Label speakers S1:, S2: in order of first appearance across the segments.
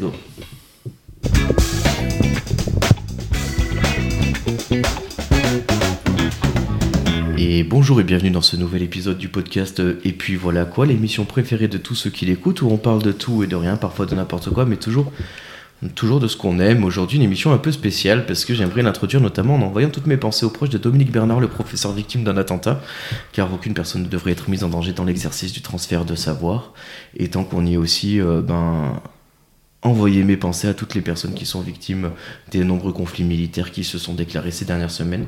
S1: Non. Et bonjour et bienvenue dans ce nouvel épisode du podcast euh, Et puis voilà quoi, l'émission préférée de tous ceux qui l'écoutent, où on parle de tout et de rien, parfois de n'importe quoi, mais toujours, toujours de ce qu'on aime. Aujourd'hui une émission un peu spéciale parce que j'aimerais l'introduire notamment en envoyant toutes mes pensées aux proches de Dominique Bernard, le professeur victime d'un attentat, car aucune personne ne devrait être mise en danger dans l'exercice du transfert de savoir. Et tant qu'on y est aussi, euh, ben envoyer mes pensées à toutes les personnes qui sont victimes des nombreux conflits militaires qui se sont déclarés ces dernières semaines,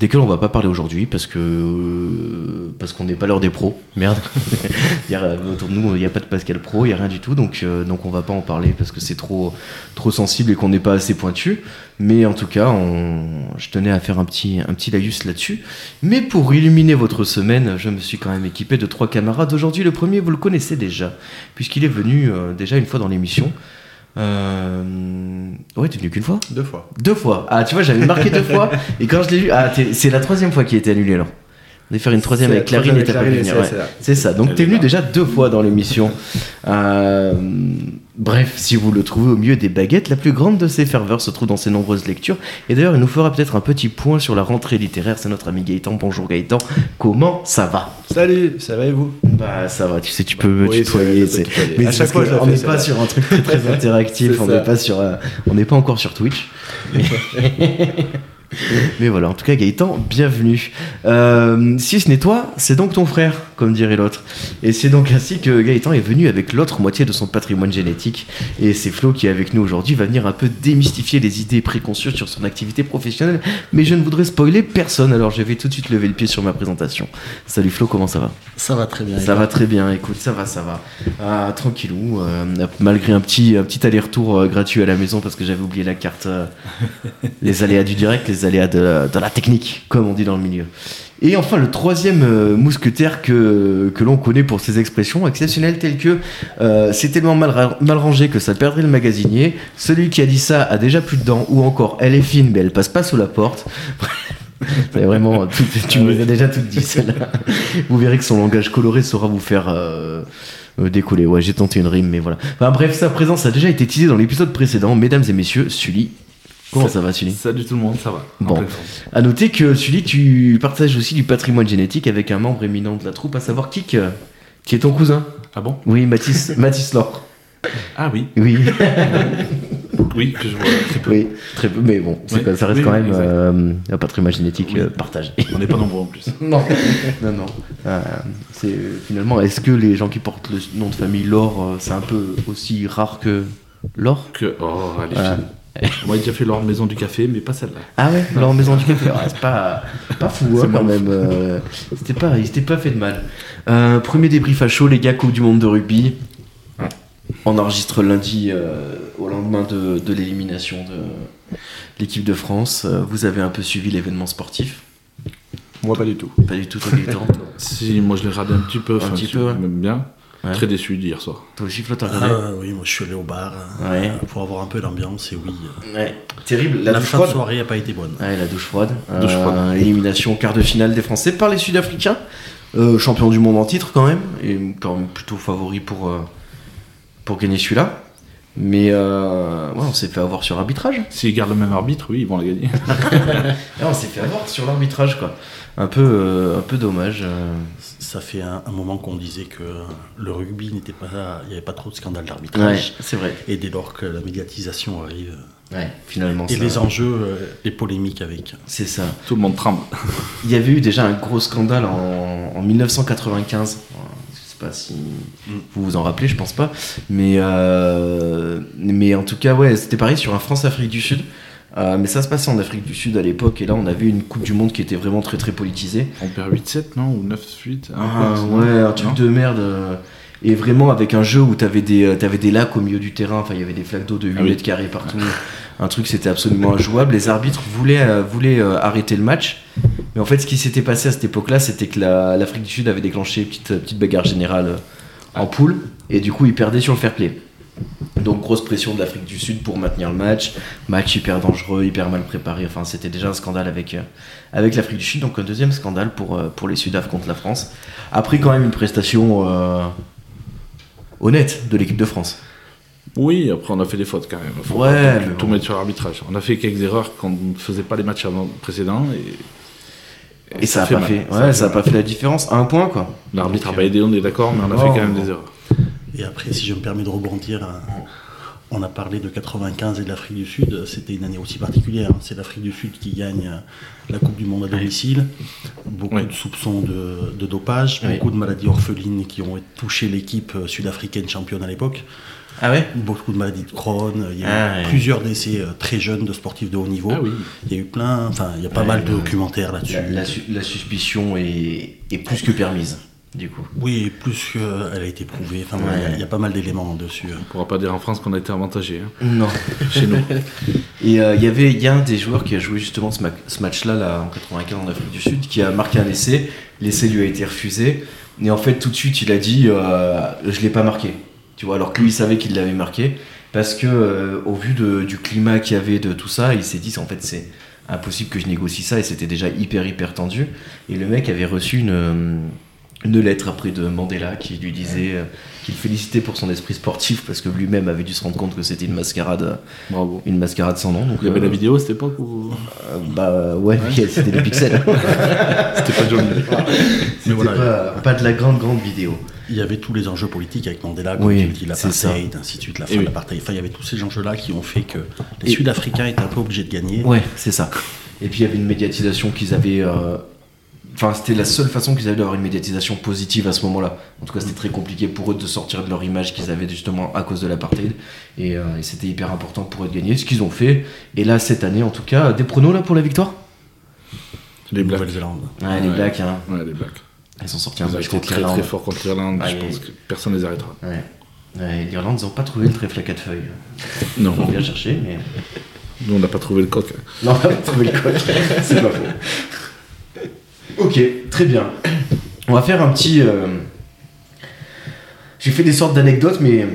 S1: desquels on va pas parler aujourd'hui parce que euh, parce qu'on n'est pas l'heure des pros. Merde. Il y a, euh, autour de nous, il n'y a pas de Pascal Pro, il n'y a rien du tout, donc euh, donc on va pas en parler parce que c'est trop trop sensible et qu'on n'est pas assez pointu. Mais en tout cas, on- je tenais à faire un petit un petit laïus là-dessus. Mais pour illuminer votre semaine, je me suis quand même équipé de trois camarades. Aujourd'hui, le premier, vous le connaissez déjà, puisqu'il est venu euh, déjà une fois dans l'émission. Euh... Ouais, t'es venu qu'une fois
S2: Deux fois.
S1: Deux fois. Ah, tu vois, j'avais marqué deux fois. Et quand je l'ai vu, ah, t'es- c'est la troisième fois qui a été annulée alors. On allait faire une troisième
S2: C'est
S1: avec
S2: la
S1: Clarine et t'as pas pu
S2: Clarine,
S1: venir.
S2: c'est-
S1: ouais.
S2: c'est là.
S1: C'est ça. Donc t'es venu déjà deux fois dans l'émission. Euh, bref, si vous le trouvez au milieu des baguettes, la plus grande de ses ferveurs se trouve dans ses nombreuses lectures. Et d'ailleurs, il nous fera peut-être un petit point sur la rentrée littéraire. C'est notre ami Gaëtan. Bonjour Gaëtan. Comment ça va
S2: Salut, ça va et vous
S1: Bah ça va. Tu sais, tu peux me
S2: Oui,
S1: tutoyer.
S2: c'est-
S1: c'est-
S2: on peut tutoyer.
S1: Mais
S2: à
S1: c'est parce
S2: chaque fois,
S1: que
S2: je la
S1: on
S2: fais,
S1: n'est
S2: celle-là.
S1: pas sur un truc très, très interactif.
S2: C'est
S1: on
S2: ça.
S1: n'est pas sur, euh, on n'est pas encore sur Twitch. Mais... Mais voilà. En tout cas, Gaëtan, bienvenue. Euh, si ce n'est toi, c'est donc ton frère, comme dirait l'autre. Et c'est donc ainsi que Gaëtan est venu avec l'autre moitié de son patrimoine génétique. Et c'est Flo qui est avec nous aujourd'hui, va venir un peu démystifier les idées préconçues sur son activité professionnelle. Mais je ne voudrais spoiler personne, alors je vais tout de suite lever le pied sur ma présentation. Salut Flo, comment ça va
S3: Ça va très bien.
S1: Ça va très bien, écoute, ça va, ça va. Ah, tranquillou, euh, malgré un petit, un petit aller-retour euh, gratuit à la maison parce que j'avais oublié la carte. euh, les aléas du direct, les aléas de la, de la technique, comme on dit dans le milieu. Et enfin, le troisième euh, mousquetaire que, que l'on connaît pour ses expressions exceptionnelles telles que euh, c'est tellement mal, ra- mal rangé que ça perdrait le magasinier, celui qui a dit ça a déjà plus de dents, ou encore elle est fine mais elle passe pas sous la porte. C'est vraiment, tout- tu me les as déjà toutes dit celle-là. Vous verrez que son langage coloré saura vous faire euh, euh, décoller. Ouais, j'ai tenté une rime, mais voilà. Enfin, bref, sa présence a déjà été teasée dans l'épisode précédent. Mesdames et messieurs, Sully. Comment ça va, Sully
S4: Salut tout le monde, ça va.
S1: Bon.
S4: En pleine forme.
S1: À noter que Sully, tu partages aussi du patrimoine génétique avec un membre éminent de la troupe, à savoir Kik, euh, qui est ton cousin.
S4: Ah bon
S1: Oui, Mathis, Mathis Laure.
S4: Ah oui,
S1: Oui,
S4: oui, que je vois très peu.
S1: oui, très peu, mais bon, c'est
S4: Oui,
S1: pas- ça reste
S4: oui,
S1: quand
S4: oui,
S1: même
S4: exact.
S1: euh, un patrimoine génétique
S4: Oui.
S1: euh, partagé.
S4: On n'est pas nombreux en plus.
S1: Non, non, non. Euh, c'est finalement, est-ce que les gens qui portent le nom de famille Laure, euh, c'est un peu aussi rare que Laure
S4: Que... Oh, allez,
S1: Voilà.
S4: fine. Moi, j'ai déjà fait leur maison du café, mais pas celle-là.
S1: Ah ouais, leur maison du café. Ouais, c'est pas, pas fou hein, quand même. euh, c'était pas, il s'était pas fait de mal. Euh, premier débrief à chaud, les gars, Coupe du Monde de rugby. On enregistre lundi euh, au lendemain de, de l'élimination de l'équipe de France. Euh, Vous avez un peu suivi l'événement sportif
S2: Moi, pas du tout.
S1: Pas du tout, toi, Gaëtan.
S4: Si, moi, je l'ai regardé un petit peu. enfin,
S1: petit
S4: je-
S1: peu, ouais.
S4: Même bien.
S1: Ouais.
S4: Très déçu d'hier soir.
S1: Toi aussi, Flo, t'as regardé
S3: Ah, oui, moi je suis allé au bar hein,
S1: Ouais.
S3: pour avoir un peu l'ambiance et oui. euh,
S1: Ouais. Terrible,
S3: La,
S1: la, douche
S3: fin de
S1: froide.
S3: soirée n'a pas été bonne.
S1: Ouais, la douche froide.
S4: Douche froide.
S1: Euh, Élimination quart de finale des Français par les Sud-Africains. Euh, champion du monde en titre quand même. Et quand même plutôt favori pour, euh, pour gagner celui-là. Mais euh, ouais, on s'est fait avoir sur l'arbitrage.
S4: S'ils gardent le même arbitre, oui, ils vont la gagner.
S1: Ah, on s'est fait avoir sur l'arbitrage quoi. Un peu, euh, un peu dommage. euh.
S3: Ça fait un, un moment qu'on disait que le rugby n'était pas. Il n'y avait pas trop de scandales
S1: Ouais,
S3: d'arbitrage.
S1: c'est vrai.
S3: Et dès lors que la médiatisation arrive.
S1: Ouais, finalement.
S3: Et
S1: ça-
S3: les enjeux, euh, les polémiques avec.
S1: C'est ça.
S4: tout le monde tremble.
S1: Il y avait eu déjà un gros scandale en, en 1995. Je sais pas si vous vous en rappelez, je pense pas. Mais, euh, mais en tout cas, ouais, c'était pareil sur un France-Afrique du Sud. Euh, mais ça se passait en Afrique du Sud à l'époque. Et là, on avait une Coupe du Monde qui était vraiment très très politisée.
S4: On perd 8-7, non Ou 9-8
S1: Ah,
S4: peu, non
S1: ouais, un truc
S4: Non
S1: de merde. euh, Et vraiment avec un jeu où t'avais des, euh, t'avais des lacs au milieu du terrain, enfin il y avait des flaques d'eau de 8
S4: Ah oui.
S1: mètres carrés partout. Un truc c'était absolument injouable. Les arbitres voulaient, euh, voulaient euh, arrêter le match. Mais en fait ce qui s'était passé à cette époque-là, c'était que la- l'Afrique du Sud avait déclenché une petite, euh, petite bagarre générale
S4: Ah.
S1: euh, en poule. Et du coup ils perdaient sur le fair play. Donc grosse pression de l'Afrique du Sud pour maintenir le match. Match hyper dangereux, hyper mal préparé. Enfin c'était déjà un scandale avec, euh, avec l'Afrique du Sud. Donc un deuxième scandale pour, euh, pour les Sudaf contre la France a pris quand même une prestation euh, honnête de l'équipe de France.
S4: Oui, après on a fait des fautes quand même. Faut
S1: Ouais,
S4: pas tout,
S1: mais
S4: tout
S1: bon.
S4: mettre sur l'arbitrage. On a fait quelques erreurs quand on ne faisait pas les matchs avant- précédents et,
S1: Et ça n'a pas,
S4: mal.
S1: fait,
S4: Ça
S1: ouais,
S4: fait
S1: ça a
S4: mal.
S1: pas fait la différence. Un point, quoi.
S4: L'arbitre n'a pas aidé, on est d'accord, mais on a
S1: Non,
S4: fait quand même
S1: non.
S4: des erreurs.
S3: Et après, si je me permets de rebondir, hein, on a parlé de 95 et de l'Afrique du Sud. C'était une année aussi particulière. hein. C'est l'Afrique du Sud qui gagne euh, la Coupe du Monde à domicile. Beaucoup
S4: Oui.
S3: de soupçons de, de dopage,
S1: Oui.
S3: beaucoup de maladies orphelines qui ont touché l'équipe euh, sud-africaine championne à l'époque.
S1: Ah ouais
S3: Beaucoup de maladies de Crohn. euh, Il y a
S1: Ah,
S3: eu
S1: ouais.
S3: plusieurs décès euh, très jeunes de sportifs de haut niveau.
S4: Ah oui.
S3: Il y a eu plein, enfin, il y a pas
S1: Ouais,
S3: mal de
S1: le-
S3: documentaires là-dessus.
S1: la, la su- la suspicion est, est plus que permise, du coup.
S3: Oui, et plus qu'elle a été prouvée. Enfin, voilà, il y a- il y, a pas mal d'éléments dessus. hein.
S4: On ne pourra pas dire en France qu'on a été avantagé hein,
S1: Non.
S4: chez nous.
S1: Et euh, il y avait il y a un des joueurs qui a joué justement ce, ma- ce match-là là, en 95 en Afrique du Sud qui a marqué un essai. L'essai lui a été refusé. Et en fait, tout de suite, il a dit euh, Je l'ai pas marqué. Tu vois, alors que lui, il savait qu'il l'avait marqué. Parce que, euh, au vu de- du climat qu'il y avait, de tout ça, il s'est dit En fait, c'est impossible que je négocie ça. Et c'était déjà hyper, hyper tendu. Et le mec avait reçu une. euh, une lettre après de Mandela qui lui disait euh, qu'il félicitait pour son esprit sportif parce que lui-même avait dû se rendre compte que c'était une mascarade euh,
S4: Bravo.
S1: une mascarade sans nom. Donc,
S4: Il y avait
S1: euh,
S4: la vidéo à cette époque ou...
S1: euh, bah ouais, mais c'était des pixels.
S4: C'était pas joli.
S1: C'était
S3: voilà.
S1: pas, pas de la grande, grande vidéo.
S3: Il y avait tous les enjeux politiques avec Mandela, comme
S1: Oui,
S3: tu dis,
S1: c'est ça.
S3: l'apartheid, ainsi de suite, la fin
S4: Et
S3: de
S4: oui.
S3: l'apartheid. Enfin, il y avait tous ces enjeux-là qui ont fait que les
S1: Et-
S3: Sud-Africains étaient un peu obligés de gagner.
S1: Ouais, c'est ça. Et puis il y avait une médiatisation qu'ils avaient. euh, Enfin, c'était la seule façon qu'ils avaient d'avoir une médiatisation positive à ce moment-là. En tout cas, c'était très compliqué pour eux de sortir de leur image qu'ils avaient justement à cause de l'apartheid. Et, euh, et c'était hyper important pour eux de gagner, ce qu'ils ont fait. Et là, cette année, en tout cas, des pronos là pour la victoire
S4: Les Blacks.
S3: Nouvelle-Zélande.
S1: Ouais, les
S4: Ouais.
S1: Blacks, hein.
S4: Ouais, les Blacks.
S1: Ils sont sortis un
S4: Ils ont
S1: match
S4: été
S1: contre
S4: très
S1: l'Irlande.
S4: très forts contre l'Irlande.
S1: Ah,
S4: je
S1: il-
S4: pense que personne ne les arrêtera.
S1: Ouais. Ouais, L'Irlande, ils n'ont pas trouvé le trèfle à quatre feuilles.
S4: Non,
S1: On bien cherché, mais.
S4: nous on n'a pas trouvé le coq.
S1: Non, on va trouver le code. C'est pas faux. Ok, très bien. On va faire un petit. euh, J'ai fait des sortes d'anecdotes, mais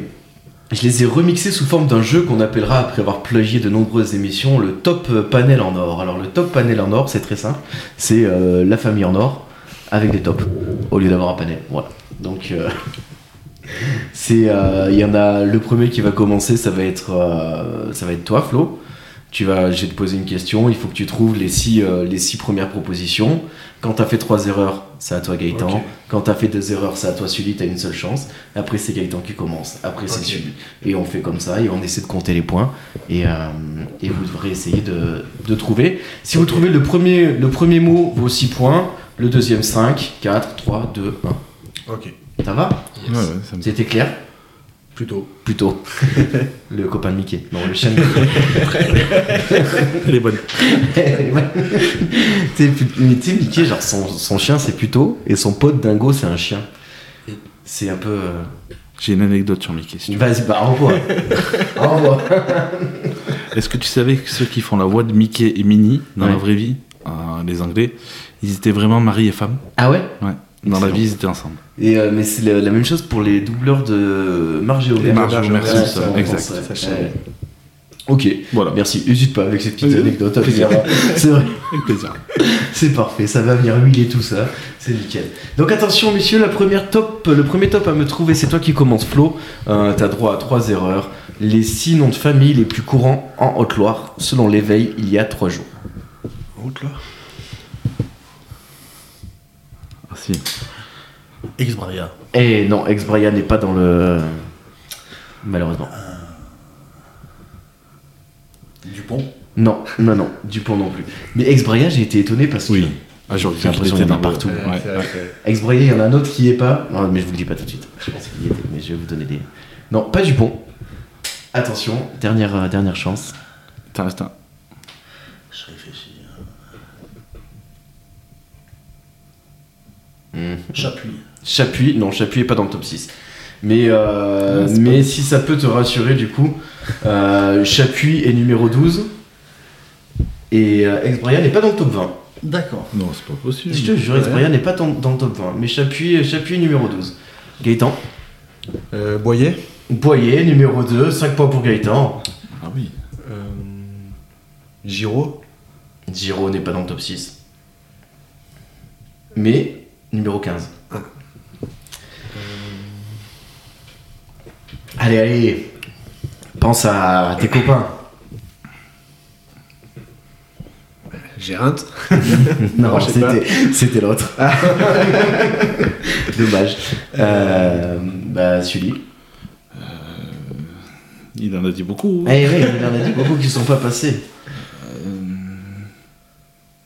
S1: je les ai remixées sous forme d'un jeu qu'on appellera, après avoir plagié de nombreuses émissions, le top panel en or. Alors, le top panel en or, c'est très simple. C'est euh, la famille en or avec des tops au lieu d'avoir un panel. Voilà. Donc. euh, C'est, euh, il y en a le premier qui va commencer, ça va être, euh, ça va être toi, Flo. Tu vas, je vais te poser une question, il faut que tu trouves les six, euh, les six premières propositions. Quand tu as fait trois erreurs, c'est à toi Gaëtan.
S2: Ok.
S1: Quand tu as fait deux erreurs, c'est à toi Sully, tu as une seule chance. Après, c'est Gaëtan qui commence. Après, c'est
S2: Ok.
S1: Sully. Et on fait comme ça et on essaie de compter les points. Et, euh, et vous devrez essayer de, de trouver. Si vous trouvez le premier, le premier mot vaut 6 points, le deuxième 5, 4, 3, 2,
S2: Ok.
S1: 1. Ça va
S2: Mm.
S4: Ouais, ouais, ça me-
S1: C'était clair
S2: Plutôt.
S1: Plutôt. le copain de Mickey. Non, le chien de Mickey.
S4: Elle est bonne.
S1: Ouais. T'es plus- mais tu sais, Mickey, genre son, son chien c'est plutôt, et son pote Dingo c'est un chien. C'est un peu. euh,
S4: J'ai une anecdote sur Mickey. si tu
S1: Vas-y, bah envoie. envoie.
S4: veux. Est-ce que tu savais que ceux qui font la voix de Mickey et Minnie dans la
S1: Ouais.
S4: vraie vie, euh, les Anglais, ils étaient vraiment mari et femme
S1: Ah ouais
S4: Ouais. Dans la
S1: Excellent.
S4: vie, ils étaient ensemble.
S1: et, euh, Mais c'est la, la même chose pour les doubleurs de Marge et Homer.
S4: Marge et Homer,
S1: Ouais,
S4: c'est ça,
S1: en
S4: exact.
S1: France, ouais.
S2: Sacha.
S1: Ouais. Ok,
S4: Voilà.
S1: merci. Hésite pas avec cette petite
S4: Oui, oui.
S1: anecdote. à faire. C'est vrai.
S4: Avec plaisir.
S1: C'est parfait, ça va venir huiler tout ça, c'est nickel. Donc attention messieurs, la première top, le premier top à me trouver, c'est toi qui commence Flo. Euh, T'as droit à trois erreurs. Les six noms de famille les plus courants en Haute-Loire, selon l'éveil, il y a trois jours.
S2: Route là.
S4: Ah, si.
S3: Ex-Braya.
S1: Et Eh non, ex-Brian n'est pas dans le... Malheureusement.
S3: Dupont.
S1: Non, non, non, Dupont non plus. Mais ex-Brian, j'ai été étonné parce que...
S4: Oui. Ah, j'aurais
S1: J'ai l'impression qu'il y en a
S4: qu'il était dans le-
S1: partout.
S2: Euh,
S4: Ouais, ouais.
S1: Ex-Brian, il y en a un autre qui y est pas. Non, mais je vous le dis pas tout de suite. Je pense qu'il y était, mais je vais vous donner des... Non, pas Dupont. Attention, dernière, euh, dernière chance.
S4: T'en restes un.
S3: Je réfléchis. hein.
S1: Mhm.
S3: Chapuis.
S1: Chapuis, non, Chapuis est pas dans le top 6. Mais, euh,
S4: Ah, c'est
S1: mais si ça peut te rassurer, du coup, euh, Chapuis est numéro 12. Et euh, Ex-Brian n'est pas dans le top 20.
S3: D'accord.
S4: Non, c'est pas possible.
S1: Je te jure, Ex-Brian n'est pas dans, dans le top 20. Mais Chapuis, euh, Chapuis est numéro 12. Gaëtan.
S2: Euh, Boyer.
S1: Boyer, numéro 2. 5 points pour Gaëtan.
S4: Ah oui.
S2: Euh, Giraud.
S1: Giro n'est pas dans le top 6. Mais numéro 15.
S2: Ah.
S1: Allez, allez. Pense à, à tes copains.
S2: Gérante.
S1: Non,
S2: Non, je sais pas.
S1: c'était c'était l'autre. Dommage. Euh, bah, Sully.
S4: Il en a dit beaucoup.
S1: Eh ouais, il en a dit beaucoup qui sont pas passés.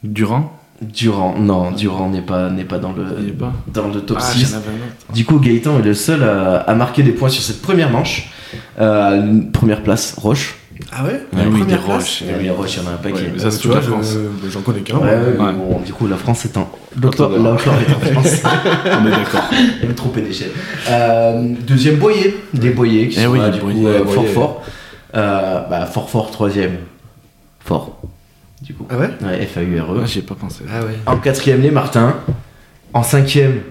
S4: Durand
S1: Durand, non, Durand n'est pas, n'est pas dans
S4: Il est
S1: le,
S4: pas.
S1: dans le Euh, top
S4: Ah,
S1: 6.
S4: j'en avais un autre.
S1: Du coup, Gaëtan est le seul à, à marquer des points sur cette première manche. Euh, première place, Roche.
S2: Ah ouais
S4: Ah oui, des
S2: Première place
S4: roches.
S1: Et oui, Roche, il y en a un paquet.
S4: Ouais, mais ça,
S2: Ah,
S4: c'est
S2: tu
S4: toute
S2: vois,
S4: la
S2: je-
S4: France.
S2: bah, j'en connais qu'un.
S1: Ouais,
S2: moi.
S1: ouais, mais
S4: Ouais.
S1: bon, du coup, la France est en. L'auteur,
S4: L'auteur de-
S1: l'auteur est en France.
S4: On est d'accord.
S1: Elle me trompait d'échelle. Euh, deuxième Boyer, des Boyers qui
S4: Eh
S1: sont
S4: oui,
S1: là,
S4: les
S1: du
S4: Boyer,
S1: coup
S2: les
S1: euh, fort
S2: Boyer.
S1: fort. Euh, bah, fort fort troisième. Fort. Du coup.
S2: Ah ouais
S1: Ouais, F-A-U-R-E.
S4: Ouais, J'y ai pas pensé.
S2: Ah ouais.
S1: En quatrième les Martins. En cinquième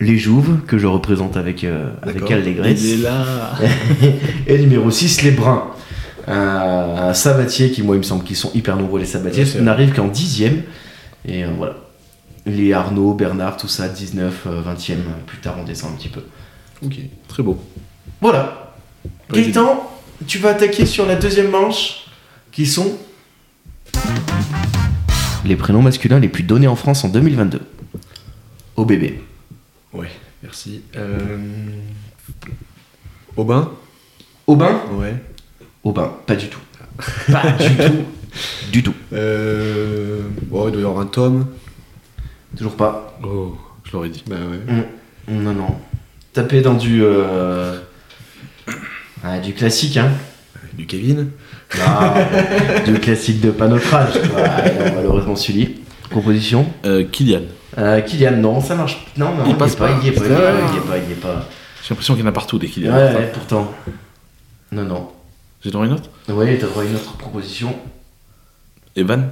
S1: les Jouves que je représente avec euh, avec
S2: D'accord.
S1: Al Legris.
S4: Il est là.
S1: Et numéro 6 les Bruns. Euh, Sabatier qui moi il me semble qu'ils sont hyper nombreux les Sabatiers
S2: Ouais, c'est vrai.
S1: n'arrive qu'en dixième. Et euh, voilà. Les Arnaud, Bernard, tout ça, 19, euh, 20e, euh, plus tard on descend un petit peu.
S2: Ok.
S4: Très beau.
S1: Voilà.
S4: Ouais,
S1: Gaëtan, tu vas attaquer sur la deuxième manche, qui sont les prénoms masculins les plus donnés en France en 2022. Au bébé.
S2: Ouais, merci. Euh... Aubin
S1: Aubin
S2: Ouais.
S1: Aubin, pas du tout. Pas du tout. Du tout.
S2: Euh... Bon, il doit y avoir un tome.
S1: Toujours pas.
S4: Oh, je l'aurais dit.
S2: Bah ouais.
S1: Non, non. Taper dans du... euh, ah, du classique, hein.
S2: Du Kevin
S1: Ah, du classique de panotrage. malheureusement, Sully. Composition
S4: Euh, Kylian.
S1: Euh, Kylian, non, ça marche. Non, non,
S4: Il passe
S1: est pas,
S4: pas.
S1: il y est pas, il y est
S4: Ah.
S1: pas, il y est pas, il y est pas.
S4: J'ai l'impression qu'il y en a partout des Kylian.
S1: Ouais, ouais, pourtant. Non, non.
S4: J'ai droit à une autre
S1: Oui, t'as droit à une autre proposition.
S4: Evan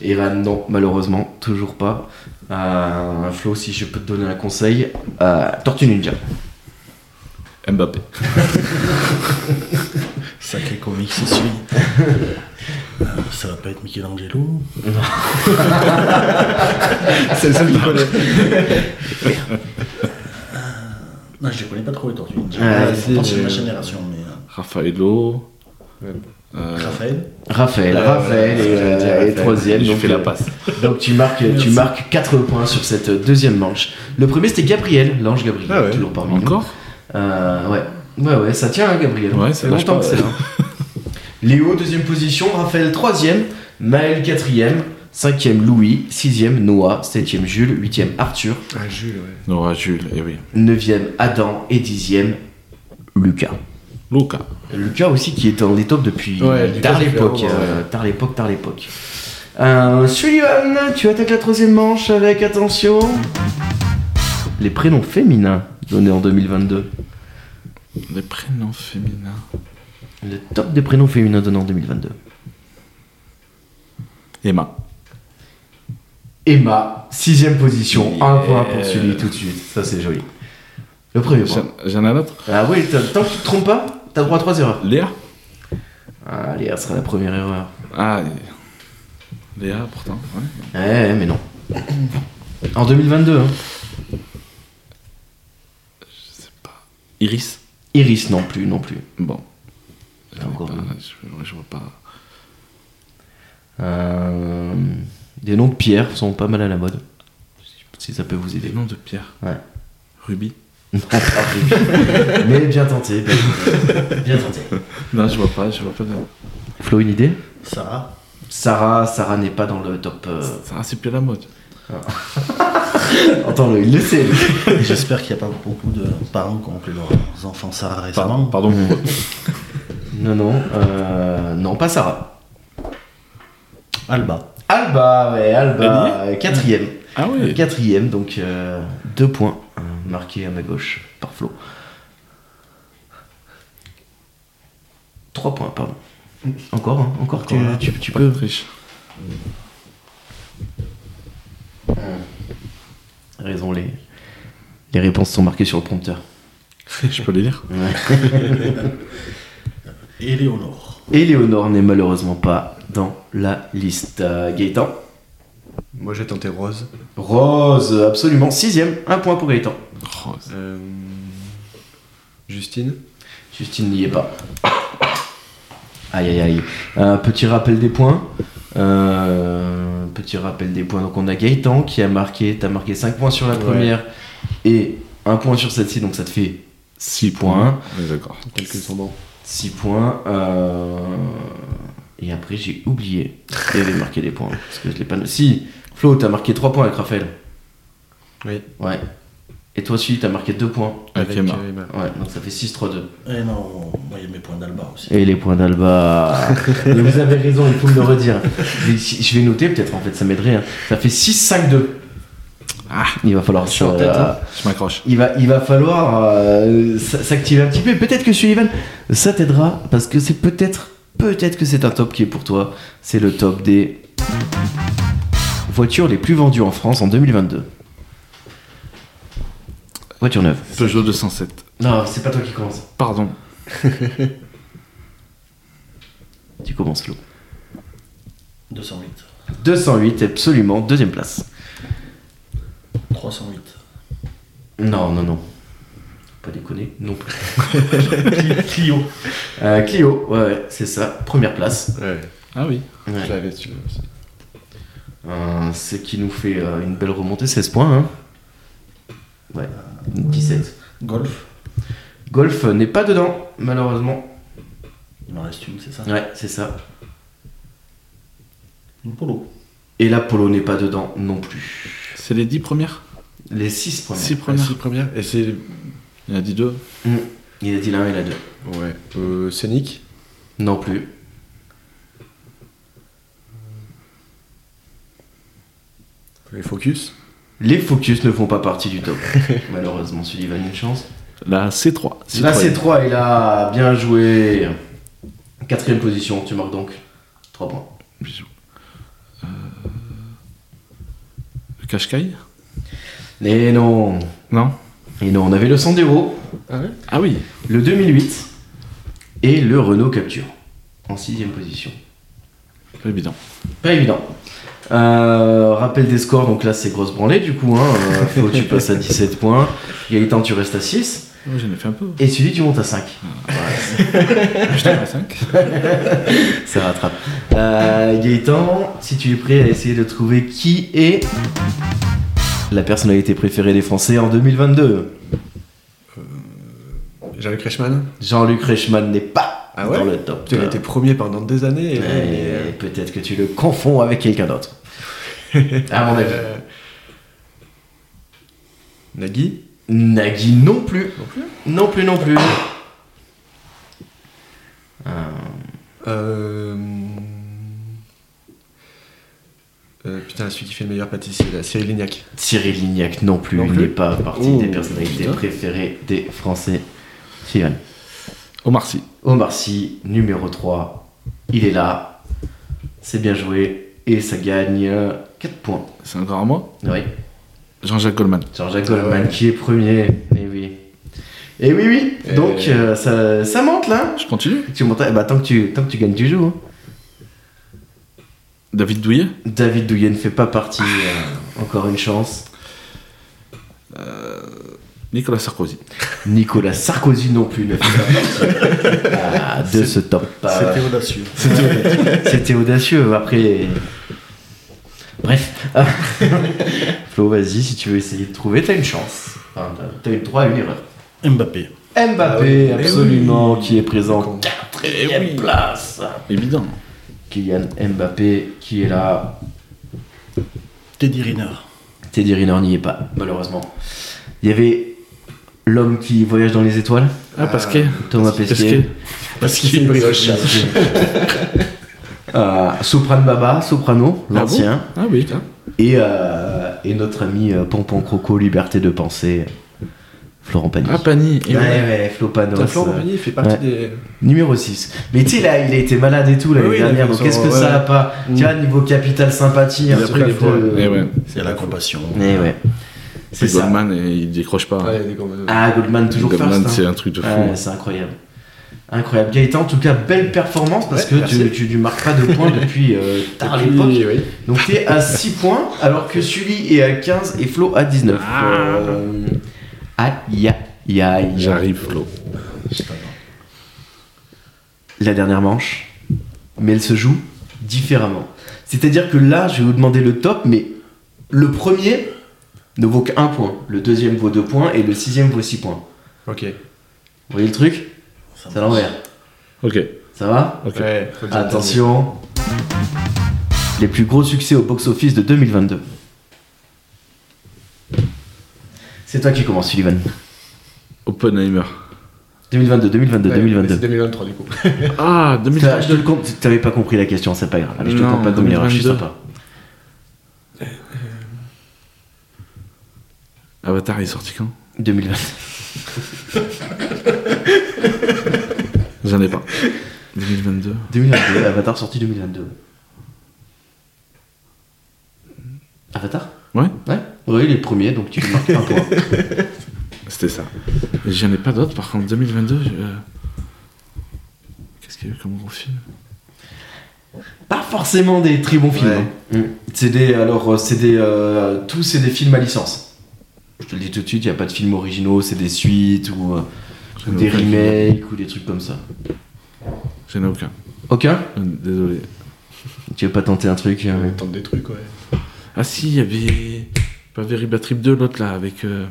S1: Evan, non, malheureusement, toujours pas. Euh, Flo, si je peux te donner un conseil, euh, Tortue Ninja.
S4: Mbappé.
S3: Sacré comique, c'est celui. Euh, ça va pas être Michelangelo.
S2: C'est le seul qu'il connaît.
S3: Euh, Non, je les connais pas trop les Tortues Ninja.
S1: Ah,
S3: Ouais,
S2: si,
S3: je pense que c'est de ma
S2: mais-
S3: génération, mais. euh,
S4: Raffaello.
S2: Ouais.
S4: Euh,
S3: Raphaël
S1: Raphaël,
S2: Ouais,
S1: Raphaël
S2: ouais,
S1: est,
S2: ouais,
S1: euh,
S2: j'allais dire
S1: est
S2: Raphaël.
S1: troisième.
S4: je
S1: Donc,
S4: fais la
S1: euh,
S4: passe.
S1: donc tu marques, tu
S3: Merci.
S1: marques 4 points sur cette deuxième manche. Le premier c'était Gabriel, l'ange Gabriel,
S2: Ah ouais.
S1: toujours parmi nous.
S4: Encore
S1: Euh, ouais. Ouais, ouais, ça tient, hein, Gabriel.
S4: Ouais,
S1: c'est
S4: ça lâche
S1: longtemps
S4: pas,
S1: que
S4: ouais.
S1: c'est là. Léo, deuxième position. Raphaël, troisième. Maël, quatrième. Cinquième, Louis. Sixième, Noah. Septième, Jules. Huitième, Arthur.
S2: Ah, Jules, ouais.
S4: Nora Jules, eh oui.
S1: Neuvième, Adam. Et dixième, Lucas.
S4: Luca.
S1: Lucas aussi qui est dans les tops depuis
S2: Ouais, Lucas,
S1: tard
S2: ça fait
S1: l'époque.
S2: vraiment,
S1: euh, Tard l'époque, tard l'époque. Euh, Sullivan, tu attaques la troisième manche avec attention. Les prénoms féminins donnés en 2022.
S4: Les prénoms féminins.
S1: Le top des prénoms féminins donnés en 2022.
S4: Emma.
S1: Emma, sixième position,
S4: Yeah.
S1: un point pour celui tout de suite. Ça c'est joli. Le premier point.
S4: J'en j'en ai un autre
S1: Ah oui, t'as- tant que tu te trompes pas, t'as droit à trois erreurs.
S4: Léa
S1: Ah, Léa sera la première erreur.
S4: Ah, et- Léa, pourtant. ouais.
S1: Ouais, Ouais, mais non. En 2022, hein.
S4: Iris
S1: Iris non plus, non plus.
S4: Bon.
S1: T'as encore
S4: Pas-
S1: deux.
S4: je, je vois pas.
S1: Euh, Des noms de pierres sont pas mal à la mode. Si ça peut vous
S4: Des
S1: aider.
S4: noms de pierre.
S1: Ouais.
S4: Ruby
S1: Non, pas prévu. mais bien tenté, bien tenté. Bien tenté.
S4: Non, je vois pas, je vois pas. de-
S1: Flo, une idée
S3: Sarah
S1: Sarah, Sarah n'est pas dans le top. euh,
S4: Ah, c'est plus à la mode.
S1: Attends, il le sait. lui.
S3: Et J'espère qu'il n'y a pas beaucoup de parents qui ont appelé leurs enfants Sarah récemment.
S4: Pardon, pardon pour-
S1: Non, non, euh, non, pas Sarah.
S3: Alba.
S1: Alba, ouais, Alba, euh, quatrième.
S4: Ah oui
S1: Quatrième, donc euh, deux points euh, marqués à ma gauche par Flo. Trois points, pardon. Encore, hein, encore, tu,
S3: Encore, hein.
S1: tu- tu
S4: Pas
S1: peux.
S4: de triche.
S1: Raison, les, les réponses sont marquées sur le prompteur.
S4: Je peux les lire
S3: Éléonore.
S1: Et Léonore n'est malheureusement pas dans la liste. Euh, Gaëtan.
S2: Moi, j'ai tenté Rose.
S1: Rose, absolument. Sixième, un point pour Gaëtan.
S4: Rose.
S2: Euh... Justine
S1: Justine n'y est pas. Aïe aïe aïe. Un petit rappel des points. Euh, petit rappel des points. Donc on a Gaëtan qui a marqué, t'as marqué 5 points sur la première et 1 point sur celle-ci, donc ça te fait 6 points.
S4: Ouais, D'accord.
S2: Quelques descendants.
S1: 6 points. euh, Et après j'ai oublié d'aller marquer des points. Parce que je l'ai pas noté. Si, Flo, t'as marqué 3 points avec Raphaël.
S2: Oui.
S1: Ouais. Et toi aussi, t'as marqué 2 points.
S4: Avec Emma.
S2: euh, Emma.
S1: Ouais, donc ça fait 6-3-2.
S3: Eh non, moi il y a mes points d'Alba aussi.
S1: Et les points d'Alba. Mais vous avez raison, il faut me le redire. Mais si- Je vais noter peut-être, en fait, ça m'aiderait. hein. Ça fait 6-5-2.
S4: Ah.
S1: il va falloir
S3: Je suis en tête, hein.
S4: Je m'accroche.
S1: il va, il va falloir euh, s- s'activer un petit peu. Peut-être que Sullivan, ça t'aidera parce que c'est peut-être, peut-être que c'est un top qui est pour toi. C'est le top des voitures les plus vendues en France en 2022. Voiture neuve.
S4: Peugeot 207.
S1: Non, c'est pas toi qui commence.
S4: Pardon.
S1: Tu commences, Flo.
S3: 208,
S1: 208, absolument, deuxième place.
S3: 308,
S1: Non, non, non. Pas déconner, non plus. Clio. Euh, Clio, ouais, ouais, c'est ça. Première place.
S2: Ouais,
S4: Ah oui.
S2: je l'avais si tu veux aussi.
S1: Euh, ce qui nous fait euh, une belle remontée, 16 points. hein. Ouais, 17.
S3: Golf.
S1: Golf euh, n'est pas dedans, malheureusement.
S3: Il m'en reste une, c'est ça
S1: Ouais, c'est ça.
S3: Une polo.
S1: Et la Polo n'est pas dedans non plus.
S4: C'est les 10 premières
S1: Les 6 premières.
S4: 6
S2: Ah,
S4: premières.
S2: si, première. Et c'est.
S4: Il y en a dit 2.
S1: Mm. Il a dit la 1 et la 2.
S2: Ouais. Euh, Scénic
S1: Non plus.
S2: Les Focus
S1: Les Focus ne font pas partie du top. malheureusement, Sullivan, une chance.
S4: La C3.
S1: La
S4: Citroën.
S1: C3 est là, bien joué. Quatrième position, tu marques donc 3 points.
S4: Bisous. Euh, Le Qashqai
S1: Et non,
S4: Non
S1: et non, on avait le Sandero,
S2: Ah ouais
S4: Ah oui.
S1: le 2008 et le Renault Capture en sixième position.
S4: Pas évident.
S1: Pas évident. Euh, rappel des scores, donc là c'est grosse branlée du coup. Hein. Euh, Flo, tu passes à 17 points. Gaëtan, tu restes à 6.
S4: Ouais, Ah J'en ai fait un peu.
S1: Et Sully, tu montes à 5.
S4: Je t'en 5.
S1: Ça rattrape. Euh, Gaëtan, si tu es prêt à essayer de trouver qui est la personnalité préférée des Français en 2022,
S2: Jean-Luc Reichmann
S1: Jean-Luc Reichmann n'est pas
S2: Ah ouais
S1: dans le top.
S2: Tu as été premier pendant des années. et là, il est, euh,
S1: Et peut-être que tu le confonds avec quelqu'un d'autre. À Ah, mon avis.
S2: euh, Nagui
S1: Nagui non plus.
S2: Non plus
S1: Non plus, non plus. Euh,
S2: Euh... euh, putain, celui qui fait le meilleur pâtissier, là, Cyril Lignac.
S1: Cyril Lignac non plus.
S2: Non
S1: Il
S2: plus.
S1: n'est pas partie
S2: Oh,
S1: des personnalités
S2: putain.
S1: préférées des Français. Sylvain.
S4: Omar Sy.
S1: Omar Sy, numéro 3. Il est là. C'est bien joué. Et ça gagne 4 points.
S4: C'est encore à moi.
S1: Oui.
S4: Jean-Jacques Goldman.
S1: Jean-Jacques
S2: Ah ouais.
S1: Goldman qui est premier. Et Eh oui. Et oui, oui.
S2: Eh
S1: Donc
S2: oui.
S1: euh, ça, ça monte là.
S4: Je continue.
S1: Tu montes, eh ben, tant, que tu, tant que tu gagnes, tu joues. hein.
S4: David Douillet.
S1: David Douillet ne fait pas partie. euh, encore une chance.
S4: Nicolas Sarkozy.
S1: Nicolas Sarkozy non plus ne fait pas partie ah, de ce top.
S3: C'était audacieux.
S1: C'était audacieux. Après. Bref. Flo, vas-y, si tu veux essayer de trouver, t'as une chance. Enfin, t'as- t'as eu le droit à une erreur.
S3: Mbappé.
S1: Mbappé,
S2: Ah oui,
S1: absolument,
S2: mais oui.
S1: qui est présent.
S2: Con.
S1: Quatrième
S4: Eh oui.
S1: place.
S4: Évident.
S1: Kylian Mbappé qui est là.
S3: Teddy Riner.
S1: Teddy Riner n'y est pas, malheureusement. Il y avait l'homme qui voyage dans les étoiles,
S4: Ah, Pasquet.
S1: Euh, Thomas Pesquet.
S4: Ah
S3: Parce
S2: qu'il fait une brioche.
S1: Euh, Sopran Baba, Soprano,
S4: Ah bon
S1: l'ancien.
S4: Ah oui.
S1: Et, euh, et notre ami euh, Pompon Croco, Liberté de Penser, Florent Pagny.
S4: Ah, Pani.
S1: ouais, ouais, Flo Panos,
S2: Putain, Florent
S1: euh,
S2: Pagny, il fait partie
S1: ouais.
S2: des.
S1: numéro 6. Mais tu sais, là, il a été malade et tout l'année
S2: Oui, oui,
S1: dernière,
S2: il a
S1: donc
S2: fait
S1: est-ce
S2: son-
S1: que
S2: ouais.
S1: ça a pas.
S2: Mm.
S1: Tu vois, niveau capital sympathie,
S2: Il
S1: un
S2: a
S1: truc
S2: pris les
S1: de-
S2: points.
S4: Eh ouais.
S3: C'est la compassion.
S1: Eh ouais. C'est
S4: C'est
S1: ça.
S4: Goldman et il décroche pas.
S2: Ouais, des grands-
S1: Ah, Goldman, toujours
S4: Goldman,
S1: first. hein.
S4: c'est un truc de fou.
S1: Ouais, c'est incroyable. Incroyable. Gaëtan, en tout cas, belle performance parce
S2: Ouais,
S1: que tu,
S2: merci.
S1: tu ne marques pas de points depuis euh, tard à
S2: Depuis-
S1: l'époque.
S2: oui.
S1: Donc t'es à 6 points alors que Sully est à 15 et Flo à 19. Euh, Aïe aïe aïe.
S4: J'arrive, Flo.
S1: La dernière manche. mais elle se joue différemment. C'est-à-dire que là, je vais vous demander le top, mais le premier ne vaut qu'un point, le deuxième vaut deux points et le sixième vaut six points.
S2: Ok.
S1: Vous voyez le truc C'est à l'envers.
S4: Ok.
S1: Ça va
S4: Ok.
S2: Ouais, faut le dire.
S1: Attention Les plus gros succès au box-office de 2022. C'est toi qui commence, Sullivan.
S4: Oppenheimer.
S1: 2022, 2022,
S2: Ouais, mais
S1: 2022.
S2: C'est 2023 du coup.
S4: Ah,
S1: Ça, je te
S4: 2022.
S1: le compte, t'avais pas compris la question, c'est pas grave. Allez, je te
S4: Non,
S1: compte pas de demi-heure, je suis
S4: 2022.
S1: sympa.
S4: Avatar il est sorti quand
S1: 2022.
S4: J'en ai pas. 2022.
S1: 2022, Avatar sorti 2022. Avatar
S4: Ouais,
S1: Ouais Oui, il est le premier, donc tu marques un point.
S4: c'était ça. J'en ai pas d'autres, par contre, 2022. je- euh, Qu'est-ce qu'il y a eu comme gros film
S1: Pas forcément des très bons films.
S2: Ouais.
S1: hein. Mm. C'est des. Alors, euh, c'est des. euh, tous, c'est des films à licence. Je te le dis tout de suite, il n'y a pas de films originaux, c'est des suites ou, euh, ou
S4: J'en ai
S1: des
S4: aucun.
S1: remakes ou des trucs comme ça.
S4: J'en ai aucun. Euh,
S1: Ok
S4: Désolé.
S1: Tu veux pas tenter un truc euh,
S2: On tente des trucs, ouais.
S4: Ah si, il y avait pas Veriba Trip 2, l'autre là, avec... euh,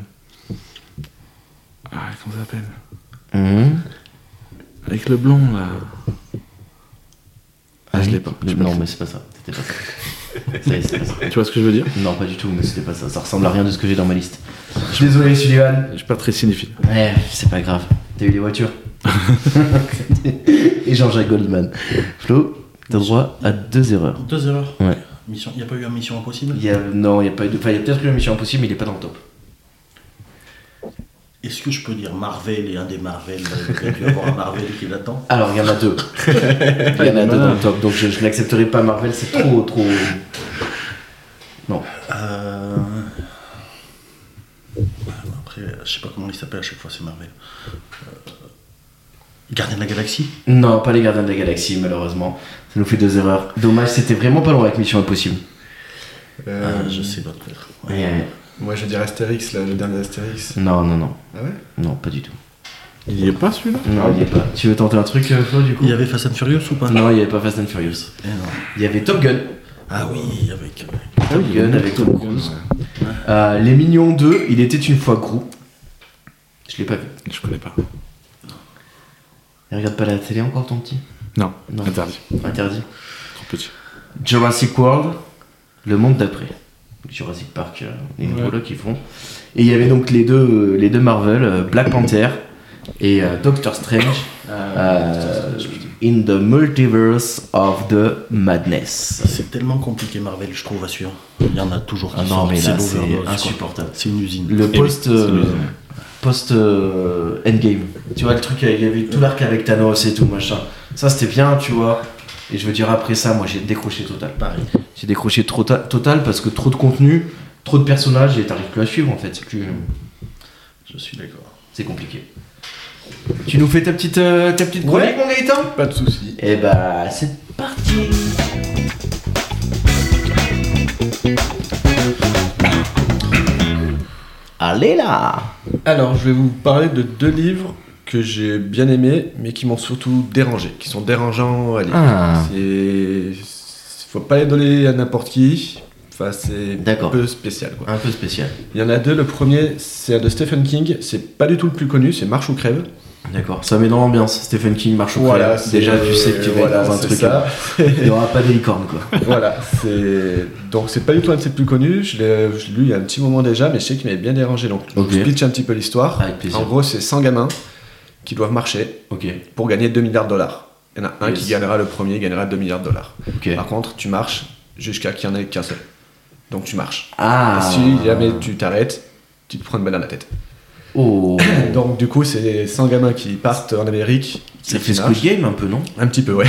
S4: Ah, comment ça s'appelle
S1: Mhm.
S4: Avec le blanc là. Ah, je l'ai pas. Je peux
S1: Non,
S4: le-
S1: mais c'est pas ça. C'était pas ça. Ça y est, c'était pas ça.
S4: Tu vois ce que je veux dire
S1: Non, pas du tout, mais c'était pas ça. Ça ressemble à rien de ce que j'ai dans ma liste. Je suis désolé, Sullivan.
S4: Je suis pas très cinéphile.
S1: Ouais, c'est pas grave. T'as eu les voitures. Et Jean-Jacques Goldman. Flo, t'as droit à deux erreurs.
S3: Deux erreurs.
S1: Ouais.
S3: Mission... Il n'y a pas eu un Mission Impossible
S1: Il y a, non, il y a pas eu de. Enfin, il y a peut-être une mission impossible, mais il est pas dans le top.
S3: Est-ce que je peux dire Marvel et un des Marvel euh, Il y a dû avoir un Marvel qui l'attend.
S1: Alors, il y en a deux. Il y en a deux dans le top, donc je, je n'accepterai pas Marvel, c'est trop, trop. Non.
S3: Euh... Après, je sais pas comment il s'appelle à chaque fois, c'est Marvel. Euh, Gardien de la Galaxie
S1: Non, pas les Gardiens de la Galaxie, malheureusement. Ça nous fait deux erreurs. Dommage, c'était vraiment pas loin avec Mission Impossible.
S2: Euh,
S3: Euh, Je sais pas peut-être. Ouais.
S1: Ouais, ouais.
S2: Moi je vais dire Astérix, là, le dernier Astérix.
S1: Non, non, non.
S2: Ah ouais
S1: Non, pas du tout.
S4: Il y est pas celui-là
S1: Non, il y est pas. Tu veux tenter un truc, euh, Flo, du coup
S3: Il y avait Fast and Furious ou pas
S1: Non, il n'y avait pas Fast and Furious.
S3: Eh non.
S1: Il y avait Top Gun.
S3: Ah oui, avec.
S1: Ah Top Gun avec Tom Cruise. Euh, Les Mignons 2, il était une fois Grou. Je l'ai pas vu.
S4: Je connais pas.
S1: Il regarde pas la télé encore, ton petit
S4: Non,
S1: Non.
S4: interdit.
S1: Interdit.
S4: Trop petit.
S1: Jurassic World, le monde d'après. Jurassic Park, euh, les nouveaux là qui font. Et il y avait donc les deux, euh, les deux Marvel, euh, Black Panther et euh, Doctor Strange euh, in the Multiverse of the Madness.
S3: C'est tellement compliqué Marvel, je trouve, à suivre. Il y en a toujours qui
S1: Ah non,
S3: sortent,
S1: mais là,
S3: l'overdose,
S1: c'est
S3: quoi.
S1: insupportable.
S3: C'est une usine.
S1: Le
S4: oui,
S1: post,
S4: c'est
S1: euh,
S4: lui.
S1: post euh, Endgame. Tu vois, le truc, il y avait tout l'arc avec Thanos et tout, machin. Ça, c'était bien, tu vois. Et je veux dire, après ça, moi, j'ai décroché total.
S3: Pareil.
S1: J'ai décroché trop ta- total parce que trop de contenu, trop de personnages et t'arrives plus à suivre en fait. C'est plus-
S3: Je suis d'accord.
S1: c'est compliqué. Tu nous fais ta petite, euh, ta petite chronique, mon Gaëtan
S2: Pas de soucis.
S1: Et bah, c'est parti Allez là
S2: Alors je vais vous parler de deux livres que j'ai bien aimés, mais qui m'ont surtout dérangé, qui sont dérangeants à lire.
S1: Ah.
S2: C'est. Faut pas les donner à n'importe qui. Enfin, c'est un
S1: D'accord.
S2: peu spécial quoi.
S1: Un peu spécial.
S2: Il y en a deux. Le premier, c'est un de Stephen King. C'est pas du tout le plus connu, c'est Marche ou Crève.
S1: D'accord, ça met dans l'ambiance. Stephen King marche au crâne.
S2: c'est-
S1: euh, Déjà, tu sais que tu vas
S2: voilà,
S1: être dans un
S2: c'est
S1: truc. hein.
S2: ça.
S1: Il n'y aura pas de licorne quoi.
S2: voilà, c'est. Donc, c'est pas du tout un de ses plus connus. Je l'ai je l'ai lu il y a un petit moment déjà, mais je sais qu'il m'avait bien dérangé. Donc,
S1: Ok.
S2: je vous pitch un petit peu l'histoire.
S1: Avec plaisir.
S2: En gros, c'est 100 gamins qui doivent marcher
S1: Ok,
S2: pour gagner 2 milliards de dollars. Il y en a un
S1: Yes.
S2: qui gagnera le premier, gagnera 2 milliards de dollars.
S1: ok.
S2: Par contre, tu marches jusqu'à qu'il n'y en ait qu'un seul. Donc, tu marches.
S1: Ah
S2: Si jamais tu t'arrêtes, tu te prends une balle dans la tête.
S1: Oh
S2: Donc, du coup, c'est 100 gamins qui partent en Amérique.
S1: Ça
S2: et qui
S1: fait Squid
S2: marchent.
S1: Game un peu, non
S2: Un petit peu, ouais.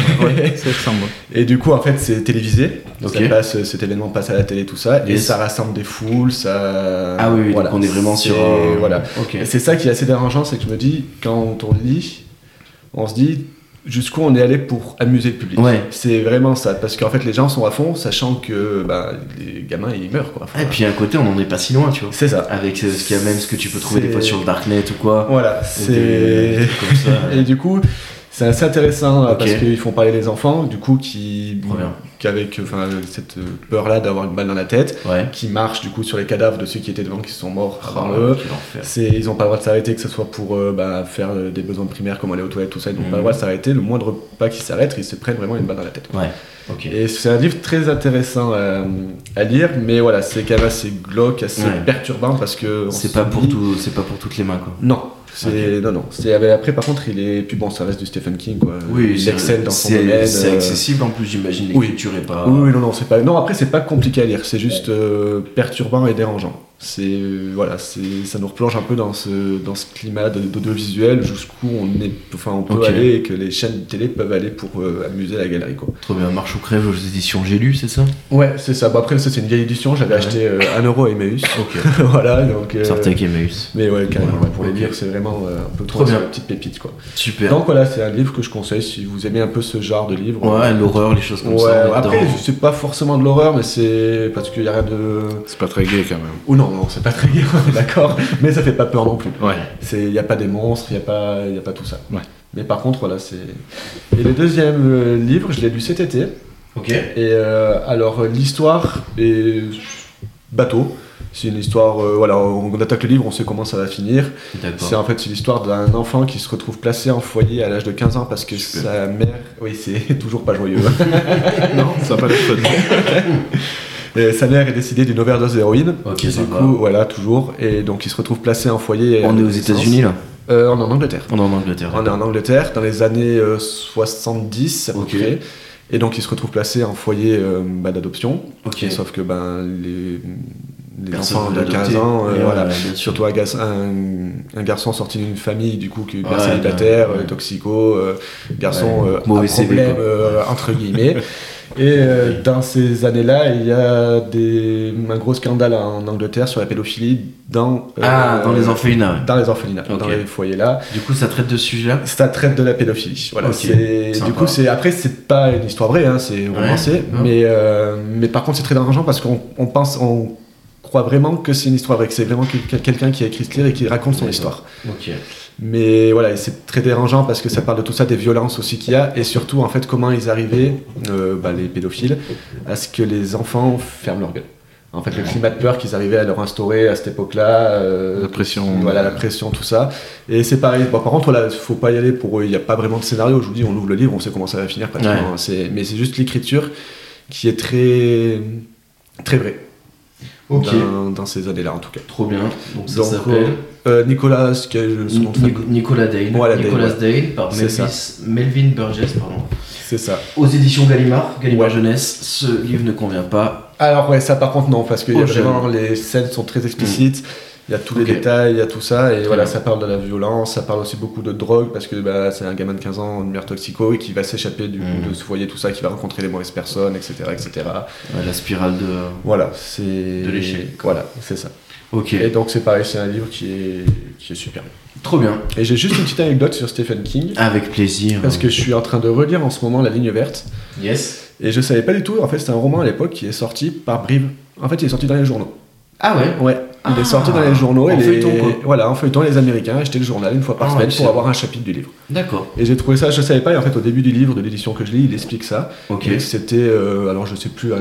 S4: Ça ressemble.
S2: Et du coup, en fait, c'est télévisé.
S1: Ok.
S2: Ça passe, euh, cet événement passe à la télé, tout ça. Et
S1: Yes.
S2: ça rassemble des foules, ça.
S1: Ah oui, oui
S2: Voilà.
S1: donc on est vraiment sur.
S2: C'est-
S1: euh,
S2: Voilà.
S1: Ok.
S2: Et c'est ça qui est assez dérangeant, c'est que je me dis, quand on lit, on se dit jusqu'où on est allé pour amuser le public.
S1: Ouais.
S2: C'est vraiment ça. Parce qu'en fait, les gens sont à fond, sachant que bah, les gamins, ils meurent, quoi.
S1: Et puis à côté, on n'en est pas si loin, tu vois.
S2: C'est ça.
S1: Avec euh, ce qu'il y a même, ce que tu peux trouver des
S2: C'est-
S1: fois sur le Darknet ou quoi.
S2: Voilà.
S1: Ou des-
S2: C'est.
S1: des trucs comme ça.
S2: Et du coup, C'est assez intéressant euh,
S1: Ok.
S2: parce qu'ils font parler les enfants, du coup, qui,
S1: Trop bien.
S2: qui avec euh, enfin, cette euh, peur-là d'avoir une balle dans la tête,
S1: Ouais.
S2: qui marchent du coup sur les cadavres de ceux qui étaient devant, qui sont morts
S1: Ah
S2: par eux.
S1: Oh, Quel enfer.
S2: C'est- Ils n'ont pas le droit de s'arrêter, que ce soit pour euh, bah, faire euh, des besoins primaires comme aller aux toilettes, tout ça, ils n'ont
S1: Mhm.
S2: pas le droit de s'arrêter. Le moindre pas qui s'arrête, ils se prennent vraiment une balle dans la tête.
S1: Ouais. Ok.
S2: Et c'est un livre très intéressant euh, à lire, mais voilà, c'est quand même assez glauque, assez
S1: Ouais.
S2: perturbant parce que. on
S1: C'est
S2: se
S1: pas pour
S2: dit-
S1: tout, c'est pas pour toutes les mains quoi.
S2: Non. C'est non non. C'est avec- après par contre il est puis bon ça reste du Stephen King quoi. il
S1: c'est-
S2: excelle Euh, dans son
S1: c'est-
S2: domaine.
S1: C'est
S2: euh,
S1: accessible en plus, j'imagine.
S2: oui.
S1: L'écriture est pas.
S2: Oui, oui, non, non, c'est pas. Non, après, c'est pas compliqué à lire, c'est juste euh, perturbant et dérangeant. C'est euh, voilà, c'est ça nous replonge un peu dans ce dans ce climat de- d'audiovisuel jusqu'où on est, enfin, on peut
S1: Ok.
S2: aller et que les chaînes de télé peuvent aller pour euh, amuser la galerie quoi.
S1: Trop bien. Marche ou crève aux éditions J'ai lu, c'est ça
S2: Ouais, c'est ça. Bah, après, ça c'est une vieille édition. J'avais
S1: Ouais.
S2: acheté euh, 1 euro à Emmaüs.
S1: Ok.
S2: voilà, donc. euh,
S1: Sortez avec Emmaüs.
S2: Mais ouais, carrément.
S1: Voilà,
S2: ouais, pour les
S1: ok.
S2: lire, c'est vraiment euh, un peu
S1: Trop
S2: trop
S1: bien.
S2: une petite pépite quoi.
S1: Super.
S2: Donc voilà, c'est un livre que je conseille si vous aimez un peu ce genre de livre.
S1: ouais, l'horreur, les choses comme
S2: Ouais,
S1: ça. on est
S2: après,
S1: dedans.
S2: c'est pas forcément de l'horreur, mais c'est parce qu'il y a rien de.
S4: C'est pas très gai quand même.
S2: Oh non, non, c'est pas très gay, on est d'accord, mais ça fait pas peur non plus.
S4: Ouais.
S2: Il n'y a pas des monstres, il n'y a, pas- y a pas tout ça.
S4: Ouais.
S2: Mais par contre, voilà, c'est. Et le deuxième euh, livre, je l'ai lu cet été.
S1: Ok.
S2: Et euh, alors, euh, l'histoire est. bateau. C'est une histoire. euh, voilà, on, on attaque le livre, on sait comment ça va finir. C'est
S1: D'accord.
S2: en fait c'est l'histoire d'un enfant qui se retrouve placé en foyer à l'âge de 15 ans parce que sa mère. Oui, c'est toujours pas joyeux. hein.
S4: non, ça a pas l'air fun.
S2: Et sa mère est décédée d'une overdose d'héroïne.
S1: Ok,
S2: du
S1: sympa.
S2: coup, voilà, toujours. Et donc, il se retrouve placé en foyer.
S1: On
S2: à
S1: est aux
S2: naissance.
S1: États-Unis là.
S2: Euh, On est en Angleterre.
S1: On est en Angleterre.
S2: On est en Angleterre dans les années euh, 70 à peu
S1: Ok.
S2: près. Et donc, il se retrouve placé en foyer euh, bah, d'adoption.
S1: Ok.
S2: Et Sauf que ben, les, les
S1: Personne
S2: enfants
S1: veut
S2: de 15
S1: l'adopter.
S2: ans, euh,
S1: Ouais,
S2: voilà.
S1: ouais, bien sûr.
S2: Surtout un, gar- un- un garçon sorti d'une famille du coup qui est
S1: Ouais,
S2: père célibataire,
S1: ouais.
S2: euh, toxico, euh, garçon
S1: Ouais,
S2: euh,
S1: mauvais
S2: à problème
S1: CV, quoi.
S2: euh, entre guillemets. Et euh, dans ces années-là, il y a des, un gros scandale en Angleterre sur la pédophilie dans, euh,
S1: Ah, dans les orphelinats. ouais.
S2: dans les orphelinats,
S1: Ok.
S2: dans les foyers là.
S1: Du coup, ça traite de ce sujet-là.
S2: Ça traite de la pédophilie. Voilà.
S1: Ok.
S2: c'est-
S1: Sympa.
S2: Du coup, c'est après c'est pas une histoire vraie, hein, c'est romancé,
S1: ouais.
S2: mais euh, mais par contre c'est très dérangeant parce qu'on on pense on croit vraiment que c'est une histoire vraie, que c'est vraiment quel- quelqu'un qui a écrit ce livre et qui raconte son
S1: D'accord.
S2: histoire.
S1: Ok.
S2: Mais voilà, et c'est très dérangeant parce que ça parle de tout ça, des violences aussi qu'il y a, et surtout en fait comment ils arrivaient, euh, bah, les pédophiles, à ce que les enfants ferment leur gueule. En fait, le climat de peur qu'ils arrivaient à leur instaurer à cette époque-là, euh,
S4: La pression.
S2: voilà la pression, tout ça. Et c'est pareil. Bon, par contre, là, faut pas y aller pour eux. Il n'y a pas vraiment de scénario. Je vous dis, on ouvre le livre, on sait comment ça va finir. pratiquement.
S1: Ouais.
S2: C'est- Mais c'est juste l'écriture qui est très, très vraie.
S1: Ok.
S2: Dans, dans ces années-là, en tout cas.
S1: ben, Trop bien. Donc ça
S2: Donc,
S1: s'appelle
S2: euh, Nicolas, ce que son nom de famille.
S1: Nic- Nicolas Dale.
S2: Voilà, Dale,
S1: Nicolas
S2: ouais.
S1: Dale par
S2: C'est ça.
S1: Melvis- Melvin Burgess, pardon.
S2: C'est ça.
S1: Aux éditions Gallimard, Gallimard
S2: Ouais.
S1: Jeunesse, ce livre ne convient pas.
S2: Alors, ouais, ça par contre, non, parce que y a
S1: Ok.
S2: vraiment, les scènes sont très explicites. Il y a tous
S1: Oh, Ok.
S2: les détails, il y a tout ça, et voilà,
S1: bien.
S2: ça parle de la violence, ça parle aussi beaucoup de drogue, parce que bah, c'est un gamin de 15 ans, une mère toxico, et qui va s'échapper du
S1: Mm.
S2: de ce foyer, tout ça, qui va rencontrer les mauvaises personnes, etc. etc.
S1: Ouais, La spirale de.
S2: Voilà, c'est. De
S1: l'échec.
S2: Voilà, c'est ça.
S1: Ok.
S2: Et donc, c'est pareil, c'est un livre qui est, qui est super.
S1: Trop bien.
S2: Et j'ai juste une petite anecdote sur Stephen King,
S1: Avec plaisir.
S2: parce que je suis en train de relire en ce moment La ligne verte,
S1: Yes.
S2: et je savais pas du tout, en fait, c'est un roman à l'époque qui est sorti par Brive. En fait, il est sorti dans les journaux.
S1: Ah ouais.
S2: Ouais, il
S1: Ah.
S2: est sorti dans les journaux.
S1: En
S2: et les-
S1: feuilleton, quoi.
S2: Voilà, en feuilleton, les Américains achetaient le journal une fois par
S1: Ah,
S2: semaine pour
S1: excellent.
S2: avoir un chapitre du livre.
S1: D'accord.
S2: Et j'ai trouvé ça, je savais pas, et en fait, au début du livre, de l'édition que je lis, il explique ça.
S1: Ok.
S2: Et C'était, euh, alors je sais plus, un,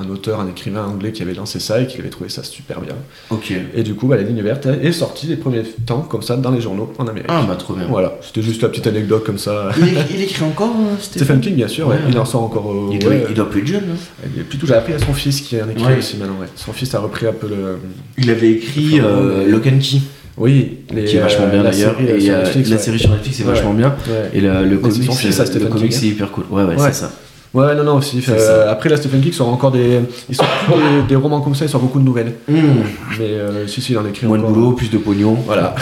S2: un auteur, un écrivain anglais qui avait lancé ça et qui avait trouvé ça super bien.
S1: Ok.
S2: Et du coup, bah, la ligne verte est sortie les premiers temps, comme ça, dans les journaux en Amérique.
S1: Ah bah trop bien.
S2: Voilà, c'était juste la petite anecdote comme ça.
S1: Il, écrit, il écrit encore, euh, Stéphane
S2: Stephen King, bien sûr, ouais,
S1: Ouais,
S2: il
S1: ouais.
S2: en sort encore. euh,
S1: Il doit,
S2: ouais.
S1: il doit plus être jeune. hein.
S2: Et puis tout, j'ai appris à son fils qui est un écrivain
S1: Ouais.
S2: aussi maintenant. ouais. Son fils a repris un peu le.
S1: Il avait écrit euh, Lock and Key,
S2: Oui, les,
S1: qui est vachement
S2: euh,
S1: bien
S2: la
S1: d'ailleurs.
S2: série, euh,
S1: Et
S2: sur
S1: euh,
S2: Netflix,
S1: la
S2: ouais.
S1: série sur Netflix est
S2: Ouais.
S1: vachement bien.
S2: Ouais.
S1: Et le, le
S2: Mais c'est
S1: comics,
S2: son fils,
S1: euh,
S2: ça, Stephen
S1: le comics
S2: King,
S1: c'est hyper cool. Ouais, ouais,
S2: Ouais.
S1: c'est ça.
S2: Ouais, non, non, aussi.
S1: C'est
S2: euh,
S1: ça.
S2: après, là, Stephen King sort encore des. Il sort plus des, des romans comme ça, il sort beaucoup de nouvelles. Mais euh, si, si, il en écrit
S1: Mmh, Moins de
S2: encore.
S1: boulot, plus de pognon. Voilà.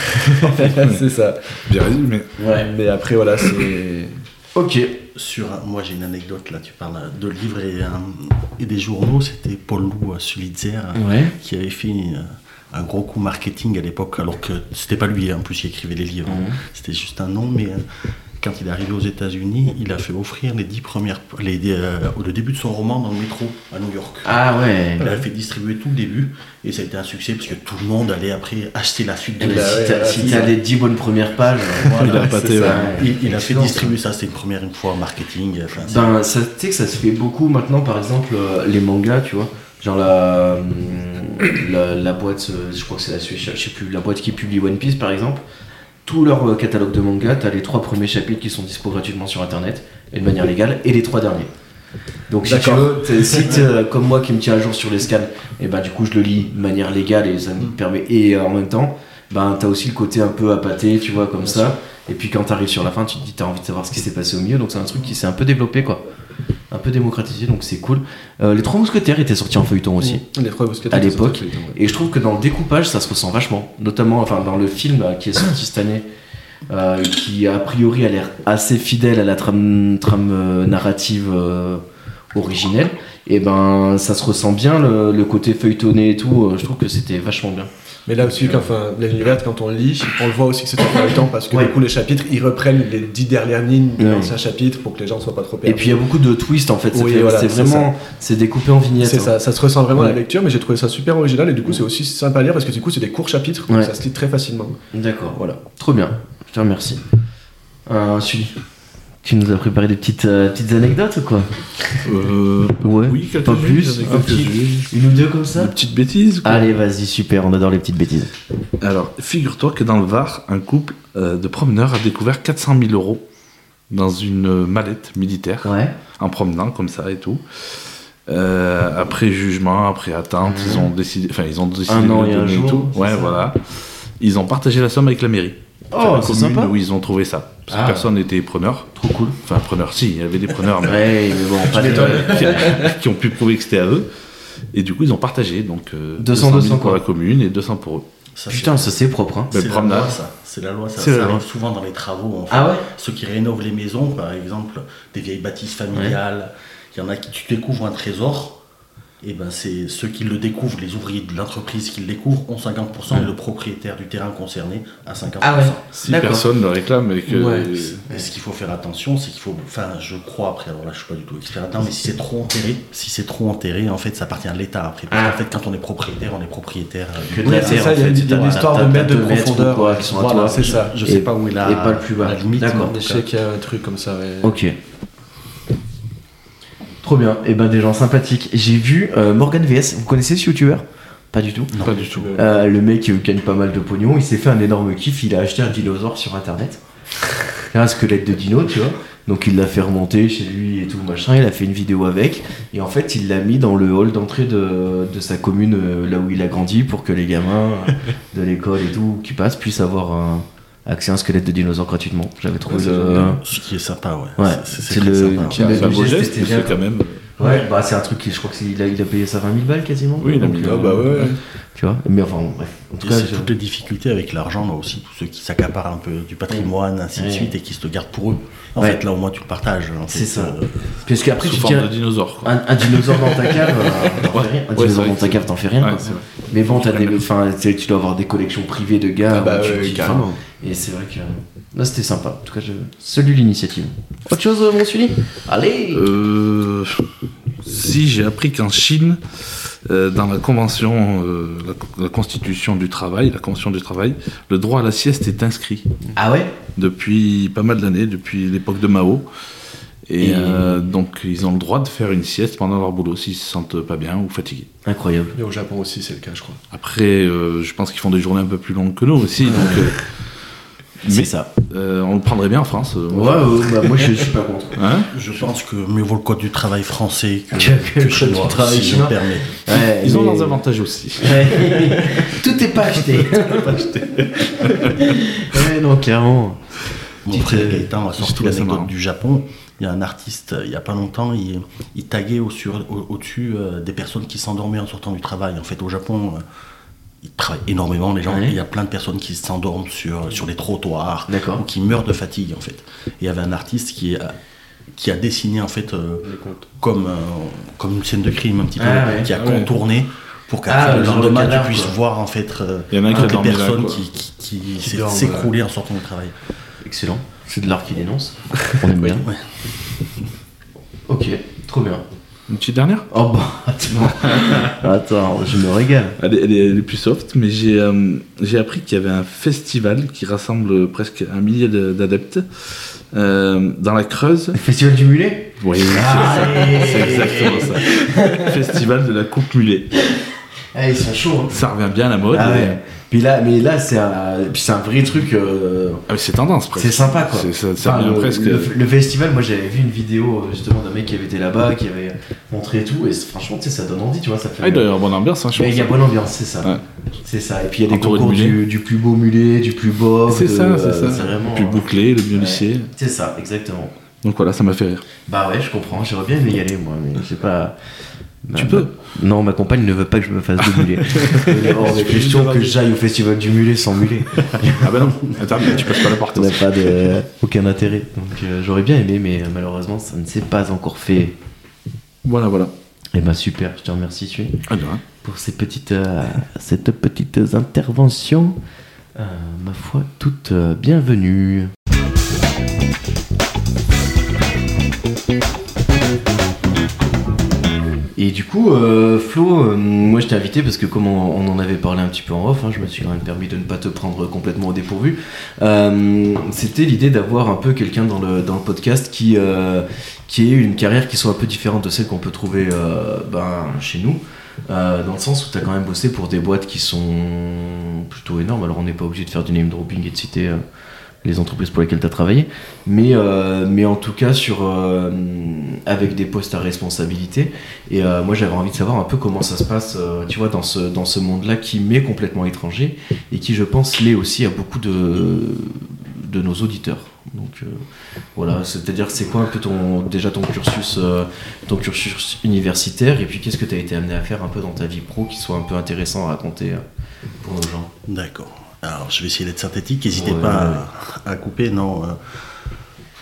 S2: c'est ça.
S4: Bien résumé.
S1: Ouais.
S2: Mais après, voilà, c'est.
S1: Ok.
S3: Sur, un- moi j'ai une anecdote là, tu parles de livres et, euh, et des journaux, c'était Paul Lou euh, Sulitzer euh,
S1: Ouais.
S3: qui avait fait euh, un gros coup
S1: Mm.
S3: marketing à l'époque, alors que c'était pas lui, hein, en plus il écrivait les livres, hein. c'était juste un nom, mais euh, quand il est arrivé aux États-Unis, il a fait offrir les dix premières, les, euh, le début de son roman dans le métro à New York.
S1: Ah ouais.
S3: Il a fait distribuer tout le début et ça a été un succès parce que tout le monde allait après acheter la suite de
S1: Eh ben,
S3: la
S1: si t'as si t'as les 10 bonnes premières pages,
S3: Voilà,
S1: voilà,
S4: a pâté,
S1: Ah, c'est ça.
S4: ouais.
S3: Il, il a fait
S1: Excellent,
S3: distribuer ça, c'était une première une fois en marketing. enfin, c'est-
S1: Ben, ça, tu sais que ça se fait beaucoup maintenant, par exemple, euh, les mangas, tu vois. Genre la, hum, la, la boîte, euh, je crois que c'est la Suédoise, je sais plus, la boîte qui publie One Piece, par exemple. Tout leur euh, catalogue de mangas, t'as les trois premiers chapitres qui sont dispo gratuitement sur internet, et de manière légale, et les trois derniers. Donc si tu
S2: D'accord.
S1: veux, t'es- si t'es euh, comme moi qui me tiens à jour sur les scans, et ben du coup je le lis de manière légale et ça me permet. Et euh, en même temps, ben t'as aussi le côté un peu appâté, tu vois, comme ça. Et puis quand t'arrives sur la fin, tu te dis t'as envie de savoir ce qui s'est passé au milieu, donc c'est un truc qui s'est un peu développé quoi. Un peu démocratisé, donc c'est cool. Euh, les Trois Mousquetaires étaient sortis en feuilleton aussi.
S2: Les trois mousquetaires.
S1: À l'époque.
S2: c'est ça, ouais.
S1: Et je trouve que dans le découpage, ça se ressent vachement. Notamment enfin, dans le film euh, qui est sorti cette année, euh, qui a priori a l'air assez fidèle à la trame, trame euh, narrative euh, originelle. Et ben ça se ressent bien le, le côté feuilletonné et tout. euh, je trouve que c'était vachement bien.
S2: Mais là aussi, quand, enfin, l'univers, quand on le lit, on le voit aussi que c'est en même temps parce que
S1: Ouais.
S2: du coup, les chapitres, ils reprennent les dix dernières lignes de
S1: Ouais.
S2: l'ancien chapitre pour que les gens soient pas trop
S1: Et
S2: perdus.
S1: puis il y a beaucoup de twists en fait. C'est
S2: Oui,
S1: fait-
S2: voilà,
S1: c'est
S2: c'est
S1: vraiment. C'est découpé en vignettes.
S2: C'est
S1: hein.
S2: ça, ça se ressent vraiment à la
S1: Ouais.
S2: lecture, mais j'ai trouvé ça super original et du coup c'est aussi sympa à lire parce que du coup c'est des courts chapitres, donc
S1: Ouais.
S2: ça se lit très facilement.
S1: D'accord, voilà. Trop bien. Je te remercie. Euh, Sully, tu nous as préparé des petites, euh, petites anecdotes ou quoi
S4: Euh,
S1: Ouais.
S4: oui, quelques
S1: Pas plus. Un
S4: Quelques
S1: Une ou deux comme ça
S4: Une petite bêtise. quoi.
S1: Allez, vas-y, super, on adore les petites bêtises. Ah.
S4: Alors, figure-toi que dans le Var, un couple euh, de promeneurs a découvert 400 000 euros dans une euh, mallette militaire,
S1: Ouais.
S4: en promenant comme ça et tout. Euh, après jugement, après atteinte,
S1: Mhm.
S4: ils ont décidé, enfin ils ont décidé
S1: Un
S4: de
S1: an
S4: le
S1: et un
S4: donner
S1: jour,
S4: tout.
S1: c'est
S4: Ouais,
S1: ça.
S4: voilà. Ils ont partagé la somme avec la mairie, Enfin,
S1: Oh,
S4: la
S1: c'est
S4: commune
S1: sympa.
S4: où ils ont trouvé ça. Parce que
S1: Ah.
S4: personne n'était preneur.
S1: Trop cool.
S4: Enfin preneur, si, il y avait des preneurs, mais
S1: Ouais, mais bon, pas de...
S4: qui, qui ont pu prouver que c'était à eux. Et du coup, ils ont partagé donc euh,
S1: 200,
S4: 200 000 pour
S1: quoi.
S4: la commune et 200 pour eux.
S3: ça,
S1: Putain, ça c'est propre, hein.
S3: c'est- c'est la
S4: promenade.
S3: loi, ça. C'est la loi, ça,
S4: C'est
S3: ça
S4: la loi.
S3: arrive souvent dans les travaux. en fait.
S1: Ah ouais
S3: Ceux qui rénovent les maisons, par exemple, des vieilles bâtisses familiales, il y en a qui tu découvres un trésor, et ben c'est ceux qui le découvrent, les ouvriers de l'entreprise qui le découvrent ont 50% et le propriétaire du terrain concerné a 50%.
S1: Ah ouais.
S4: Si
S1: D'accord.
S4: personne ne réclame et que.
S2: Ouais.
S3: Mais ce qu'il faut faire attention, c'est qu'il faut. Enfin, je crois, après, alors là, je suis pas du tout expert là-dedans, mais si c'est trop enterré, si c'est trop enterré, en fait, ça appartient à l'État après. Parce
S1: Ah.
S3: qu'en fait, quand on est propriétaire, on est propriétaire. euh,
S1: Que
S3: du
S1: de la
S3: terrain,
S2: c'est
S1: terre,
S2: ça,
S1: en
S2: il y a
S1: fait,
S2: une- il y a une
S1: t'as-
S2: histoire
S1: t'as
S2: de mètres de
S1: deux ou
S2: profondeur.
S1: quoi qui sont à
S2: Voilà,
S1: toi.
S2: c'est ça.
S3: Je
S1: Et-
S3: sais pas où est la,
S1: et pas le plus bas.
S3: la limite.
S1: D'accord.
S3: mais en
S2: Je
S3: tout
S2: sais
S3: cas,
S2: qu'il y a un truc comme ça, ouais.
S1: Ok. Trop bien. Et ben des gens sympathiques. J'ai vu euh, Morgan VS. Vous connaissez ce youtubeur Pas du tout.
S4: Pas du tout.
S1: Euh, le mec euh, gagne pas mal de pognon, il s'est fait un énorme kiff, il a acheté un dinosaure sur internet. Un squelette de dino, tu vois. Donc il l'a fait remonter chez lui et tout, machin, il a fait une vidéo avec. Et en fait, il l'a mis dans le hall d'entrée de, de sa commune, euh, là où il a grandi, pour que les gamins euh, de l'école et tout qui passent puissent avoir un- accès à un squelette de dinosaure gratuitement. J'avais trouvé
S2: c'est
S1: le-
S2: génial.
S3: Ce qui est sympa, ouais.
S1: Euh. Ouais,
S3: C'est-
S1: c'est
S3: C'est très
S1: le-
S3: sympa.
S1: le-
S4: C'est un beau
S1: geste,
S4: geste,
S1: c'était
S4: mais
S1: bien.
S4: c'est quand même.
S1: Ouais, bah c'est un truc qui, je crois qu'il a, il a payé ça 20 000 balles quasiment.
S4: Oui, il a
S1: Donc,
S4: mis-
S2: Ah
S1: euh,
S2: bah ouais.
S1: Tu vois, mais enfin, bon, bref. En tout
S3: Et
S1: cas,
S3: c'est
S1: je-
S3: toutes les difficultés avec l'argent, là aussi, tous ceux qui s'accaparent un peu du patrimoine, ainsi de
S1: Ouais.
S3: suite, et qui se le gardent pour eux. En
S1: Ouais.
S3: fait, là, au moins, tu le partages. en
S1: C'est
S3: fait,
S1: ça.
S3: euh,
S1: Parce qu'après,
S4: Sous
S1: tu
S4: forme
S1: tiens.
S4: de dinosaure. quoi.
S1: Un, un dinosaure dans ta cave, euh, t'en fais rien. Un
S4: Ouais, c'est
S1: dinosaure
S4: vrai
S1: dans
S4: que
S1: ta
S4: c'est-
S1: cave, t'en fais rien.
S4: Ouais,
S1: quoi.
S4: c'est vrai.
S1: mais bon, t'as des, enfin, tu sais, tu dois avoir des collections privées de gars.
S2: Ah bah
S1: où tu-
S2: ouais,
S1: tu-
S2: carrément.
S1: enfin, Et c'est vrai que là, c'était sympa. En tout cas, je salue l'initiative. Autre chose, euh, mon Sully Allez.
S4: Euh, si j'ai appris qu'en Chine, euh, dans la convention, euh, la, la constitution du travail, la convention du travail, le droit à la sieste est inscrit
S1: Ah ouais
S4: depuis pas mal d'années, depuis l'époque de Mao. Et,
S1: Et-
S4: euh, donc ils ont le droit de faire une sieste pendant leur boulot s'ils se sentent pas bien ou fatigués.
S1: Incroyable.
S2: Mais au Japon aussi, c'est le cas, je crois.
S4: Après, euh, je pense qu'ils font des journées un peu plus longues que nous aussi, donc euh,
S1: C'est
S4: Mais-
S1: ça.
S4: euh, on le prendrait bien en France. euh,
S1: Ouais, ouais, bah, moi, je je suis pas contre.
S4: Hein
S3: Je pense que mieux vaut le code du travail français que,
S1: Que- que le code
S3: chinois,
S1: du travail
S3: si je
S1: chinois.
S3: me permets.
S1: Ouais,
S4: Ils ont
S1: mais-
S4: leurs avantages aussi.
S1: Ouais. Tout est pas acheté. ouais, non, clairement.
S3: Mon
S1: Petite,
S3: frère
S1: euh,
S3: Gaëtan a
S4: je
S3: sorti
S4: trouve ça marrant.
S3: l'anecdote du Japon. Il y a un artiste, euh, il n'y a pas longtemps, il, il taguait au sur- au- au-dessus euh, des personnes qui s'endormaient en sortant du travail. En fait, au Japon, euh, ils travaillent énormément, les gens.
S1: Ouais.
S3: Il y a plein de personnes qui s'endorment sur, sur les trottoirs
S1: D'accord.
S3: ou qui meurent de fatigue, en fait. Et il y avait un artiste qui, a- qui a dessiné, en fait, euh, comme, euh, comme une scène de crime, un petit peu,
S1: Ah ouais.
S3: qui a
S4: Ah ouais.
S3: contourné pour qu'après
S1: Ah,
S3: le
S1: genre le
S3: lendemain, tu
S1: cadavre,
S3: puisses
S1: quoi.
S3: voir, en fait, euh,
S4: Il y en a un qui a
S3: toutes les
S4: dormi là,
S3: personnes
S4: quoi.
S3: qui, qui, qui
S2: dorment,
S3: s'écroulaient en sortant du travail.
S1: Excellent. C'est de l'art qui dénonce. On aime bien.
S3: Ouais.
S1: Ok, trop bien.
S4: Une petite dernière
S1: Oh bah, attends, Attends, je me régale.
S4: elle est, elle est- elle est plus soft, mais j'ai euh, j'ai appris qu'il y avait un festival qui rassemble presque un millier de- d'adeptes euh, dans la Creuse.
S1: Le festival du mulet
S4: Oui,
S3: Allez
S4: c'est exactement ça. festival de la coupe mulet.
S1: Ah, ils sont chauds. hein.
S4: Ça revient bien à la mode.
S1: Ah
S4: et-
S1: ouais. Puis là, mais là, c'est un, puis c'est un vrai truc. euh,
S4: Ah, mais c'est tendance presque.
S1: c'est sympa quoi.
S4: C'est- Ça, ça
S1: Enfin,
S4: revient
S1: le,
S4: presque.
S1: le- le festival, moi j'avais vu une vidéo euh, justement d'un mec qui avait été là-bas, qui avait montré et tout, et c'est- franchement, tu sais, ça donne envie, tu vois, ça fait.
S4: Ah, il doit y avoir bonne ambiance, hein, je
S1: Mais il y a
S4: pense.
S1: bonne ambiance, c'est ça.
S4: Ouais.
S1: C'est ça. Et puis il y a des
S4: Entouré de
S1: concours
S4: mulets.
S1: du, du plus beau mulet, du plus beau.
S4: C'est ça, c'est ça.
S1: C'est vraiment.
S4: Puis bouclé, le mieux lycée.
S1: C'est ça, exactement.
S4: Donc voilà, ça m'a fait rire.
S1: Bah ouais, je comprends, j'aurais bien aimé y aller moi, mais je sais pas.
S4: Tu
S1: Ma-
S4: peux.
S1: ma- Non, ma compagne ne veut pas que je me fasse de mulet. Il est hors de
S2: suis
S1: question
S2: désolé.
S1: que j'aille au festival du mulet sans mulet.
S4: Ah bah non, attends, mais tu passes pas la porte. hein.
S1: Ça n'a pas de, aucun intérêt. Donc euh, j'aurais bien aimé, mais euh, malheureusement ça ne s'est pas encore fait.
S4: Voilà, voilà.
S1: Et bah super, je te remercie Thuy
S4: Ah, de rien.
S1: pour ces petites, euh, cette petite intervention. Euh, ma foi, toute euh, bienvenue. Et du coup, euh, Flo, euh, moi je t'ai invité parce que comme on, on en avait parlé un petit peu en off, hein, je me suis quand même permis de ne pas te prendre complètement au dépourvu. Euh, C'était l'idée d'avoir un peu quelqu'un dans le, dans le podcast qui, euh, qui ait une carrière qui soit un peu différente de celle qu'on peut trouver euh, ben, chez nous. Euh, dans le sens où tu as quand même bossé pour des boîtes qui sont plutôt énormes. Alors on n'est pas obligé de faire du name dropping et de citer euh, les entreprises pour lesquelles tu as travaillé, mais, euh, mais en tout cas sur, euh, avec des postes à responsabilité. Et euh, moi j'avais envie de savoir un peu comment ça se passe, euh, tu vois, dans ce, dans ce monde-là qui m'est complètement étranger et qui, je pense, l'est aussi à beaucoup de, de nos auditeurs. Donc euh, voilà, c'est-à-dire c'est quoi un peu ton, déjà ton cursus euh, ton cursus universitaire et puis qu'est-ce que tu as été amené à faire un peu dans ta vie pro qui soit un peu intéressant à raconter euh, pour nos gens.
S3: D'accord. Alors, je vais essayer d'être synthétique. N'hésitez
S1: Ouais,
S3: pas
S1: ouais.
S3: À, à couper. Non, euh,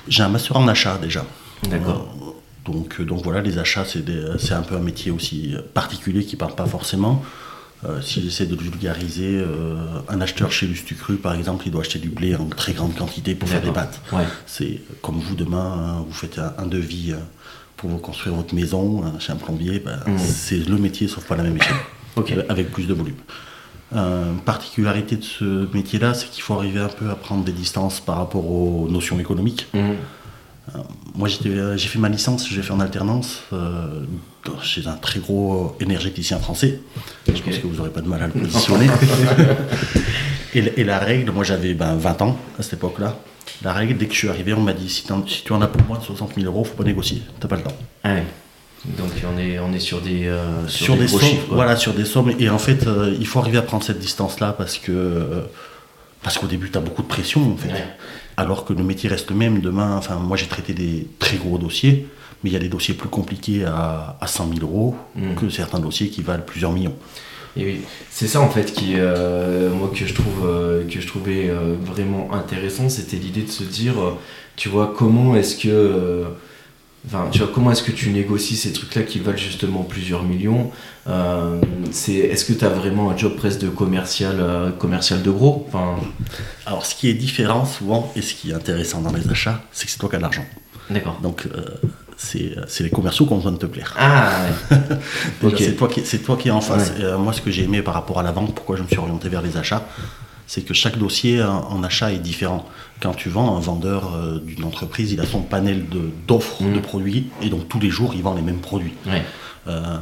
S3: j'ai un master en achat déjà.
S1: D'accord.
S3: Euh, donc, euh, donc voilà, les achats, c'est des- euh, c'est un peu un métier aussi euh, particulier qui ne parle pas forcément. Euh, si j'essaie de le vulgariser, euh, un acheteur chez Lustucru, par exemple, il doit acheter du blé en très grande quantité pour faire des
S1: D'accord.
S3: pâtes.
S1: Ouais.
S3: C'est euh, comme vous demain, hein, vous faites un, un devis euh, pour vous construire votre maison hein, chez un plombier, ben,
S1: Mm.
S3: c'est le métier sauf pas à la même échelle,
S1: Ok.
S3: Euh, avec plus de volume. Euh, particularité de ce métier-là, c'est qu'il faut arriver un peu à prendre des distances par rapport aux notions économiques.
S1: Mhm.
S3: Moi, j'étais, euh, j'ai fait ma licence, j'ai fait en alternance euh, dans- chez un très gros énergéticien français. Je
S1: Ok.
S3: pense que vous n'aurez pas de mal à le positionner. et, la- et la règle, moi j'avais ben, 20 ans à cette époque-là. La règle, dès que je suis arrivé, on m'a dit si, t'en- si tu en as pour moins de 60 000 euros, faut pas négocier, t'as pas le temps.
S1: Ah ouais. Donc on est, on est sur des, euh, sur des, gros
S3: sommes,
S1: chiffres. quoi.
S3: voilà, sur des sommes. Et en fait, euh, il faut arriver à prendre cette distance-là parce que euh, parce qu'au début, tu as beaucoup de pression en fait.
S1: Ouais.
S3: Alors que le métier reste le même. Demain, enfin, moi, j'ai traité des très gros dossiers, mais il y a des dossiers plus compliqués à, à 100 000 euros
S1: Mm.
S3: que certains dossiers qui valent plusieurs millions.
S1: Et oui, c'est ça en fait qui euh, moi que je trouve euh, que je trouvais euh, vraiment intéressant, c'était l'idée de se dire, euh, tu vois, comment est-ce que, euh, enfin, tu vois, comment est-ce que tu négocies ces trucs-là qui valent justement plusieurs millions Euh, C'est, est-ce que tu as vraiment un job presque de commercial, euh, commercial de gros Enfin,
S3: Alors, ce qui est différent souvent et ce qui est intéressant dans les achats, c'est que c'est toi qui as l'argent.
S1: d'accord.
S3: Donc, euh, c'est c'est les commerciaux qui ont besoin de te plaire.
S1: Ah,
S3: Déjà,
S1: Ok.
S3: C'est toi qui c'est toi qui es en face.
S1: Ouais.
S3: Et, euh, moi, ce que j'ai aimé par rapport à la vente, pourquoi je me suis orienté vers les achats, c'est que chaque dossier euh, en achat est différent. Quand tu vends, un vendeur euh, d'une entreprise, il a son panel de- d'offres de,
S1: Mhm.
S3: produits et donc tous les jours, il vend les mêmes produits.
S1: ouais. ouais.
S3: Euh,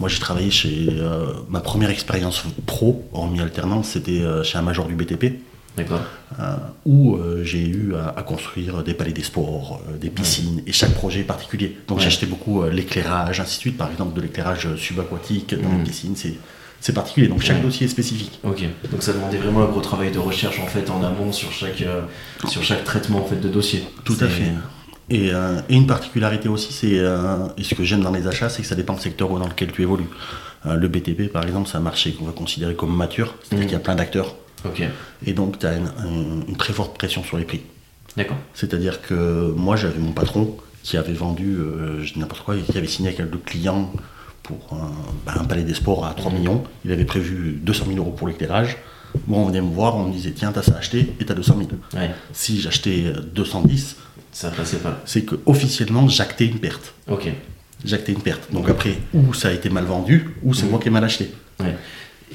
S3: moi, j'ai travaillé chez euh, ma première expérience pro en mi-alternance, c'était euh, chez un major du BTP.
S1: D'accord.
S3: euh, où euh, j'ai eu à, à construire des palais des sports, euh, des piscines, et chaque projet est particulier. Donc
S1: Ouais.
S3: j'achetais beaucoup euh, l'éclairage, ainsi de suite, par exemple de l'éclairage euh, subaquatique dans
S1: Mm.
S3: les piscines, c'est, c'est particulier. Donc chaque
S1: Ouais.
S3: dossier est spécifique.
S1: Ok. Donc ça demandait vraiment un gros travail de recherche en fait en amont sur chaque euh, sur chaque traitement en fait de dossier.
S3: Tout
S1: C'est-
S3: à fait. Et, euh, et une particularité aussi, c'est, euh, et ce que j'aime dans les achats, c'est que ça dépend du secteur dans lequel tu évolues. Euh, le BTP, par exemple, c'est un marché qu'on va considérer comme mature, c'est-à-dire
S1: Mm.
S3: qu'il y a plein d'acteurs,
S1: Ok.
S3: et donc tu as une très forte pression sur les prix.
S1: D'accord.
S3: C'est-à-dire que moi, j'avais mon patron qui avait vendu, euh, je dis n'importe quoi, et qui avait signé avec le client ben, pour un, bah, un palais des sports à 3 millions. Il avait prévu 200 000 euros pour l'éclairage, Bon, on venait me voir, on me disait tiens, t'as ça acheté et t'as 200 000.
S1: Ouais,
S3: Si j'achetais euh, 210,
S1: ça passait pas.
S3: c'est que officiellement j'actais une perte.
S1: Ok.
S3: J'actais une perte. Donc après, ou ça a été mal vendu, ou c'est moi qui ai mal acheté.
S1: Ouais.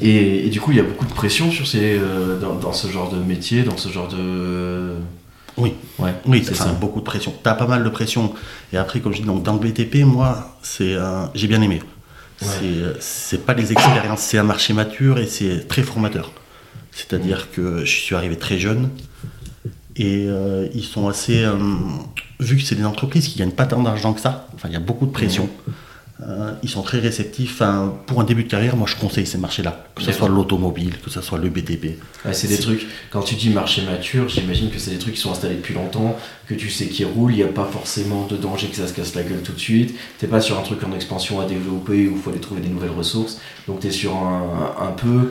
S1: Et, et du coup, il y a beaucoup de pression sur ces, euh, dans, dans ce genre de métier, dans ce genre de. euh,
S3: Oui,
S1: Ouais,
S3: oui,
S1: c'est
S3: t'as
S1: ça.
S3: beaucoup de pression. T'as pas mal de pression. Et après, comme je dis, donc, dans le BTP, moi, c'est un- j'ai bien aimé. C'est, euh, C'est pas des expériences, c'est un marché mature et c'est très formateur.
S1: Mm.
S3: C'est-à-dire que je suis arrivé très jeune et euh, ils sont assez. euh, vu que c'est des entreprises qui gagnent pas tant d'argent que ça, enfin, il y a beaucoup de pression.
S1: Mm.
S3: euh, ils sont très réceptifs. à- pour un début de carrière, moi je conseille ces marchés-là, que ce
S1: D'accord.
S3: soit l'automobile, que ce soit le BTP.
S1: Ouais, c'est des trucs. Quand tu dis marché mature, j'imagine que c'est des trucs qui sont installés depuis longtemps, que tu sais qui roulent, il n'y a pas forcément de danger que ça se casse la gueule tout de suite. T'es pas sur un truc en expansion à développer où il faut aller trouver des nouvelles ressources. Donc t'es sur un, un peu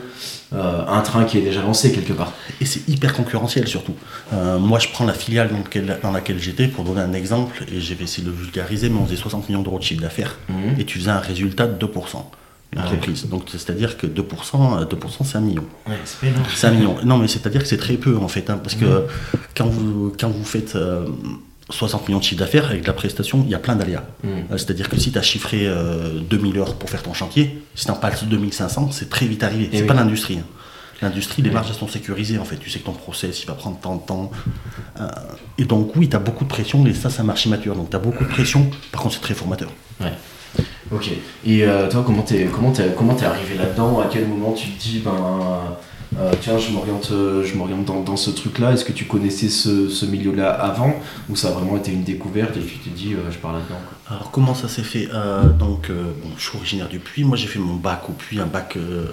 S1: euh, un train qui est déjà lancé quelque part.
S3: Et c'est hyper concurrentiel surtout. Euh, moi, je prends la filiale dans, lequel- dans laquelle j'étais pour donner un exemple, et j'ai essayé de le vulgariser, mais on faisait 60 millions d'euros de chiffre d'affaires,
S1: Mhm.
S3: et tu faisais un résultat de 2%. L'entreprise. Donc c'est-à-dire que 2%, euh, 2% c'est un million.
S1: Ouais, c'est énorme.
S3: C'est un million. Non mais c'est-à-dire que c'est très peu en fait. hein, parce que euh, quand vous, quand vous faites euh, 60 millions de chiffre d'affaires avec de la prestation, il y a plein d'aléas.
S1: Mm.
S3: Euh, C'est-à-dire que si tu as chiffré euh, 2000 heures pour faire ton chantier, si tu en passes 2500, c'est très vite arrivé.
S1: Eh
S3: C'est
S1: oui.
S3: pas l'industrie. hein. L'industrie, les
S1: Oui.
S3: marges elles sont sécurisées en fait. Tu sais que ton process, il va prendre tant de temps. Euh, et donc, oui, tu as beaucoup de pression et ça, ça marche immature. Donc, tu as beaucoup de pression. Par contre, c'est très formateur.
S1: Ouais. Ok. Et euh, toi, comment t'es comment t'es- comment t'es arrivé là-dedans À quel moment tu te dis, ben, euh, tiens, je m'oriente euh, je m'oriente dans, dans ce truc-là Est-ce que tu connaissais ce, ce milieu-là avant Ou ça a vraiment été une découverte et tu t'es dit, euh, je pars là-dedans quoi
S3: Alors, comment ça s'est fait Euh, Donc, euh, bon, je suis originaire du Puy. Moi, j'ai fait mon bac au Puy, un bac euh,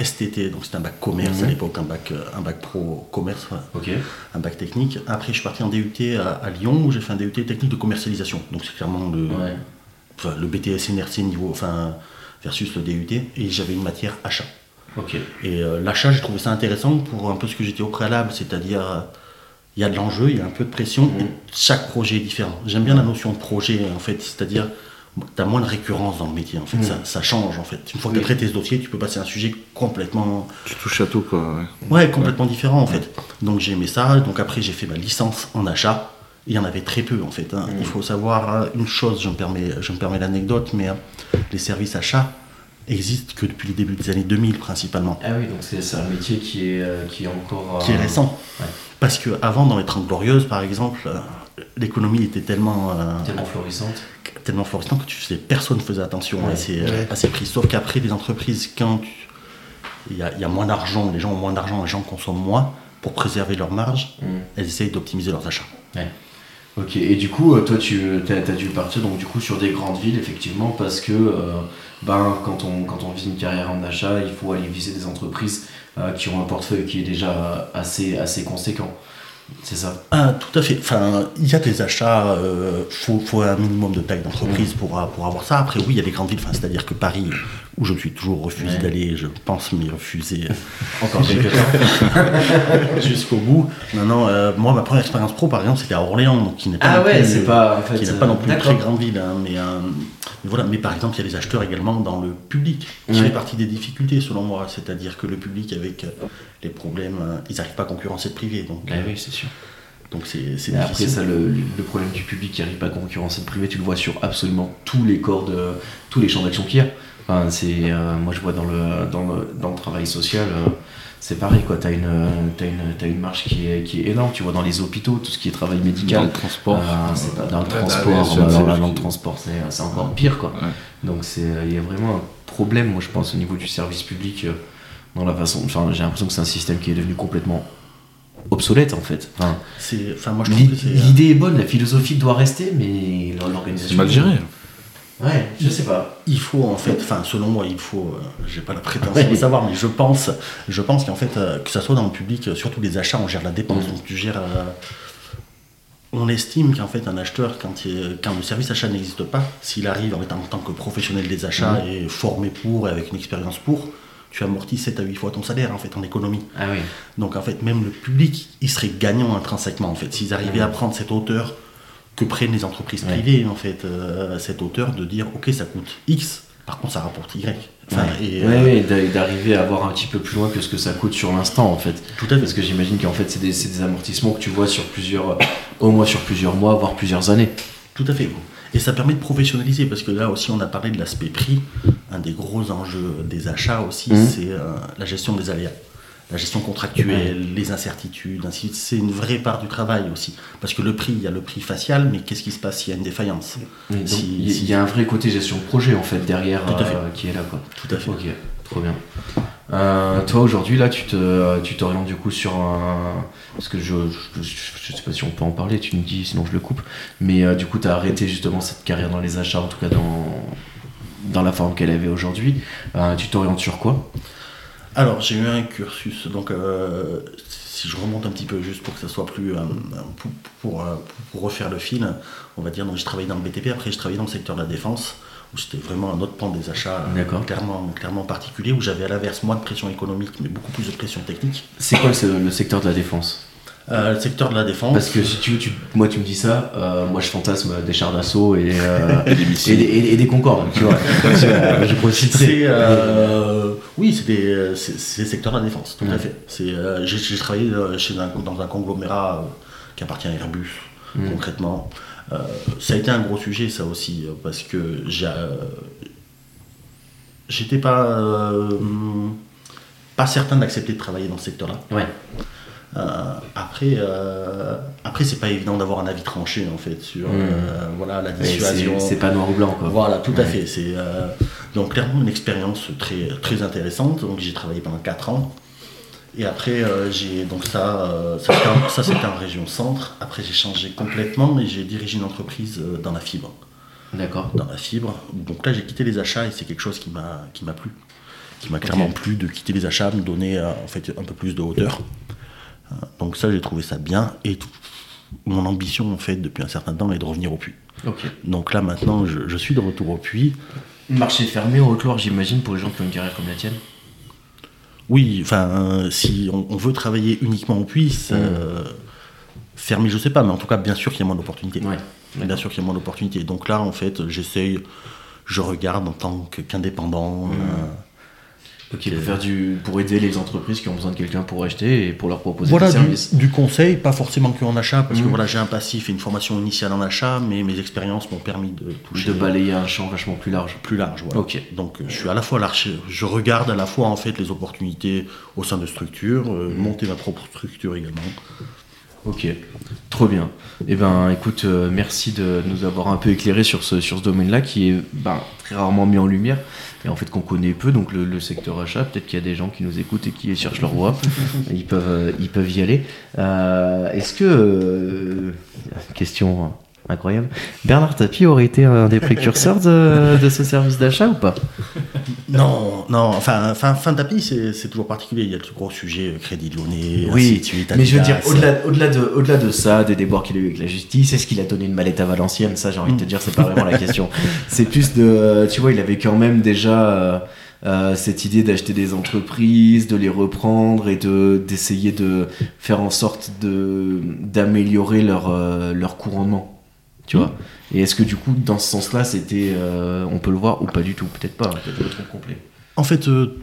S3: STT. Donc, c'était un bac commerce
S1: Mhm.
S3: à l'époque, un bac, euh, un bac pro commerce. voilà.
S1: Ok.
S3: un bac technique. Après, je suis parti en DUT à, à Lyon où j'ai fait un DUT technique de commercialisation. Donc, c'est clairement le,
S1: Ouais.
S3: enfin, le BTS NRC niveau, enfin, versus le DUT. Et j'avais une matière achat.
S1: Ok.
S3: Et euh, l'achat, j'ai trouvé ça intéressant pour un peu ce que j'étais au préalable, c'est-à-dire euh, il y a de l'enjeu, il y a un peu de pression,
S1: Mhm.
S3: et chaque projet est différent. J'aime bien la notion de projet, en fait, c'est-à-dire tu as moins de récurrence dans le métier, en fait,
S1: Mhm.
S3: ça, ça change, en fait. Une fois que
S1: Oui.
S3: tu as traité ce dossier, tu peux passer à un sujet complètement,
S4: Tu touches à tout, quoi. ouais.
S3: ouais, complètement différent, en fait. Donc j'ai aimé ça, donc après j'ai fait ma licence en achat, et il y en avait très peu, en fait. hein. Il faut savoir euh, une chose, je me permets, je me permets l'anecdote, mais euh, les services achats existent que depuis les débuts des années 2000, principalement
S1: Ah oui, donc c'est c'est un métier qui est, euh, qui est encore. euh,
S3: qui est récent.
S1: Ouais.
S3: Parce que avant dans les 30 Glorieuses, par exemple, euh, l'économie était tellement, euh,
S1: Tellement florissante.
S3: tellement florissante que tu sais, personne ne faisait attention
S1: Ouais.
S3: à, ces, euh,
S2: Ouais.
S3: à ces prix. Sauf qu'après, les entreprises, quand tu- il y, a- il y a moins d'argent, les gens ont moins d'argent, les gens consomment moins, pour préserver leur marge,
S1: Mhm.
S3: elles essayent d'optimiser leurs achats.
S1: Ouais. Ok, et du coup, euh, toi, tu as, dû partir donc, du coup, sur des grandes villes, effectivement, parce que euh, ben, quand, on, quand on vise une carrière en achat, il faut aller viser des entreprises euh, qui ont un portefeuille qui est déjà euh, assez, assez conséquent. C'est ça
S3: Ah, tout à fait. Enfin, il y a des achats, il faut, faut un minimum de taille d'entreprise pour, a- pour avoir ça. Après, oui, il y a des grandes villes, enfin, c'est-à-dire que Paris, où je me suis toujours refusé
S1: Ouais.
S3: d'aller, je pense m'y refuser
S1: Encore quelques temps.
S3: jusqu'au bout. Non, non, euh, moi, ma première expérience pro, par exemple, c'était à Orléans, donc qui n'est pas,
S1: Ah
S3: non
S1: ouais,
S3: plus-
S1: c'est pas en fait.
S3: qui n'est
S1: euh,
S3: pas non plus une
S1: d'accord.
S3: très grande ville. hein, mais, euh, mais voilà. mais par exemple, il y a des acheteurs également dans le public, qui
S1: Ouais.
S3: fait partie des difficultés, selon moi. C'est-à-dire que le public, avec euh, les problèmes, euh, ils n'arrivent pas à concurrencer le privé. Donc,
S1: Ah
S3: euh,
S1: oui, c'est sûr.
S3: donc c'est c'est
S1: Et après,
S3: difficile.
S1: ça, le, le problème du public qui arrive pas à concurrencer le privé, tu le vois sur absolument tous les corps de tous les champs d'action qu'il y a. Enfin, c'est, euh, moi, je vois dans le, dans le, dans le travail social, euh, c'est pareil, quoi. T'as une, euh, t'as une, t'as une marche qui est, qui est énorme. Tu vois dans les hôpitaux, tout ce qui est travail
S4: Dans
S1: médical.
S4: le transport.
S1: Ah, c'est pas- dans le
S4: Ouais,
S1: transport,
S4: bah, bien sûr,
S1: alors là,
S4: c'est-
S1: dans le transport, c'est c'est encore pire, quoi.
S4: Ouais.
S1: Donc, c'est, il y a vraiment un problème, moi, je pense, au niveau du service public, euh, dans la façon. Enfin, j'ai l'impression que c'est un système qui est devenu complètement obsolète, en fait. Enfin,
S3: C'est- Enfin, moi, je trouve que
S1: L'i-
S3: c'est. euh,
S1: L'idée est bonne, la philosophie doit rester, mais l'or-
S4: C'est
S1: l'organisation.
S4: mal géré.
S1: Ouais, je sais pas.
S3: Il faut en fait, enfin selon moi, il faut, euh, j'ai pas la prétention
S1: Ouais.
S3: de savoir, mais je pense, je pense qu'en fait, euh, que ça soit dans le public, euh, surtout les achats, on gère la dépense,
S1: Mhm.
S3: donc tu gères. euh, on estime qu'en fait un acheteur, quand, il- quand le service achat n'existe pas, s'il arrive en, étant- en tant que professionnel des achats et formé pour et avec une expérience pour, tu amortis 7 à 8 fois ton salaire en fait en économie.
S1: Ah oui.
S3: Donc en fait, même le public, il serait gagnant intrinsèquement en fait. S'ils arrivaient à prendre cette hauteur que prennent les entreprises
S1: Ouais.
S3: privées en fait, euh, cette hauteur de dire ok ça coûte X, Par contre, ça rapporte Y. Enfin, et,
S1: Ouais,
S3: euh,
S1: ouais, d'a- d'arriver à voir un petit peu plus loin que ce que ça coûte sur l'instant en fait.
S3: Tout à fait.
S1: Parce que j'imagine qu'en fait c'est des, c'est des amortissements que tu vois sur plusieurs, euh, au moins sur plusieurs mois, voire plusieurs années.
S3: Tout à fait. gros. Et ça permet de professionnaliser, parce que là aussi, on a parlé de l'aspect prix. Un des gros enjeux des achats aussi,
S1: Mhm.
S3: c'est euh, la gestion des aléas. La gestion contractuelle, les incertitudes, ainsi de suite. C'est une vraie part du travail aussi. Parce que le prix, il y a le prix facial, mais qu'est-ce qui se passe s'il y a une défaillance
S1: Donc,
S3: Si-
S1: il y,
S3: si-
S1: il y a un vrai côté gestion de projet en fait derrière
S3: Tout à fait.
S1: euh, qui est là quoi.
S3: Tout à fait.
S1: Ok, trop bien. Euh, toi aujourd'hui là tu te tu t'orientes du coup sur un parce que je, je je sais pas si on peut en parler tu me dis sinon je le coupe mais euh, du coup tu as arrêté justement cette carrière dans les achats en tout cas dans dans la forme qu'elle avait aujourd'hui Euh, tu t'orientes sur quoi
S3: Alors, j'ai eu un cursus, donc euh, si je remonte un petit peu juste pour que ça soit plus. euh, pour, pour, euh, pour refaire le fil, on va dire, donc j'ai travaillé dans le BTP, après j'ai travaillé dans le secteur de la défense, où c'était vraiment un autre pan des achats euh,
S1: D'accord.
S3: clairement, clairement particulier, où j'avais à l'inverse moins de pression économique, mais beaucoup plus de pression technique.
S1: c'est quoi le, le secteur de la défense
S3: Euh, le secteur de la défense.
S1: parce que si tu veux tu- moi tu me dis ça euh, moi je fantasme des chars d'assaut et, euh, et, des, et- et des Concorde tu vois je, je profiterai.
S3: C'est euh, oui, c'est des euh, c'est c'est le secteur de la défense, tout
S1: Ouais.
S3: à fait. C'est euh, j'ai- j'ai travaillé euh, chez un- dans un conglomérat euh, qui appartient à Airbus
S1: Mm.
S3: concrètement. Euh, ça a été un gros sujet ça aussi euh, parce que j'ai euh, j'étais pas euh, pas certain d'accepter de travailler dans ce secteur-là.
S1: ouais
S3: Euh, après, euh, après c'est pas évident d'avoir un avis tranché en fait sur
S1: Mm.
S3: euh, voilà la
S1: Et
S3: dissuasion.
S1: c'est c'est pas noir ou blanc quoi
S3: Voilà, tout à
S1: Ouais.
S3: fait. C'est euh, donc clairement une expérience très, très intéressante. Donc j'ai travaillé pendant 4 ans. Et après, euh, j'ai donc ça, euh, ça, c'était en- ça, c'était en région centre. Après, j'ai changé complètement et j'ai dirigé une entreprise euh, dans la fibre.
S1: d'accord
S3: Dans la fibre. Donc là, j'ai quitté les achats et c'est quelque chose qui m'a qui m'a plu, qui m'a clairement plu de quitter les achats, me donner euh, en fait un peu plus de hauteur. Euh, donc ça, j'ai trouvé ça bien. Et tout- mon ambition en fait depuis un certain temps est de revenir au puits.
S1: ok
S3: Donc là maintenant, je, je suis de retour au puits.
S1: Marché fermé en Haute-Loire, j'imagine, pour les gens qui ont une carrière comme la tienne.
S3: Oui, enfin, euh, si on, on veut travailler uniquement au puits, ça,
S1: Mm.
S3: euh, fermé, je sais pas, mais en tout cas, bien sûr qu'il y a moins d'opportunités.
S1: Ouais.
S3: Bien sûr qu'il y a moins d'opportunités. Donc là, en fait, j'essaye, je regarde en tant que- qu'indépendant.
S1: Mm.
S3: euh,
S1: Ok, pour, faire du, pour aider les entreprises qui ont besoin de quelqu'un pour acheter et pour leur proposer
S3: voilà
S1: des
S3: du,
S1: services.
S3: du conseil, pas forcément que en achat, parce que
S1: Mm.
S3: voilà, j'ai un passif et une formation initiale en achat, mais mes expériences m'ont permis de toucher
S1: De balayer un champ vachement plus large.
S3: plus large. Voilà.
S1: Ok.
S3: Donc euh, je suis à la fois l'archi, je regarde à la fois en fait les opportunités au sein de structures, euh,
S1: Mm.
S3: monter ma propre structure également.
S1: Ok, trop bien. Eh ben, écoute, euh, merci de nous avoir un peu éclairé sur ce, sur ce domaine-là qui est ben, très rarement mis en lumière et en fait qu'on connaît peu. Donc le, le secteur achat, peut-être qu'il y a des gens qui nous écoutent et qui cherchent leur voie. Ils peuvent, euh, ils peuvent y aller. Euh, Est-ce que euh, question incroyable, Bernard Tapie aurait été un des précurseurs de, de ce service d'achat ou pas
S3: Non, non, enfin, fin, fin de tapis, c'est c'est toujours particulier. Il y a le gros sujet euh, crédit lyonnais, ainsi de suite,
S1: mais je veux dire,
S3: Adidas.
S1: au-delà au-delà de, au-delà de ça, des déboires qu'il a eu avec la justice, est-ce qu'il a donné une mallette à Valenciennes Ça, j'ai envie de te dire, c'est pas vraiment la question. C'est plus de. euh, Tu vois, il avait quand même déjà euh, euh, cette idée d'acheter des entreprises, de les reprendre et de- d'essayer de, faire en sorte de- d'améliorer leur, euh, leur coût rendement. Tu vois Et est-ce que du coup, dans ce sens-là, c'était. euh, on peut le voir ou pas du tout Peut-être pas, hein, peut-être le trompe complet.
S3: En fait, euh,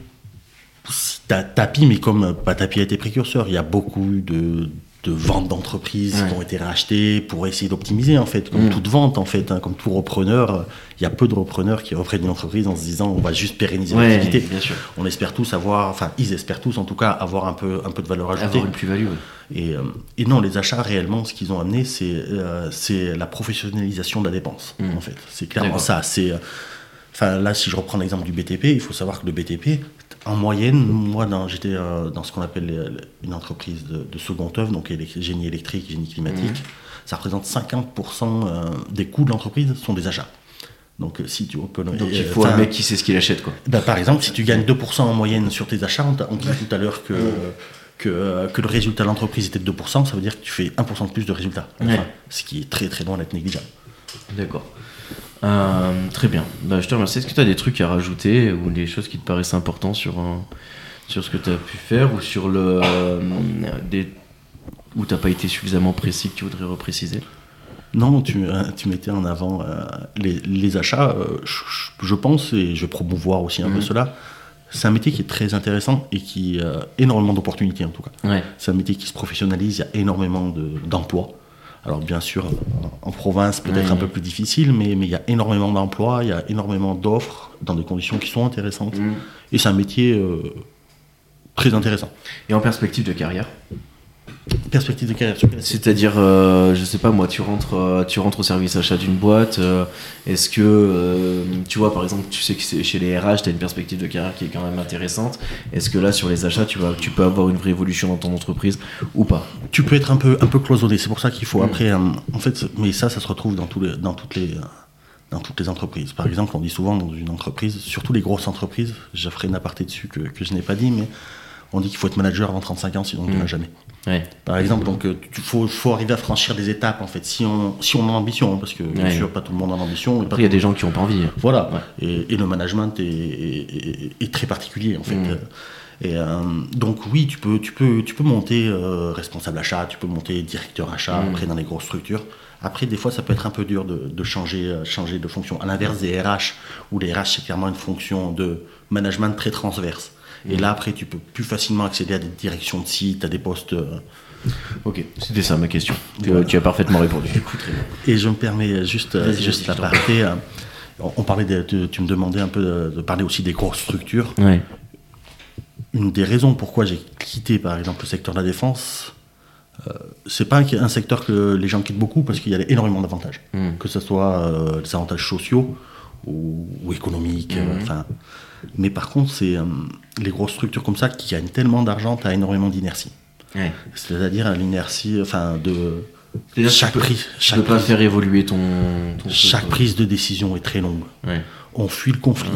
S3: si t'as tapis, mais comme euh, pas tapis a été précurseur, il y a beaucoup de, de ventes d'entreprises
S1: Ouais.
S3: qui ont été rachetées pour essayer d'optimiser, en fait, comme
S1: Mm.
S3: toute vente, en fait, hein, comme tout repreneur. euh, Il y a peu de repreneurs qui reprennent une entreprise en se disant on va juste pérenniser l'activité.
S1: bien sûr.
S3: On espère tous avoir, enfin, ils espèrent tous en tout cas avoir un peu, un peu de valeur ajoutée.
S1: Avoir une plus-value. ouais.
S3: Et, euh, et non, les achats réellement, ce qu'ils ont amené, c'est euh, c'est la professionnalisation de la dépense.
S1: Mm.
S3: En fait, c'est clairement
S1: D'accord.
S3: ça. C'est, euh, enfin là, si je reprends l'exemple du BTP, il faut savoir que le BTP, en moyenne, moi, dans- j'étais euh, dans ce qu'on appelle euh, une entreprise de, de seconde œuvre, donc élec- génie électrique, génie climatique.
S1: Hmm.
S3: Ça représente 50% euh, des coûts de l'entreprise sont des achats. Donc euh, si tu open,
S1: Donc
S3: et,
S1: il
S3: euh,
S1: faut un
S3: enfin,
S1: mec qui sait ce qu'il achète, quoi.
S3: bah, par exemple, si tu gagnes 2% en moyenne sur tes achats, on t'a- on dit tout à l'heure que, que, que le résultat de l'entreprise était de 2%, ça veut dire que tu fais 1% de plus de résultats. Enfin,
S1: Ouais.
S3: Ce qui est très très loin d'être négligeable.
S1: D'accord. Euh, très bien. Bah, je te remercie. Est-ce que tu as des trucs à rajouter ou des choses qui te paraissent importantes sur, euh, sur ce que tu as pu faire ou sur le. euh, des, où tu pas été suffisamment précis que tu voudrais repréciser
S3: Non, tu, euh, tu mettais en avant euh, les, les achats, euh, je, je pense, et je vais promouvoir aussi un peu
S1: Mhm.
S3: cela. C'est un métier qui est très intéressant et qui a énormément d'opportunités en tout cas.
S1: Ouais.
S3: C'est un métier qui se professionnalise, il y a énormément de- d'emplois. Alors bien sûr, en en province, peut-être
S1: Ouais.
S3: un peu plus difficile, mais, mais il y a énormément d'emplois, il y a énormément d'offres dans des conditions qui sont intéressantes.
S1: Mm.
S3: Et c'est un métier euh, très intéressant.
S1: Et en perspective de carrière
S3: Perspective de carrière sur PSC.
S1: C'est-à-dire, euh, je sais pas moi, tu rentres, euh, tu rentres au service achat d'une boîte. euh, Est-ce que, euh, tu vois, par exemple, tu sais que c'est- chez les RH, tu as une perspective de carrière qui est quand même intéressante. Est-ce que là, sur les achats, tu, vas, tu peux avoir une vraie évolution dans ton entreprise ou pas
S3: tu peux être un peu, un peu cloisonné. C'est pour ça qu'il faut
S1: Mm.
S3: après. un- en fait, mais ça, ça se retrouve dans, tous les, dans, toutes les, dans toutes les entreprises. Par exemple, on dit souvent dans une entreprise, surtout les grosses entreprises, je ferai une aparté dessus que, que je n'ai pas dit, mais on dit qu'il faut être manager avant 35 ans, sinon on ne
S1: Mm.
S3: l'a jamais.
S1: Ouais.
S3: Par exemple, donc, euh, tu- faut, faut arriver à franchir des étapes, en fait, si on, si on a l'ambition, parce que, bien
S1: Ouais.
S3: sûr, pas tout le monde a l'ambition. et pas
S1: Après, il y a des gens qui ont pas envie. hein.
S3: voilà. Et, et le management est, est- est très particulier, en fait.
S1: Mm.
S3: Et euh, donc, oui, tu peux, tu peux, tu peux monter euh, responsable achat, tu peux monter directeur achat,
S1: Mm.
S3: après, dans les grosses structures. Après, des fois, ça peut être un peu dur de, de changer, euh, changer de fonction. À l'inverse des RH, où les RH, c'est clairement une fonction de management très transverse. Et
S1: Mm.
S3: là, après, tu peux plus facilement accéder à des directions de site, à des postes. euh,
S1: Ok, c'était ça ma question. Tu, tu as parfaitement répondu.
S3: Et je me permets juste, euh,
S1: Vas-y,
S3: juste
S1: vas-y, je t'en
S3: l'aparté. euh, On on parlait de- de- tu me demandais un peu de- de parler aussi des grosses structures.
S1: Ouais.
S3: une des raisons pourquoi j'ai quitté par exemple le secteur de la défense, euh, c'est pas un, un secteur que les gens quittent beaucoup parce qu'il y a énormément d'avantages,
S1: Mm.
S3: que ce soit euh, des avantages sociaux ou, ou économiques.
S1: Hmm.
S3: euh, enfin. mais par contre, c'est euh, les grosses structures comme ça qui gagnent tellement d'argent, t'as énormément d'inertie.
S1: Ouais.
S3: C'est-à-dire euh, l'inertie, enfin de
S1: C'est-à-dire que
S3: chaque
S1: tu peux-
S3: prise,
S1: Tu
S3: chaque,
S1: peux pas
S3: prise,
S1: faire évoluer ton. ton truc,
S3: chaque
S1: quoi.
S3: prise de décision est très longue.
S1: Ouais.
S3: On fuit le conflit.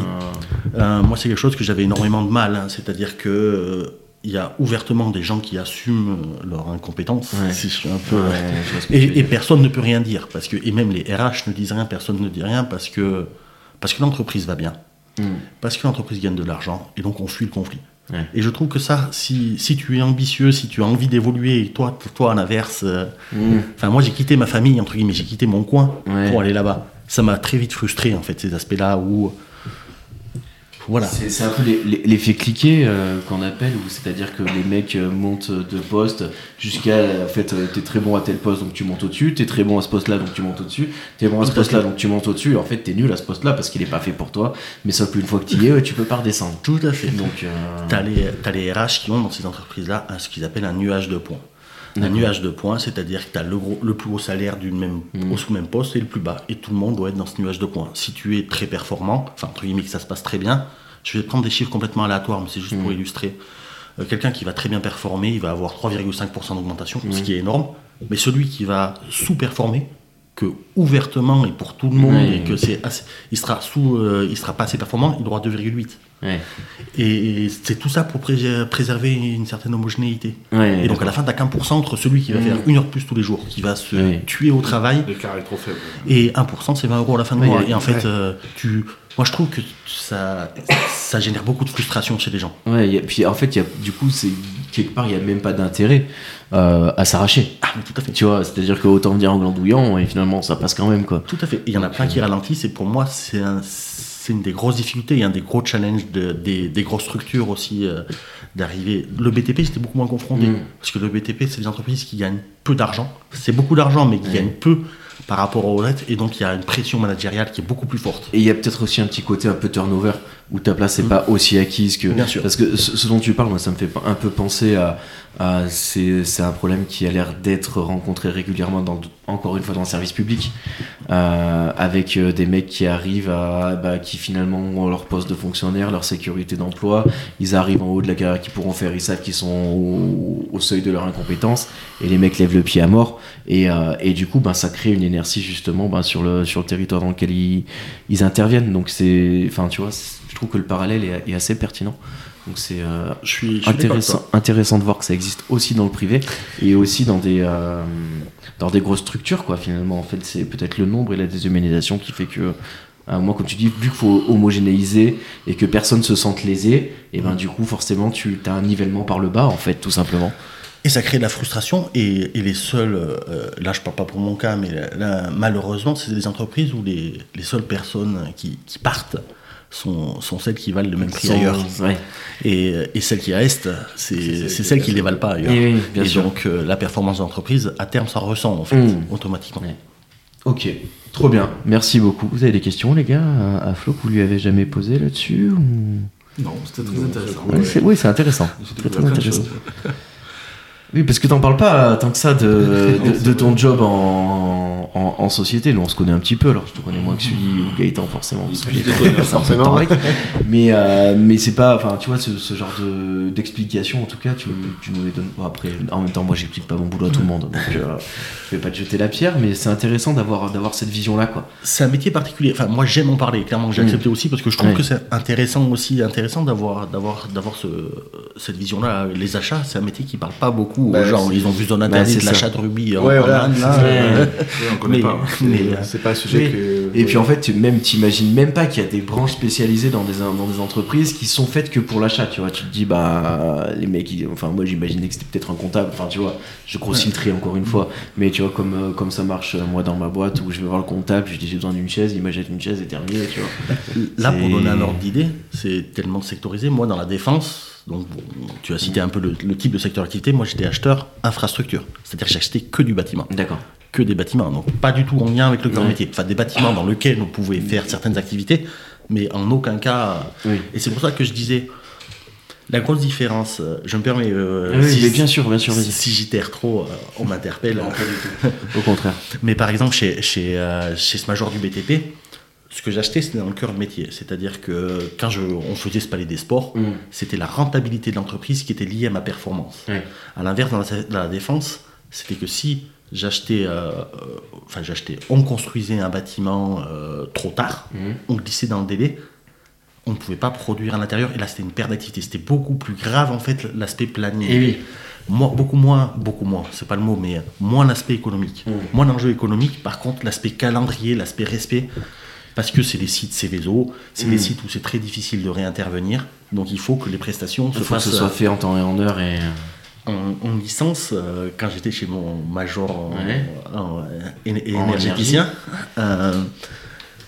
S1: Ah.
S3: Euh, moi, c'est quelque chose que j'avais énormément de mal. hein. C'est-à-dire que euh, il y a ouvertement des gens qui assument euh, leur incompétence.
S1: Ouais.
S3: Si je suis un peu.
S1: Ouais, je vois ce que tu veux
S3: Et, et
S1: dire.
S3: personne ne peut rien dire parce que et même les RH ne disent rien, personne ne dit rien parce que parce que l'entreprise va bien,
S1: Mm.
S3: parce que l'entreprise gagne de l'argent et donc on fuit le conflit.
S1: Ouais.
S3: Et je trouve que ça, si, si tu es ambitieux, si tu as envie d'évoluer, et toi, toi à l'inverse, euh,
S1: Mm.
S3: Enfin, moi, j'ai quitté ma famille, entre guillemets, j'ai quitté mon coin
S1: Ouais.
S3: pour aller là-bas. Ça m'a très vite frustré, en fait, ces aspects-là où. Voilà.
S1: C'est c'est un peu les- les- l'effet cliqué euh, qu'on appelle, où c'est-à-dire que les mecs euh, montent de poste jusqu'à, en fait, euh, t'es très bon à tel poste donc tu montes au-dessus, t'es très bon à ce poste-là donc tu montes au-dessus, t'es bon à ce
S3: Tout à
S1: poste-là
S3: fait.
S1: donc tu montes au-dessus, et en fait t'es nul à ce poste-là parce qu'il est pas fait pour toi, mais sauf qu'une fois que t'y es, ouais, tu peux pas redescendre.
S3: Tout à fait.
S1: Donc, euh,
S3: T'as les, t'as les RH qui ont dans ces entreprises-là un- ce qu'ils appellent un nuage de points. Un
S1: D'accord.
S3: nuage de points, c'est-à-dire que t'as le, gros- le plus haut salaire du même,
S1: Mm.
S3: au sous même poste et le plus bas. Et tout le monde doit être dans ce nuage de points. Si tu es très performant, enfin, entre guillemets, que ça se passe très bien, je vais prendre des chiffres complètement aléatoires, mais c'est juste
S1: Mm.
S3: pour illustrer. Euh, Quelqu'un qui va très bien performer, il va avoir 3,5% d'augmentation,
S1: Mm.
S3: ce qui est énorme. Mais celui qui va sous-performer, que ouvertement et pour tout le monde,
S1: Ouais.
S3: et que c'est assez- il sera sous, euh, il sera pas assez performant, il aura 2,8.
S1: ouais.
S3: Et c'est tout ça pour pré- préserver une certaine homogénéité.
S1: Ouais, Mm.
S3: et donc à la fin, t'as qu'un pour cent entre celui qui va faire une heure de plus tous les jours, qui va se
S1: Ouais.
S3: tuer au travail,
S4: L'écart est trop faible.
S3: et 1% c'est 20 euros à la fin du
S1: Ouais,
S3: mois.
S1: il y a-
S3: Et en fait,
S4: ouais.
S3: euh, tu, moi je trouve que ça, ça génère beaucoup de frustration chez les gens.
S1: Ouais, y a- puis en fait, y a, du coup, c'est quelque part, il n'y a même pas d'intérêt euh, à s'arracher.
S3: Ah, mais tout à fait.
S1: Tu vois, c'est-à-dire que autant venir en glandouillant et finalement ça passe quand même quoi.
S3: Tout à fait. Et Il y en a plein qui ralentissent, et pour moi, c'est un- c'est une des grosses difficultés et un des gros challenges de- des, des grosses structures aussi euh, d'arriver. Le BTP, j'étais beaucoup moins confronté,
S1: Mm.
S3: parce que le BTP, c'est des entreprises qui gagnent peu d'argent. C'est beaucoup d'argent, mais qui gagnent peu par rapport aux retraites, et donc il y a une pression managériale qui est beaucoup plus forte.
S1: Et il y a peut-être aussi un petit côté un peu turnover où ta place n'est pas aussi acquise que.
S3: Mm. Bien sûr.
S1: Parce que ce, ce dont tu parles, moi, ça me fait un peu penser à. à c'est c'est un problème qui a l'air d'être rencontré régulièrement, dans, encore une fois, dans le service public, euh, avec euh, des mecs qui arrivent à. bah, qui finalement ont leur poste de fonctionnaire, leur sécurité d'emploi, ils arrivent en haut de la carrière qu'ils pourront faire, ils savent qu'ils sont au, au seuil de leur incompétence, et les mecs lèvent le pied à mort, et, euh, et du coup, ben, ça crée une inertie justement ben, sur, le, sur le territoire dans lequel ils, ils interviennent. Donc c'est, enfin tu vois, c'est- je trouve que le parallèle est, est assez pertinent. Donc c'est euh,
S3: Je suis, je suis d'accord avec toi.
S1: intéressant, intéressant de voir que ça existe aussi dans le privé et aussi dans des, euh, dans des grosses structures quoi. Finalement, en fait, c'est peut-être le nombre et la déshumanisation qui fait que à moi, comme tu dis, vu qu'il faut homogénéiser et que eh personne se sente lésé, et ben du coup, forcément, tu as un nivellement par le bas, en fait, tout simplement.
S3: Et ça crée de la frustration. Et, et les seuls, euh, là je parle pas pour mon cas, mais là, malheureusement, c'est des entreprises où les, les seules personnes qui, qui partent sont, sont celles qui valent le même prix
S1: Sans-
S3: ailleurs.
S1: ouais.
S3: Et, euh, et celles qui restent, c'est c'est celles qui ne les valent pas ailleurs.
S1: Oui, oui, bien
S3: et
S1: sûr.
S3: donc euh, la performance de l'entreprise, à terme, ça ressent en fait,
S1: Mm.
S3: automatiquement.
S1: Ouais. Ok, trop bien. Merci beaucoup. Vous avez des questions, les gars, à, à Flo que vous lui avez jamais posé là-dessus ou-
S4: Non, c'était très intéressant.
S1: Ouais, c'est- Oui, c'est intéressant.
S4: J'ai
S1: Très,
S4: découvert
S1: très
S4: plein de
S1: intéressant.
S4: choses.
S1: Oui, parce que t'en parles pas euh, tant que ça de, de-
S4: c'est
S1: de
S4: vrai.
S1: ton job en, en, en société. Nous, on se connaît un petit peu. Alors, je te connais moins que Sully ou Gaëtan, forcément. parce que j'ai passé un peu de
S2: forcément.
S1: temps avec. Mais, euh, mais c'est pas. Enfin, tu vois, ce, ce genre de- d'explication, en tout cas, tu, tu nous les donnes pas. Après, en même temps, moi, j'explique pas mon boulot à tout le monde. Donc, euh, je vais pas te jeter la pierre, mais c'est intéressant d'avoir d'avoir cette vision-là, quoi.
S3: C'est un métier particulier. Enfin, moi, j'aime en parler. Clairement, j'ai
S1: Mm.
S3: accepté aussi parce que je trouve
S1: Ouais.
S3: que c'est intéressant aussi, intéressant d'avoir, d'avoir, d'avoir ce, cette vision-là. Les achats, c'est un métier qui parle pas beaucoup aux
S2: Bah,
S3: gens.
S2: c'est-
S3: Ils ont vu zone
S1: Bah,
S3: internet,
S1: c'est ça.
S3: l'achat de rubis en-
S2: Ouais,
S3: en
S2: voilà,
S3: Inde,
S2: c'est
S3: là.
S2: ça.
S3: Euh,
S4: Ouais, on connaît
S3: Mais-
S4: pas. hein.
S3: mais,
S2: Et,
S3: euh,
S2: euh, c'est pas un sujet
S1: oui.
S2: que. euh,
S1: Et puis en fait, tu- même t'imagines même pas qu'il y a des branches spécialisées dans des, dans des entreprises qui sont faites que pour l'achat, tu vois. Tu te dis, bah, les mecs, ils- enfin, moi j'imaginais que c'était peut-être un comptable, enfin, tu vois, je grossis le trait encore une fois, mais tu vois, comme, euh, comme ça marche, euh, moi dans ma boîte où je vais voir le comptable, je dis, j'ai besoin d'une chaise, il m'achète une chaise et terminé, tu vois.
S3: Là, pour
S1: C'est-
S3: donner un ordre d'idée, c'est tellement sectorisé. Moi, dans la défense, donc bon, tu as cité un peu le, le type de secteur d'activité. Moi, j'étais acheteur infrastructure, c'est-à-dire que j'achetais que du bâtiment,
S1: D'accord.
S3: que des bâtiments, donc pas du tout en lien avec le cœur
S1: Ouais.
S3: métier. Enfin, des bâtiments dans lesquels on pouvait faire certaines activités, mais en aucun cas.
S1: Oui.
S3: Et c'est pour ça que je disais la grosse différence. euh, Je me permets. euh,
S1: Ah oui,
S3: si-
S1: mais bien sûr, bien sûr, vas-y.
S3: Si j'y terre trop, euh, on m'interpelle.
S1: Au contraire.
S3: Mais par exemple, chez, chez, euh, chez ce major du BTP, ce que j'achetais, c'était dans le cœur de métier. C'est-à-dire que quand je, on faisait ce palais des sports,
S1: Mm.
S3: c'était la rentabilité de l'entreprise qui était liée à ma performance.
S1: Ouais.
S3: À l'inverse, dans la, dans la défense, c'était que si j'achetais, euh, euh, enfin j'achetais, on construisait un bâtiment euh, trop tard,
S1: Mhm.
S3: on glissait dans le délai, on ne pouvait pas produire à l'intérieur. Et là, c'était une perte d'activité. C'était beaucoup plus grave en fait l'aspect planning.
S1: Et oui.
S3: Moi, beaucoup moins, beaucoup moins, c'est pas le mot, mais moins l'aspect économique.
S1: Mm.
S3: Moins l'enjeu économique, par contre, l'aspect calendrier, l'aspect respect, parce que c'est des sites Céveso,
S1: Mm.
S3: c'est des sites où c'est très difficile de réintervenir, donc il faut que les prestations
S1: Il
S3: se
S1: faut que
S3: fassent
S1: ce soit fait en temps et en heure et.
S3: euh, en, en licence. euh, quand j'étais chez mon major en-
S1: Ouais.
S3: en, euh, é-
S1: En
S3: énergéticien, euh,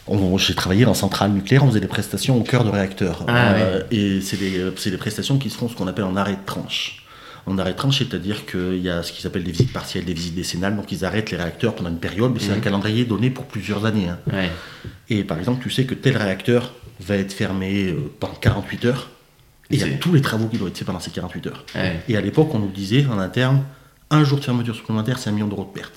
S3: on- j'ai travaillé dans centrale nucléaire, on faisait des prestations au cœur de réacteur.
S1: Ah,
S3: Et c'est des, euh, c'est des prestations qui se font ce qu'on appelle en arrêt de tranche. En arrêt de tranche, c'est-à-dire qu'il y a ce qu'ils appellent des visites partielles, des visites décennales, donc ils arrêtent les réacteurs pendant une période, mais c'est
S1: Mhm.
S3: un calendrier donné pour plusieurs années. hein.
S1: Ouais.
S3: Et par exemple, tu sais que tel réacteur va être fermé euh, pendant 48 heures, et il y a
S1: C'est-
S3: tous les travaux qui doivent être faits pendant ces 48 heures.
S1: Ouais.
S3: Et à l'époque, on nous disait en interne, un jour de fermeture supplémentaire, c'est un million d'euros de perte.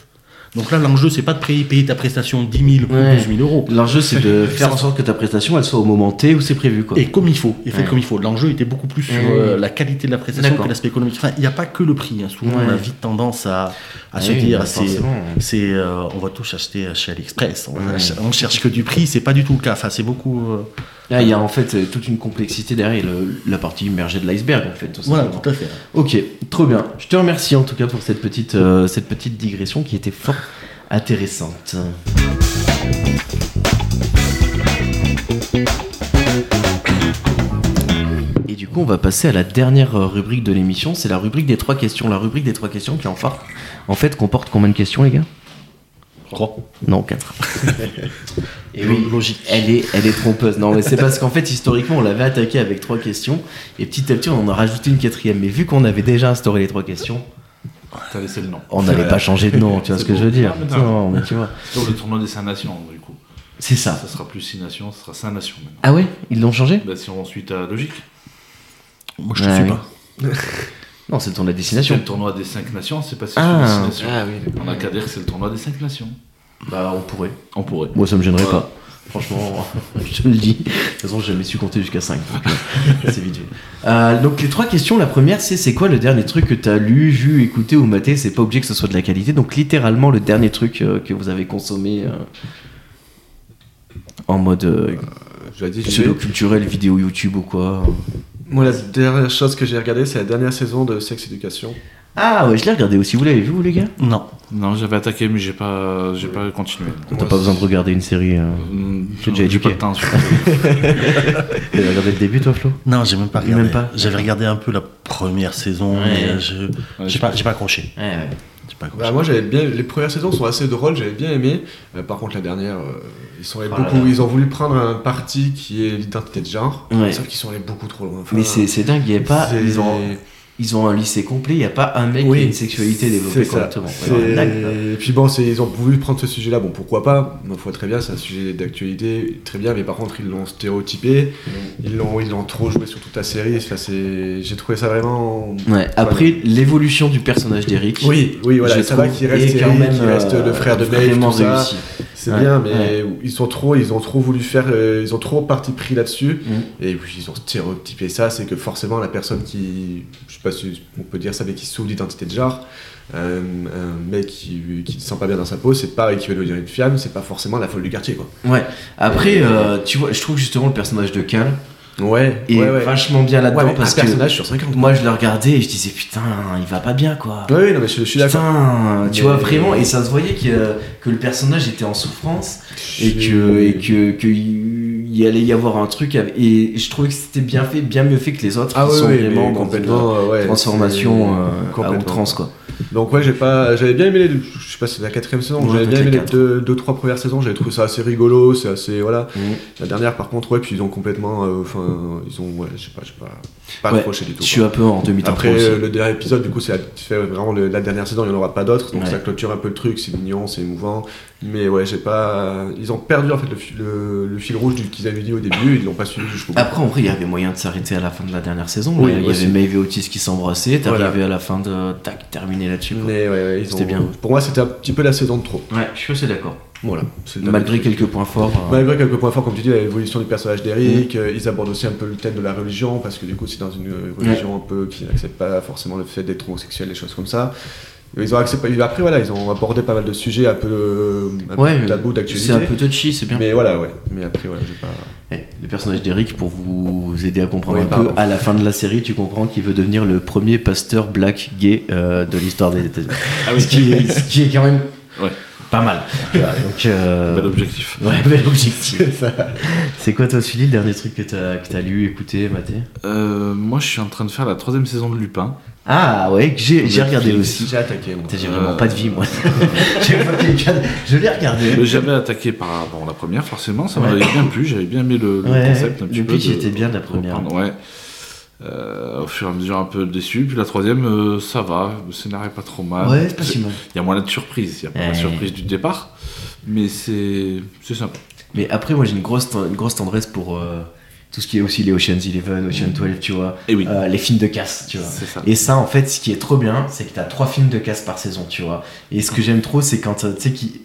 S3: Donc là, l'enjeu, c'est pas de payer, payer ta prestation 10 000
S1: Ouais.
S3: ou 12 000 euros.
S1: L'enjeu, c'est de faire en sorte que ta prestation, elle soit au moment T où c'est prévu, quoi.
S3: Et comme il faut, et fait
S1: Ouais.
S3: comme il faut. L'enjeu était beaucoup plus sur
S1: Ouais.
S3: euh, la qualité de la prestation
S1: D'accord.
S3: que l'aspect économique. Enfin, il n'y a pas que le prix. hein. Souvent,
S1: Ouais.
S3: on a vite tendance à, à
S1: Ah
S3: se
S1: oui,
S3: dire,
S1: bah,
S3: c'est,
S1: forcément.
S3: c'est, euh, on va tous acheter chez AliExpress. On,
S1: Ouais.
S3: on cherche que du prix, c'est pas du tout le cas. Enfin, c'est beaucoup. euh,
S1: Là, il y a en fait euh, toute une complexité derrière le- la partie immergée de l'iceberg, en fait. tout
S3: voilà,
S1: simplement.
S3: tout à fait.
S1: Ok, trop bien. Je te remercie en tout cas pour cette petite, euh, cette petite digression qui était fort intéressante. Et du coup, on va passer à la dernière euh, rubrique de l'émission. C'est la rubrique des trois questions. La rubrique des trois questions qui en, fa- en fait comporte combien de questions, les gars
S3: Trois.
S1: non, 4. Et oui, logique. Elle est, elle est trompeuse. Non, mais c'est parce qu'en fait, historiquement, on l'avait attaqué avec trois questions. Et petit à petit, on en a rajouté une quatrième. Mais vu qu'on avait déjà instauré les trois questions,
S4: T'as laissé le nom.
S1: on n'allait pas changer de nom. Tu vois
S4: C'est
S1: ce que
S4: bon.
S1: je veux dire
S4: Ah, mais d'accord.
S1: Non, mais tu vois.
S4: Sur le tournoi des 5 nations, du coup.
S1: C'est ça.
S4: Ça sera plus 6 nations, ça sera 5 nations maintenant.
S1: Ah ouais Ils l'ont changé
S4: Bah, si on suit ta logique,
S3: Moi, je te
S1: Ouais,
S3: suis
S1: oui.
S3: pas.
S1: Non, c'est le tour de la
S4: c'est
S1: destination.
S4: le tournoi des 5 nations, c'est passé
S1: Ah.
S4: sur 6 nations.
S2: oui.
S4: On a qu'à dire que c'est le tournoi des 5 nations.
S1: Bah, on pourrait.
S4: On pourrait.
S1: Moi, ça me gênerait pas. Franchement, je te le dis. De toute façon, j'ai jamais su compter jusqu'à 5. Donc, euh, c'est vite vu. Euh, donc, les trois questions. La première, c'est c'est quoi le dernier truc que tu as lu, vu, écouté ou maté C'est pas obligé que ce soit de la qualité. Donc, littéralement, le dernier truc euh, que vous avez consommé euh, en mode euh,
S2: Je l'ai dit, je vais-
S1: pseudo-culturel, vidéo YouTube ou quoi.
S2: Moi, la dernière chose que j'ai regardée, c'est la dernière saison de Sex Education.
S1: Ah ouais, je l'ai regardé aussi. Vous l'avez vu, vous, les gars
S3: Non.
S4: Non, j'avais attaqué, mais j'ai pas, j'ai pas continué.
S1: T'as pas besoin de regarder une série. euh.
S4: Hum,
S1: J'ai déjà
S4: j'ai
S1: éduqué.
S4: pas le temps. je-
S1: T'as regardé le début, toi, Flo
S3: Non, j'ai même pas regardé.
S1: Même pas.
S3: J'avais regardé un peu la première saison,
S1: Ouais.
S3: mais euh, je
S4: Ouais,
S3: j'ai
S4: je-
S3: pas, j'ai pas accroché.
S1: Ouais, ouais.
S3: J'ai pas accroché.
S2: Bah, moi j'avais bien les premières saisons sont assez drôles, j'avais bien aimé. Euh, par contre la dernière euh, ils sont allés
S1: Oh là
S2: beaucoup
S1: là.
S2: ils ont voulu prendre un parti qui est l'identité de genre
S1: Ouais.
S2: sauf qu'ils sont allés beaucoup trop loin. Enfin,
S1: Mais c'est c'est dingue, il y a pas.
S2: c'est-
S1: Ils ont, ils ont un lycée complet, il n'y a pas un mec
S2: Oui,
S1: qui a une sexualité développée
S2: c'est ça.
S1: correctement. Ouais,
S2: C'est-
S1: ouais, dingue.
S2: Et puis bon, c'est- ils ont voulu prendre ce sujet-là. Bon, pourquoi pas On voit très bien, c'est un sujet d'actualité, très bien. Mais par contre, ils l'ont stéréotypé, ils l'ont, ils l'ont trop joué sur toute la série. Enfin, c'est, j'ai trouvé ça vraiment.
S1: Ouais. Après, l'évolution du personnage d'Eric.
S2: Oui, oui, voilà.
S1: je
S2: ça va
S1: trouve,
S2: qu'il reste,
S1: est
S2: Eric, il reste
S1: euh,
S2: le frère de Maeve,
S1: vraiment
S2: tout ça.
S1: réussi.
S2: C'est
S1: Ouais,
S2: bien, mais ils sont trop, ils ont trop voulu faire, euh, ils ont trop parti pris là-dessus.
S1: Mhm.
S2: Et puis ils ont stéréotypé ça, c'est que forcément la personne qui, je sais pas si on peut dire ça, mais qui souffre d'identité de genre, euh, un mec qui, qui ne se sent pas bien dans sa peau, c'est pas équivalent à dire une femme, c'est pas forcément la folle du quartier, quoi.
S1: Ouais. Après, euh, tu vois, je trouve justement le personnage de Cal
S2: Ouais,
S1: est
S2: ouais, ouais.
S1: vachement bien
S2: Ouais,
S1: là-dedans
S2: mais
S1: parce
S2: un
S1: que
S2: personnage sur 50.
S1: moi je le regardais et je disais putain, il va pas bien quoi.
S2: Ouais, ouais, non, mais je, je suis d'accord.
S1: Putain, tu
S2: Mais-
S1: vois vraiment, et ça se voyait que, euh, que le personnage était en souffrance et que et que qu'il y allait y avoir un truc avec- et je trouvais que c'était bien fait, bien mieux fait que les autres
S2: ah
S1: qui
S2: ouais,
S1: sont
S2: ouais,
S1: vraiment
S2: mais
S1: dans une
S2: complètement euh, ouais,
S1: transformation
S2: c'est-
S1: euh, à
S2: complètement.
S1: outrance quoi.
S2: Donc ouais, j'ai pas, j'avais bien aimé les, deux- je sais pas, si c'est la quatrième saison,
S1: Ouais,
S2: j'avais bien
S1: peut-être
S2: aimé
S1: la
S2: les deux, deux, trois premières saisons, j'avais trouvé ça assez rigolo, c'est assez, voilà.
S1: Mhm.
S2: La dernière, par contre, ouais, puis ils ont complètement, euh, enfin, ils ont, ouais, je sais pas, je sais pas, pas
S1: Ouais,
S2: accroché du tout.
S1: Je
S2: quoi.
S1: suis un peu en demi temps
S2: Après euh, le dernier épisode, du coup, c'est la- c'est vraiment le- la dernière saison, il n'y en aura pas d'autres, donc
S1: Ouais.
S2: ça clôture un peu le truc, c'est mignon, c'est émouvant, mais ouais, j'ai pas, ils ont perdu en fait le, fi- le- le fil rouge du- qu'ils avaient dit au début, ils l'ont pas suivi jusqu'au bout.
S1: Après, en vrai, il y avait moyen de s'arrêter à la fin de la dernière saison.
S2: Oui,
S1: là. il y
S2: aussi.
S1: avait Maeve et Otis qui s'embrassaient. T'arrivais
S2: Voilà.
S1: à la fin de. Tac, terminé là-dessus. quoi.
S2: mais ouais, ouais, ils
S1: C'était
S2: ont-
S1: bien.
S2: Pour moi, c'était un petit peu la saison de trop.
S1: Ouais, je suis assez d'accord.
S2: Voilà. c'est le dernier
S1: Malgré
S2: truc.
S1: quelques points forts. euh,
S2: Malgré quelques points forts, comme tu dis, l'évolution du personnage d'Eric, euh, ils abordent aussi un peu le thème de la religion, parce que du coup, c'est dans une euh, religion un peu qui n'accepte pas forcément le fait d'être homosexuel, des choses comme ça. Ils ont accepté, après, voilà, ils ont abordé pas mal de sujets un peu, euh, un peu
S1: Ouais,
S2: tabou
S1: c'est
S2: d'actualité.
S1: un peu touchy, c'est bien.
S2: Mais voilà, ouais. Mais après, voilà, j'ai pas.
S1: Eh, le personnage d'Eric, pour vous aider à comprendre
S2: Oui,
S1: un
S2: pardon.
S1: peu, à la fin de la série, tu comprends qu'il veut devenir le premier pasteur black gay euh, de l'histoire des États-Unis. ce, qui est, ce qui est quand même
S4: Ah Ouais.
S1: pas mal. Donc, euh,
S4: Bel objectif.
S1: ouais, bel objectif. c'est quoi, toi, Sully, le dernier truc que t'as que t'as lu, écouté, maté
S4: Euh, moi, je suis en train de faire la troisième saison de Lupin.
S1: Ah ouais, que j'ai j'ai regardé aussi.
S2: J'ai attaqué, moi.
S1: Putain, J'ai
S4: Euh,
S1: vraiment pas de vie, moi. J'ai pas de vie. je l'ai regardé.
S4: Mais J'avais attaqué par bon, la première, forcément, ça
S1: Ouais.
S4: m'avait bien plu, j'avais bien aimé le, le
S1: Ouais,
S4: concept. Un
S1: le
S4: petit
S1: pitch
S4: peu de-
S1: était bien de la première.
S4: reprendre, ouais. Euh, au fur et à mesure, un peu déçu. Puis la troisième, euh, ça va, le scénario est pas trop mal.
S1: Ouais, c'est pas si mal.
S4: Il y a moins de surprise, il y a pas
S1: Ouais.
S4: la surprise du départ, mais c'est c'est sympa.
S1: Mais après, moi, j'ai une grosse, ten- une grosse tendresse pour euh, tout ce qui est aussi les Ocean's Eleven, Ocean 12, tu vois.
S4: Et Eh oui,
S1: Euh, les films de casse, tu vois.
S4: c'est ça.
S1: Et ça, en fait, ce qui est trop bien, c'est que t'as trois films de casse par saison, tu vois. Et ce que j'aime trop, c'est quand euh, tu sais qui.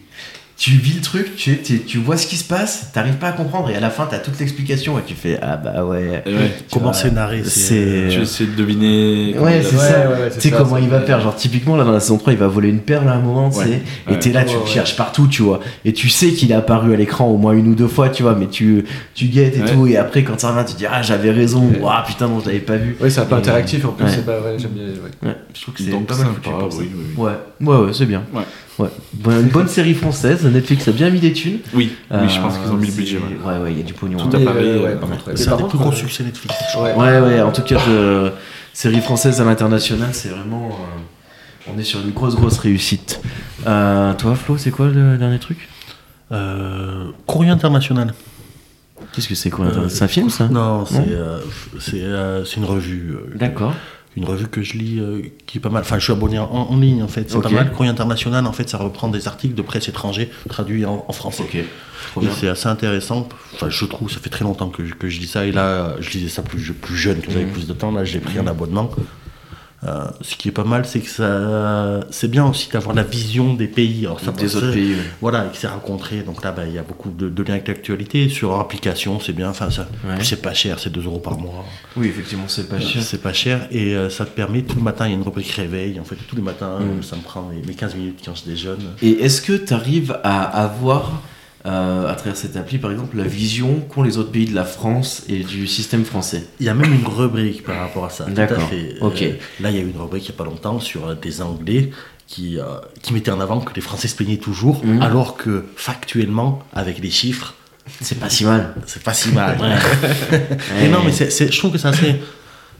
S1: Tu vis le truc, tu, tu, tu vois ce qui se passe, t'arrives pas à comprendre, et à la fin, t'as toute l'explication, et tu fais Ah bah ouais.
S4: Et Eh ouais,
S1: Tu
S3: Comment
S1: vois,
S3: c'est euh, narré
S1: c'est-
S4: tu essaies de deviner.
S1: euh,
S4: comment
S1: Ouais,
S4: il a-
S1: c'est ça.
S2: ouais, ouais,
S1: Tu sais
S2: ça,
S1: comment
S2: c'est-
S1: il va faire, genre typiquement là dans la saison 3 il va voler une perle à un moment, tu
S4: Ouais.
S1: sais, et
S4: Ouais.
S1: t'es là, tu
S2: Ouais,
S1: le
S2: ouais.
S1: cherches partout, tu vois, et tu sais qu'il est apparu à l'écran au moins une ou deux fois, tu vois, mais tu, tu guettes et
S4: Ouais.
S1: tout, et après quand ça revient tu dis ah j'avais raison,
S2: Ouais.
S1: ou ah putain non je l'avais pas vu.
S2: Ouais, c'est un peu
S1: Et-
S2: interactif, en plus,
S1: ouais.
S2: c'est pas. Ouais, j'aime bien. ouais.
S1: Ouais, je trouve que c'est
S4: Donc
S1: pas mal
S4: sympa,
S1: foutu pour ça.
S4: oui, oui, oui.
S1: Ouais, ouais, ouais, c'est bien.
S4: Ouais.
S1: Bon, une bonne série française, Netflix a bien mis des thunes.
S4: Oui, oui, je
S1: Euh,
S4: pense qu'ils ont mis le
S1: c'est-
S4: budget. ouais.
S1: Ouais, ouais, il y a du pognon. hein.
S2: Mais,
S4: Paris,
S2: euh, ouais,
S4: euh,
S2: par contre, ouais.
S3: C'est
S2: Mais
S3: un
S2: par
S3: des plus
S2: contre,
S3: gros
S2: euh,
S3: succès Netflix.
S2: Ouais.
S1: Ouais, ouais, en tout cas, de série française à l'international, c'est vraiment. euh, on est sur une grosse, grosse réussite. Euh, toi, Flo, c'est quoi le dernier truc
S3: Euh, courrier international.
S1: Qu'est-ce que c'est quoi l'interna- C'est un film, ça
S3: Euh, Non, c'est
S1: Non.
S3: euh, c'est euh, c'est une revue. euh,
S1: D'accord.
S3: une revue que je lis euh, qui est pas mal. Enfin, je suis abonné en, en ligne en fait. C'est
S1: Ok.
S3: pas mal. Courrier international, en fait, ça reprend des articles de presse étrangers traduits en, en français.
S1: Ok. Trop
S3: Et
S1: bien.
S3: c'est assez intéressant. Enfin, je trouve, ça fait très longtemps que je, que je lis ça. Et là, je lisais ça plus, plus jeune, que j'avais
S1: Mhm.
S3: plus de temps. Là, j'ai pris un abonnement. Euh, ce qui est pas mal, c'est que ça, c'est bien aussi d'avoir la vision des pays. Alors, ça
S1: Des
S3: passe-
S1: autres pays. ouais.
S3: Voilà, et que c'est rencontré. Donc là, ben, il y a beaucoup de, de liens avec l'actualité. Sur application, c'est bien. Enfin, ça,
S1: Ouais.
S3: c'est pas cher, c'est 2 euros par mois.
S1: Oui, effectivement, c'est pas cher.
S3: C'est pas cher et euh, ça te permet tout le matin, il y a une rubrique réveil. En fait, tous les matins,
S1: Mm.
S3: euh, ça me prend mes, mes 15 minutes quand je déjeune.
S1: Et est-ce que tu arrives à avoir. euh, à travers cette appli, par exemple, la vision qu'ont les autres pays de la France et du système français.
S3: Il y a même une rubrique par rapport à ça. tout à
S1: D'accord,
S3: fait.
S1: ok.
S3: là, il y a eu une rubrique il n'y a pas longtemps sur euh, des Anglais qui, euh, qui mettait en avant que les Français se plaignaient toujours,
S1: Mhm.
S3: alors que factuellement, avec les chiffres,
S1: C'est pas si mal.
S3: c'est pas si mal. Mais
S1: Ouais.
S3: non, mais c'est- c'est- je trouve que c'est assez.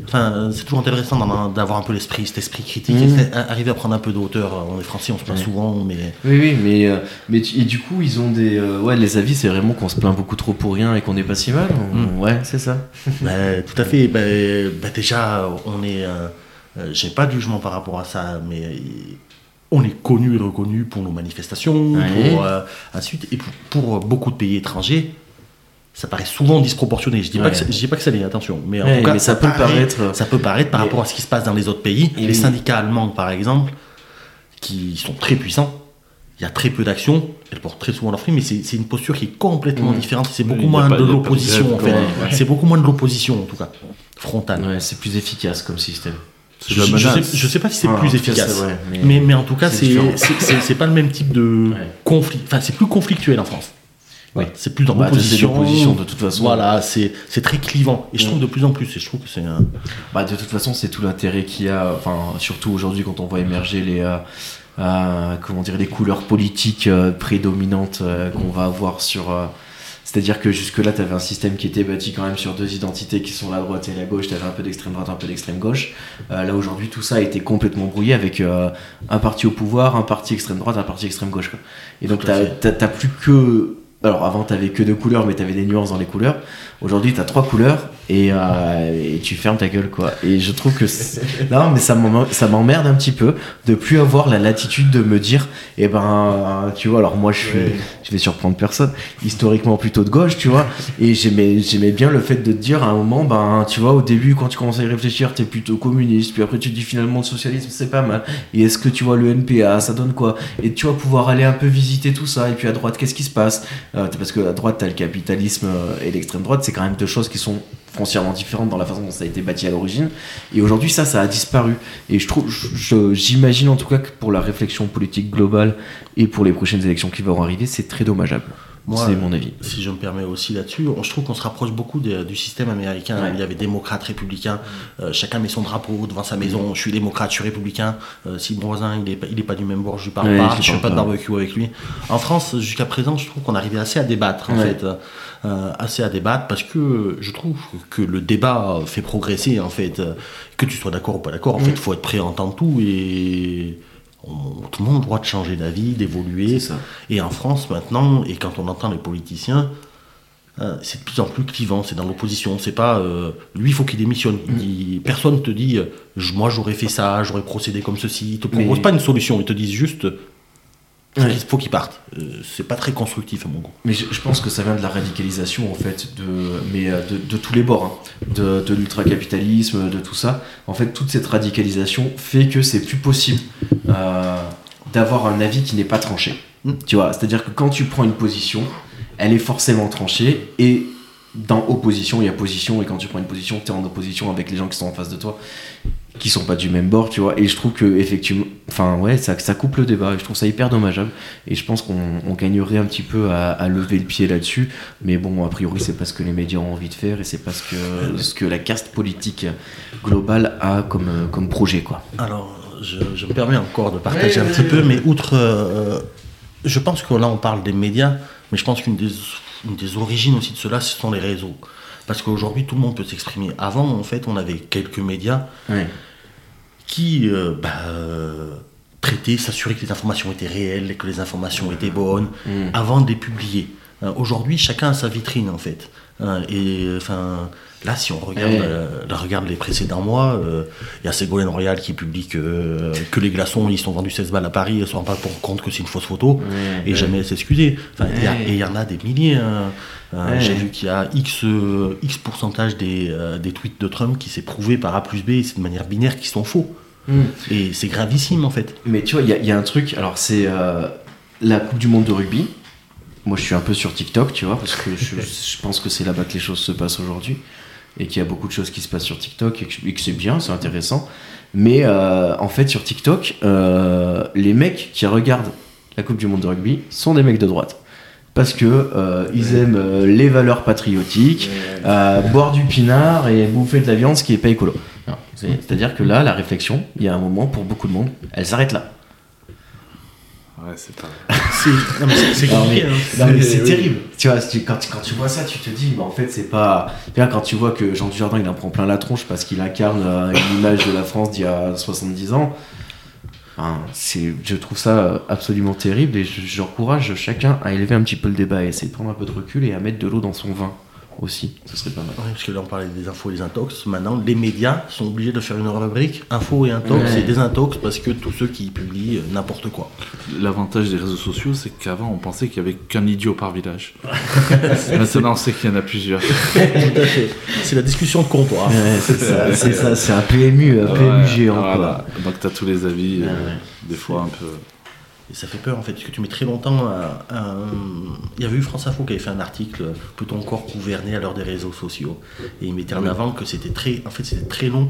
S3: Enfin, euh, c'est toujours intéressant d'en- d'avoir un peu l'esprit, cet esprit critique,
S1: Mhm.
S3: et c'est- à- arriver à prendre un peu de hauteur. On est français, on se plaint
S1: Ouais.
S3: souvent, mais
S1: Oui, oui, mais, euh, mais tu- et du coup, ils ont des. euh, ouais, les avis, c'est vraiment qu'on se plaint beaucoup trop pour rien et qu'on est pas si mal. ou-
S3: Mm.
S1: Ouais, c'est ça.
S3: Ben, tout à fait. Ben, ben, déjà, on est. euh, euh, J'ai pas de jugement par rapport à ça, mais euh, on est connu et reconnu pour nos manifestations,
S1: Ouais.
S3: pour euh, ensuite et pour, pour beaucoup de pays étrangers. Ça paraît souvent disproportionné. Je dis pas
S1: Ouais.
S3: que c'est- je dis pas que ça l'est, attention. Mais en
S1: Ouais,
S3: tout cas,
S1: mais ça, peut
S3: paraît-
S1: paraître.
S3: ça peut paraître par
S1: Mais-
S3: rapport à ce qui se passe dans les autres pays.
S1: Et
S3: les
S1: oui.
S3: syndicats allemands, par exemple, qui sont très puissants, il y a très peu d'actions, elles portent très souvent leurs fruits, mais c'est c'est une posture qui est complètement
S1: Mmh.
S3: différente. C'est
S4: Oui,
S3: beaucoup
S4: il y a
S3: moins
S4: pas- il y
S3: de
S4: a pas de
S3: l'opposition, en
S4: grève,
S3: fait.
S1: quoi. Ouais.
S3: C'est beaucoup moins de l'opposition, en tout cas, frontale.
S1: Ouais, c'est plus efficace comme système.
S4: C'est
S3: Je,
S4: de la
S3: je
S4: menace.
S3: sais, je sais pas si c'est
S1: Voilà, Ah, en
S3: plus
S1: tout cas,
S3: efficace,
S1: c'est vrai, mais-
S3: mais, mais en tout cas,
S1: c'est
S3: c'est
S1: différent.
S3: c'est- c'est- c'est pas le même type de
S1: Ouais.
S3: conflit. Enfin, c'est plus conflictuel en France.
S1: Oui.
S3: C'est plus dans
S1: Bah,
S3: l'opposition.
S1: c'est l'opposition, de toute façon.
S3: Voilà, c'est c'est très clivant. Et je
S1: Mmh.
S3: trouve de plus en plus, et je trouve que c'est un.
S1: Bah, de toute façon, c'est tout l'intérêt qu'il y a, enfin, surtout aujourd'hui quand on voit émerger les, euh, euh, comment dire, les couleurs politiques euh, prédominantes euh, qu'on va avoir sur. euh, c'est-à-dire que jusque-là, tu avais un système qui était bâti quand même sur deux identités qui sont la droite et la gauche. Tu avais un peu d'extrême droite, un peu d'extrême gauche. Euh, là, aujourd'hui, tout ça a été complètement brouillé avec euh, un parti au pouvoir, un parti extrême droite, un parti extrême gauche. quoi. Et donc,
S3: Tout à
S1: t'as-
S3: fait.
S1: t'as t'as plus que. Alors, avant, t'avais que deux couleurs, mais t'avais des nuances dans les couleurs. Aujourd'hui, t'as trois couleurs et, euh, et tu fermes ta gueule, quoi. Et je trouve que. c'est- Non, mais ça m'em- ça m'emmerde un petit peu de plus avoir la latitude de me dire, eh ben, tu vois, alors moi, je suis.
S2: Ouais.
S1: Je vais surprendre personne. Historiquement, plutôt de gauche, tu vois. Et j'aimais j'aimais bien le fait de te dire à un moment, ben, tu vois, au début, quand tu commences à y réfléchir, t'es plutôt communiste. Puis après, tu te dis finalement, le socialisme, c'est pas mal. Et est-ce que tu vois le NPA, ça donne quoi Et tu vas pouvoir aller un peu visiter tout ça. Et puis à droite, qu'est-ce qui se passe euh, t'as- parce que à droite, t'as le capitalisme euh, et l'extrême droite, c'est quand même deux choses qui sont foncièrement différentes dans la façon dont ça a été bâti à l'origine. Et aujourd'hui, ça, ça a disparu. Et je trouve, je- je- j'imagine en tout cas que pour la réflexion politique globale et pour les prochaines élections qui vont arriver, c'est très dommageable.
S3: Moi,
S1: c'est mon avis.
S3: si je me permets aussi là-dessus, on- je trouve qu'on se rapproche beaucoup de- du système américain.
S1: Ouais. Mm.
S3: Il y avait démocrate, républicain, euh, chacun met son drapeau devant sa maison. Je suis démocrate, je suis républicain. Euh, si mon voisin, il est, pas- il est pas du même bord, je lui parle
S1: Ouais,
S3: pas,
S1: je
S3: je fais
S1: parle
S3: pas de
S1: pas.
S3: barbecue avec lui. En France, jusqu'à présent, je trouve qu'on arrivait assez à débattre, en
S1: Ouais.
S3: fait. Euh, assez à débattre parce que euh, je trouve que le débat fait progresser, en fait. Euh, Que tu sois d'accord ou pas
S1: Mm.
S3: d'accord, en fait, faut être prêt à entendre tout et. on- tout le monde a le droit de changer d'avis, d'évoluer. Et en France maintenant, et quand on entend les politiciens, euh, c'est de plus en plus clivant, c'est dans l'opposition, c'est pas euh, lui il faut qu'il démissionne.
S1: Mm.
S3: Il dit- personne te dit euh, je- moi j'aurais fait ça, j'aurais procédé comme ceci, ils te
S1: Mais-
S3: proposent pas une solution, ils te disent juste euh, faut
S1: Ouais.
S3: qu'il- faut qu'il parte. Euh, c'est pas très constructif à mon goût.
S1: Mais je, je pense que ça vient de la radicalisation en fait, de, mais euh, de, de tous les bords, hein. de, de l'ultracapitalisme, de tout ça. En fait, toute cette radicalisation fait que c'est plus possible euh, d'avoir un avis qui n'est pas tranché.
S3: Mm.
S1: Tu vois, c'est-à-dire que quand tu prends une position, elle est forcément tranchée et dans opposition, il y a position et quand tu prends une position, tu es en opposition avec les gens qui sont en face de toi qui sont pas du même bord, tu vois. Et je trouve que effectivement, enfin ouais, ça, ça coupe le débat. Et je trouve ça hyper hein. dommageable. Et je pense qu'on on gagnerait un petit peu à, à lever le pied là-dessus. Mais bon, a priori, c'est pas ce que les médias ont envie de faire et c'est pas ce que, ce que la caste politique globale a comme, euh, comme projet, quoi.
S3: Alors, je, je me permets encore de partager un petit peu, mais outre. euh, je pense que là, on parle des médias, mais je pense qu'une des, une des origines aussi de cela, ce sont les réseaux. Parce qu'aujourd'hui, tout le monde peut s'exprimer. Avant, en fait, on avait quelques médias
S1: Ouais.
S3: qui euh, bah, euh, traitaient, s'assurer que les informations étaient réelles, et que les informations étaient bonnes,
S1: Mm.
S3: avant de les publier. Euh, Aujourd'hui, chacun a sa vitrine, en fait. Euh, et enfin, là, si on regarde,
S1: Ouais.
S3: euh, là, regarde les précédents mois, euh, il y a Ségolène Royal qui publie que, euh, que les glaçons, ils sont vendus 16 balles à Paris, ils ne se rendent pas pour compte que c'est une fausse photo. Et jamais elle s'est excusée. Enfin, il y a-
S1: Ouais.
S3: et il y en a des milliers. hein. Euh,
S1: Ouais.
S3: J'ai vu qu'il y a X, euh, X pourcentage des, euh, des tweets de Trump qui s'est prouvé par A plus B, c'est de manière binaire, qui sont faux.
S1: Mm.
S3: Et c'est gravissime en fait.
S1: Mais tu vois, il y a- il y, a un truc, alors c'est euh, la Coupe du Monde de rugby. Moi, je suis un peu sur TikTok, tu vois, parce que je, je pense que c'est là-bas que les choses se passent aujourd'hui. Et qu'il y a beaucoup de choses qui se passent sur TikTok et que, et que c'est bien, c'est intéressant. Mais euh, en fait, sur TikTok, euh, les mecs qui regardent la Coupe du Monde de rugby sont des mecs de droite. Parce que euh, ils aiment euh, les valeurs patriotiques, euh, boire du pinard et bouffer de la viande, ce qui est pas écolo. Non, c'est- C'est-à-dire que là, la réflexion, il y a un moment pour beaucoup de monde, elle s'arrête là.
S4: ouais, c'est pas.
S3: C'est non, mais c'est- c'est
S1: Non,
S3: compliqué.
S1: mais-
S3: hein.
S1: Non, mais c'est
S2: oui.
S1: terrible. Tu vois, tu- quand, tu- quand tu vois ça, tu te dis, mais en fait, c'est pas. Tu vois, quand tu vois que Jean Dujardin, il en prend plein la tronche parce qu'il incarne euh, une image de la France d'il y a 70 ans. Enfin, c'est, je trouve ça absolument terrible et je- j'encourage chacun à élever un petit peu le débat, à essayer de prendre un peu de recul et à mettre de l'eau dans son vin aussi. Ce serait pas mal.
S3: Ouais, parce que là, on parlait des infos et des intox. Maintenant, les médias sont obligés de faire une rubrique infos et intox
S1: Ouais.
S3: et désintox parce que tous ceux qui publient euh, n'importe quoi.
S4: L'avantage des réseaux sociaux, c'est qu'avant, on pensait qu'il y avait qu'un idiot par village. Maintenant, on sait qu'il y en a plusieurs.
S3: Tout à fait. c'est la discussion de comptoir.
S1: Ouais, c'est ça, c'est ça, c'est un PMU, un PMU
S4: Ouais,
S1: géant. quoi.
S4: voilà. Donc, t'as tous les avis,
S1: Ouais, ouais.
S4: euh, des fois un peu.
S3: Et ça fait peur en fait, parce que tu mets très longtemps à. à- Il y avait eu France Info qui avait fait un article euh, Peut-on encore gouverner à l'heure des réseaux sociaux Et il mettait en avant que c'était très, en fait, c'était très long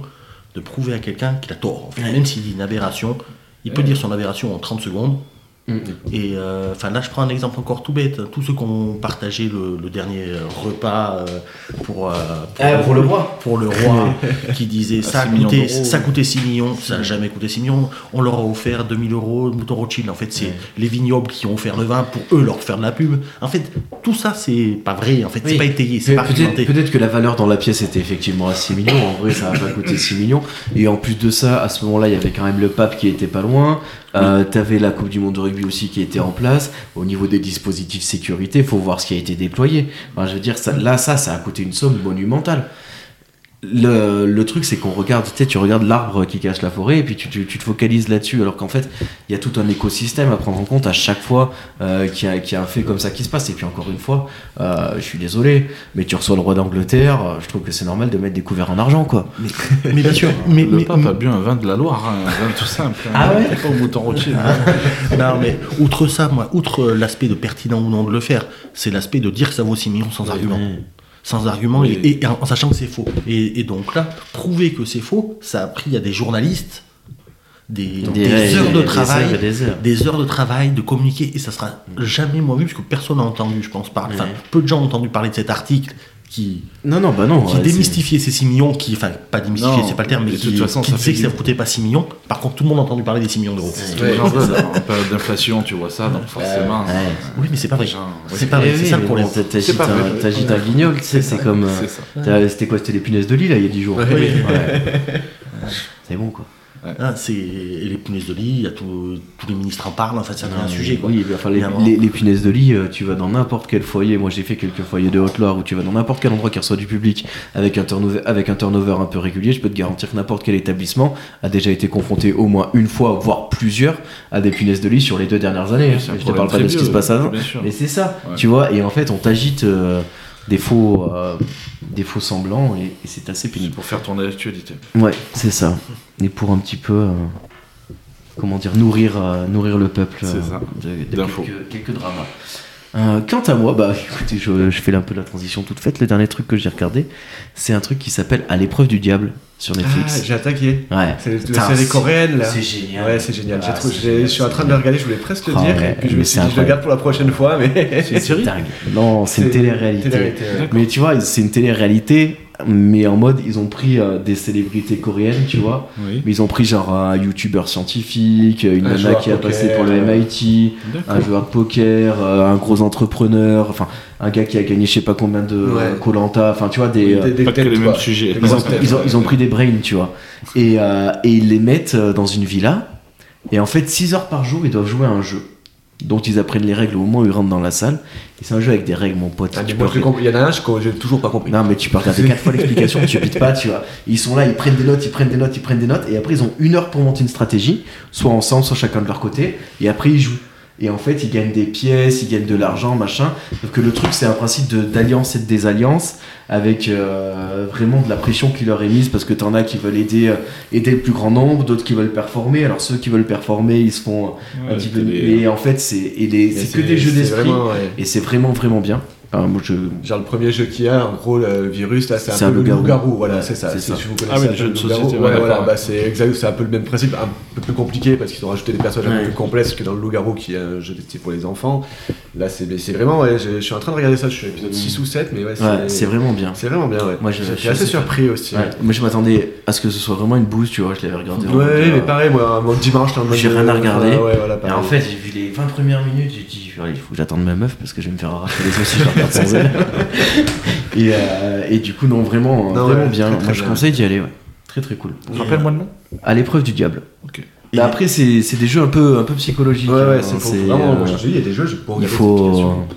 S3: de prouver à quelqu'un qu'il a tort. en fait. Même s'il dit une aberration, il peut dire son aberration en 30 secondes.
S1: Mm.
S3: Et euh, enfin là, je prends un exemple encore tout bête. Tous ceux qui ont partagé le, le dernier repas euh, pour, euh,
S1: Ah, pour le roi.
S3: pour le roi qui disait ça a,
S4: 6 millions
S3: coûté,
S4: d'euros.
S3: ça a coûté 6 millions, ça n'a jamais coûté 6 millions, on leur a offert 2000 euros, le mouton Rothschild. En fait, c'est les vignobles qui ont offert le vin pour eux leur faire de la pub. En fait, tout ça, c'est pas vrai, en fait,
S1: Oui.
S3: c'est pas étayé, c'est
S1: Pe-
S3: pas argumenté.
S1: Peut-être peut-être que la valeur dans la pièce était effectivement à 6 millions. En vrai, ça n'a pas coûté 6 millions. Et en plus de ça, à ce moment-là, il y avait quand même le pape qui était pas loin. Euh, T'avais la Coupe du Monde de rugby aussi qui était en place. Au niveau des dispositifs sécurité, faut voir ce qui a été déployé. Enfin, je veux dire, ça- là, ça, ça a coûté une somme monumentale. Le, le truc, c'est qu'on regarde, tu sais, tu regardes l'arbre qui cache la forêt et puis tu, tu- tu te focalises là-dessus, alors qu'en fait, il y a tout un écosystème à prendre en compte à chaque fois euh, qu'il y, a- qu'il y a un fait comme ça qui se passe. Et puis encore une fois, euh, je suis désolé, mais tu reçois le roi d'Angleterre, euh, je trouve que c'est normal de mettre des couverts en argent, quoi.
S3: Mais bien sûr, mais,
S4: le
S3: mais-
S4: pape a bu un vin de la Loire, hein, un vin tout simple. hein.
S1: Ah ouais
S4: Pas au mouton hein, Rothschild.
S3: non, mais outre ça, moi, outre euh, l'aspect de pertinent ou non de le faire, c'est l'aspect de dire que ça vaut 6 millions sans argument. Sans argument
S4: Oui.
S3: et, et en, en sachant que c'est faux. Et, et donc là, prouver que c'est faux, ça a pris à des journalistes des, des
S1: ouais,
S3: heures de
S1: des
S3: travail,
S1: heures et des heures.
S3: de travail, de communiquer, et ça sera jamais moins vu parce que personne n'a entendu, je pense, parler. Enfin,
S1: Ouais.
S3: peu de gens ont entendu parler de cet article qui,
S1: Non, non, bah non.
S3: qui
S1: ouais,
S3: démystifiait ces 6 millions, qui, enfin, pas démystifier,
S4: Non,
S3: c'est pas le terme, mais
S4: de
S3: qui,
S4: toute façon,
S3: qui
S4: ça
S3: disait
S4: fait
S3: que ça
S4: du-
S3: coûtait pas 6 millions. Par contre, tout le monde a entendu parler des 6 millions d'euros.
S4: Ouais, genre, ouais, en période d'inflation, tu vois ça, donc forcément.
S1: c'est- Euh, ouais.
S3: Oui, mais c'est pas vrai.
S4: Genre, ouais.
S3: C'est pas vrai,
S1: Eh
S3: c'est
S1: oui,
S3: ça le
S1: mais
S3: problème.
S1: bon, T'agites
S4: C'est pas
S1: un,
S4: vrai.
S1: t'agites un guignol, tu sais, c'est comme. euh,
S4: C'est ça.
S1: t'as- C'était quoi C'était les punaises de lit, là, il y a 10 jours.
S2: Ouais.
S1: Ouais. C'est bon, quoi.
S3: Ah, c'est et les punaises de lit, il y a tout- tous les ministres en parlent, enfin, ça devient un sujet. Quoi.
S1: Ah, Oui, mais enfin, les,
S3: Évidemment.
S1: les- les punaises de lit, euh, tu vas dans n'importe quel foyer. Moi, j'ai fait quelques foyers de Haute-Loire où tu vas dans n'importe quel endroit qui reçoit du public avec un, turnover, avec un turnover un peu régulier. Je peux te garantir que n'importe quel établissement a déjà été confronté au moins une fois, voire plusieurs, à des punaises de lit sur les deux dernières années. hein.
S4: C'est un
S1: Je te
S4: problème
S1: parle pas
S4: très
S1: de ce qui se
S4: vieux,
S1: passe avant.
S4: bien sûr.
S1: Mais c'est ça,
S4: Ouais.
S1: tu vois. Et en fait, on t'agite euh, des, faux, euh, des faux semblants et, et c'est assez
S4: C'est
S1: pénible.
S4: pour faire tourner l'actualité.
S1: Ouais, c'est ça. Et pour un petit peu, euh, comment dire, nourrir, euh, nourrir le peuple euh,
S4: C'est ça.
S1: de, de
S4: D'infos.
S1: quelques, quelques dramas. Euh, quant à moi, bah écoutez, je, je fais un peu la transition toute faite. Le dernier truc que j'ai regardé, c'est un truc qui s'appelle À l'épreuve du diable sur
S2: Ah,
S1: Netflix.
S2: j'ai attaqué.
S1: ouais.
S2: C'est la
S1: Putain,
S2: série
S1: c'est-
S2: coréenne là.
S1: c'est génial.
S2: Ouais, c'est génial.
S1: Ah,
S2: J'ai trouvé-
S1: c'est
S2: j'ai-
S1: génial,
S2: je suis en
S1: c'est
S2: train de le regarder, je voulais presque le
S1: Ah
S2: dire.
S1: ouais,
S2: et puis je
S1: mais
S2: me suis
S1: c'est
S2: dit, je le
S1: incroyable.
S2: garde pour la prochaine fois. Mais
S1: C'est dingue. Non, c'est une télé-réalité.
S2: télé-réalité, ouais.
S1: Mais tu vois, c'est une télé-réalité, mais en mode ils ont pris euh, des célébrités coréennes, tu vois.
S4: Oui.
S1: Mais ils ont pris genre un youtubeur scientifique, une
S2: Un
S1: nana
S2: joueur
S1: qui a
S2: poker,
S1: passé pour le
S2: euh,
S1: MIT,
S4: D'accord.
S1: un joueur de poker, euh, un gros entrepreneur, enfin un gars qui a gagné je sais pas combien de
S2: Ouais.
S1: Colanta, enfin tu vois des, euh,
S2: Des- des-
S4: Pas que
S2: des-
S4: les mêmes
S2: quoi.
S4: sujets.
S2: Des
S1: ils, ont,
S2: grosses têtes,
S1: ils ont-
S2: ouais.
S1: ils ont pris des brains tu vois et, euh, et ils les mettent euh, dans une villa et en fait 6 heures par jour ils doivent jouer à un jeu dont ils apprennent les règles au moment où ils rentrent dans la salle et c'est un jeu avec des règles mon pote
S2: Ah,
S1: Tu
S2: du
S1: peux
S2: moins, je
S1: ré-
S2: comprends- Il y en a un, je co- j'ai toujours pas compris.
S1: non, mais tu peux regarder quatre fois l'explication, tu pites pas, tu vois. Ils sont là, ils prennent des notes, ils prennent des notes, ils prennent des notes, et après ils ont une heure pour monter une stratégie, soit ensemble, soit chacun de leur côté, et après ils jouent. Et en fait, ils gagnent des pièces, ils gagnent de l'argent, machin. Sauf que le truc, c'est un principe de- d'alliance et de désalliance, avec euh, vraiment de la pression qui leur est mise, parce que t'en as qui veulent aider, euh, aider le plus grand nombre, d'autres qui veulent performer. Alors ceux qui veulent performer, ils se font un
S4: Ouais,
S1: petit peu.
S4: télé-
S1: Et en fait, c'est et les-
S2: Mais
S1: c'est que des jeux
S2: c'est
S1: d'esprit.
S2: vraiment, ouais.
S1: Et c'est vraiment, vraiment bien. Ah, moi, je...
S2: Genre le premier jeu qu'il y a, en gros, le virus, là, c'est
S1: C'est
S2: un
S1: un
S2: peu le
S1: loup-garou.
S2: loup-garou. Voilà,
S1: Ouais,
S2: c'est ça.
S1: c'est
S2: Si
S1: ça.
S2: vous connaissez
S4: Ah oui,
S2: un
S4: le
S2: peu
S4: jeu de
S2: loup-garou,
S4: société, ouais,
S2: ouais,
S4: d'accord,
S2: voilà,
S4: ouais.
S2: bah, c'est exact, c'est un peu le même principe, un peu plus compliqué parce qu'ils ont rajouté des personnages un
S1: Ouais.
S2: peu plus complexes que dans le loup-garou qui est un jeu destinés pour les enfants. Là, c'est mais c'est vraiment, ouais, j'ai- je suis en train de regarder ça, je suis à l'épisode 6 ou 7, mais ouais,
S1: Mm. Ouais, c'est vraiment bien.
S2: c'est vraiment bien, ouais.
S1: Moi, je-
S2: je
S1: je-
S2: suis assez
S1: je-
S2: surpris aussi.
S1: Ouais. Moi, je m'attendais à ce que ce soit vraiment une bouse, tu vois, je l'avais regardé. en mode,
S2: Ouais,
S1: euh,
S2: mais pareil, moi, mon dimanche, dans le mode
S1: J'ai
S2: de-
S1: rien à regarder.
S2: Ouais, ouais, voilà,
S1: Et
S2: pareil.
S1: en fait, j'ai vu les 20 premières minutes, j'ai dit, Allez, il faut que j'attende ma meuf parce que je vais me faire arracher les aussi, je la regarde sans elle. et, euh, et du coup, non, vraiment,
S2: Non,
S1: vraiment
S2: ouais,
S1: bien.
S2: très, très
S1: Moi, je
S2: bien.
S1: conseille d'y aller, ouais. Très très cool.
S4: Rappelle-moi le nom.
S1: À l'épreuve du diable.
S4: Ok.
S1: Mais après, c'est c'est des jeux un peu, un peu psychologiques.
S2: Ouais, ouais,
S1: hein,
S2: c'est pour.
S1: c'est,
S2: Vraiment,
S1: euh,
S2: moi, je te dis, il y a des jeux, je
S1: il
S2: peux regarder des
S1: faut.
S2: explications.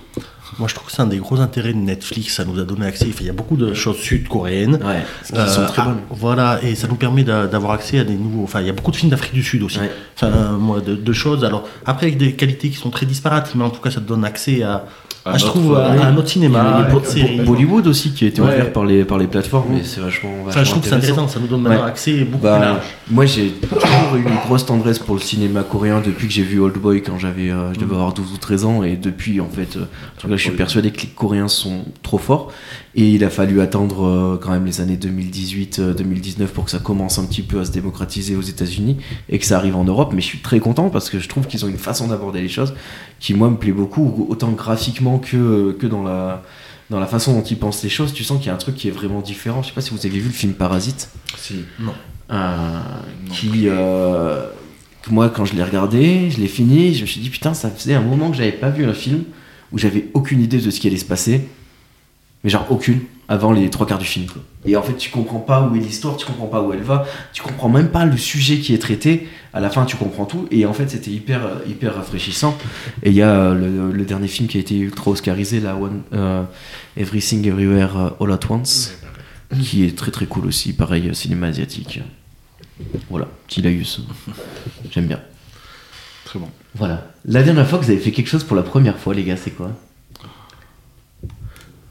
S3: Moi, je trouve que c'est un des gros intérêts de Netflix. Ça nous a donné accès. enfin, il y a beaucoup de choses sud-coréennes.
S1: Ouais,
S3: Euh,
S1: ils sont très
S3: ah,
S1: bonnes.
S3: Voilà, et ça nous permet d'a- d'avoir accès à des nouveaux. Enfin, il y a beaucoup de films d'Afrique du Sud aussi.
S1: Ouais.
S3: Enfin, euh, moi, de, de choses. Alors, après, avec des qualités qui sont très disparates, mais en tout cas, ça te donne accès à,
S4: À
S3: à, je
S4: notre-
S3: trouve, à,
S1: oui.
S3: à un autre cinéma,
S1: Il y a
S3: à
S1: des
S3: une autre
S1: bo-
S3: série.
S1: bo- euh, Bollywood aussi qui a été
S2: Ouais.
S1: ouvert par les, par les plateformes, mais c'est vachement,
S3: Enfin,
S1: vachement
S3: je trouve que c'est intéressant, ça nous donne maintenant accès beaucoup
S1: Bah,
S3: plus large.
S1: moi j'ai toujours eu une grosse tendresse pour le cinéma coréen depuis que j'ai vu Old Boy quand j'avais euh, je devais avoir 12 ou 13 ans et depuis en fait euh, en tout cas, je suis persuadé que les Coréens sont trop forts et il a fallu attendre euh, quand même les années 2018 euh, 2019 pour que ça commence un petit peu à se démocratiser aux États-Unis et que ça arrive en Europe mais je suis très content parce que je trouve qu'ils ont une façon d'aborder les choses qui moi me plaît beaucoup autant graphiquement que que dans la dans la façon dont ils pensent les choses, tu sens qu'il y a un truc qui est vraiment différent. Je sais pas si vous avez vu le film Parasite
S2: Si.
S1: euh, qui euh, que moi quand je l'ai regardé, je l'ai fini, je me suis dit putain ça faisait un moment que j'avais pas vu un film où j'avais aucune idée de ce qui allait se passer, mais genre aucune avant les trois quarts du film. quoi. Et en fait tu comprends pas où est l'histoire, tu comprends pas où elle va, tu comprends même pas le sujet qui est traité. À la fin tu comprends tout et en fait c'était hyper euh, hyper rafraîchissant. Et il y a euh, le, le dernier film qui a été ultra Oscarisé là, One, euh, Everything Everywhere euh, All at Once qui est très très cool aussi, pareil, euh, cinéma asiatique. Voilà, petit laïus. J'aime bien.
S4: Très bon.
S1: Voilà. La dernière fois que vous avez fait quelque chose pour la première fois, les gars, c'est quoi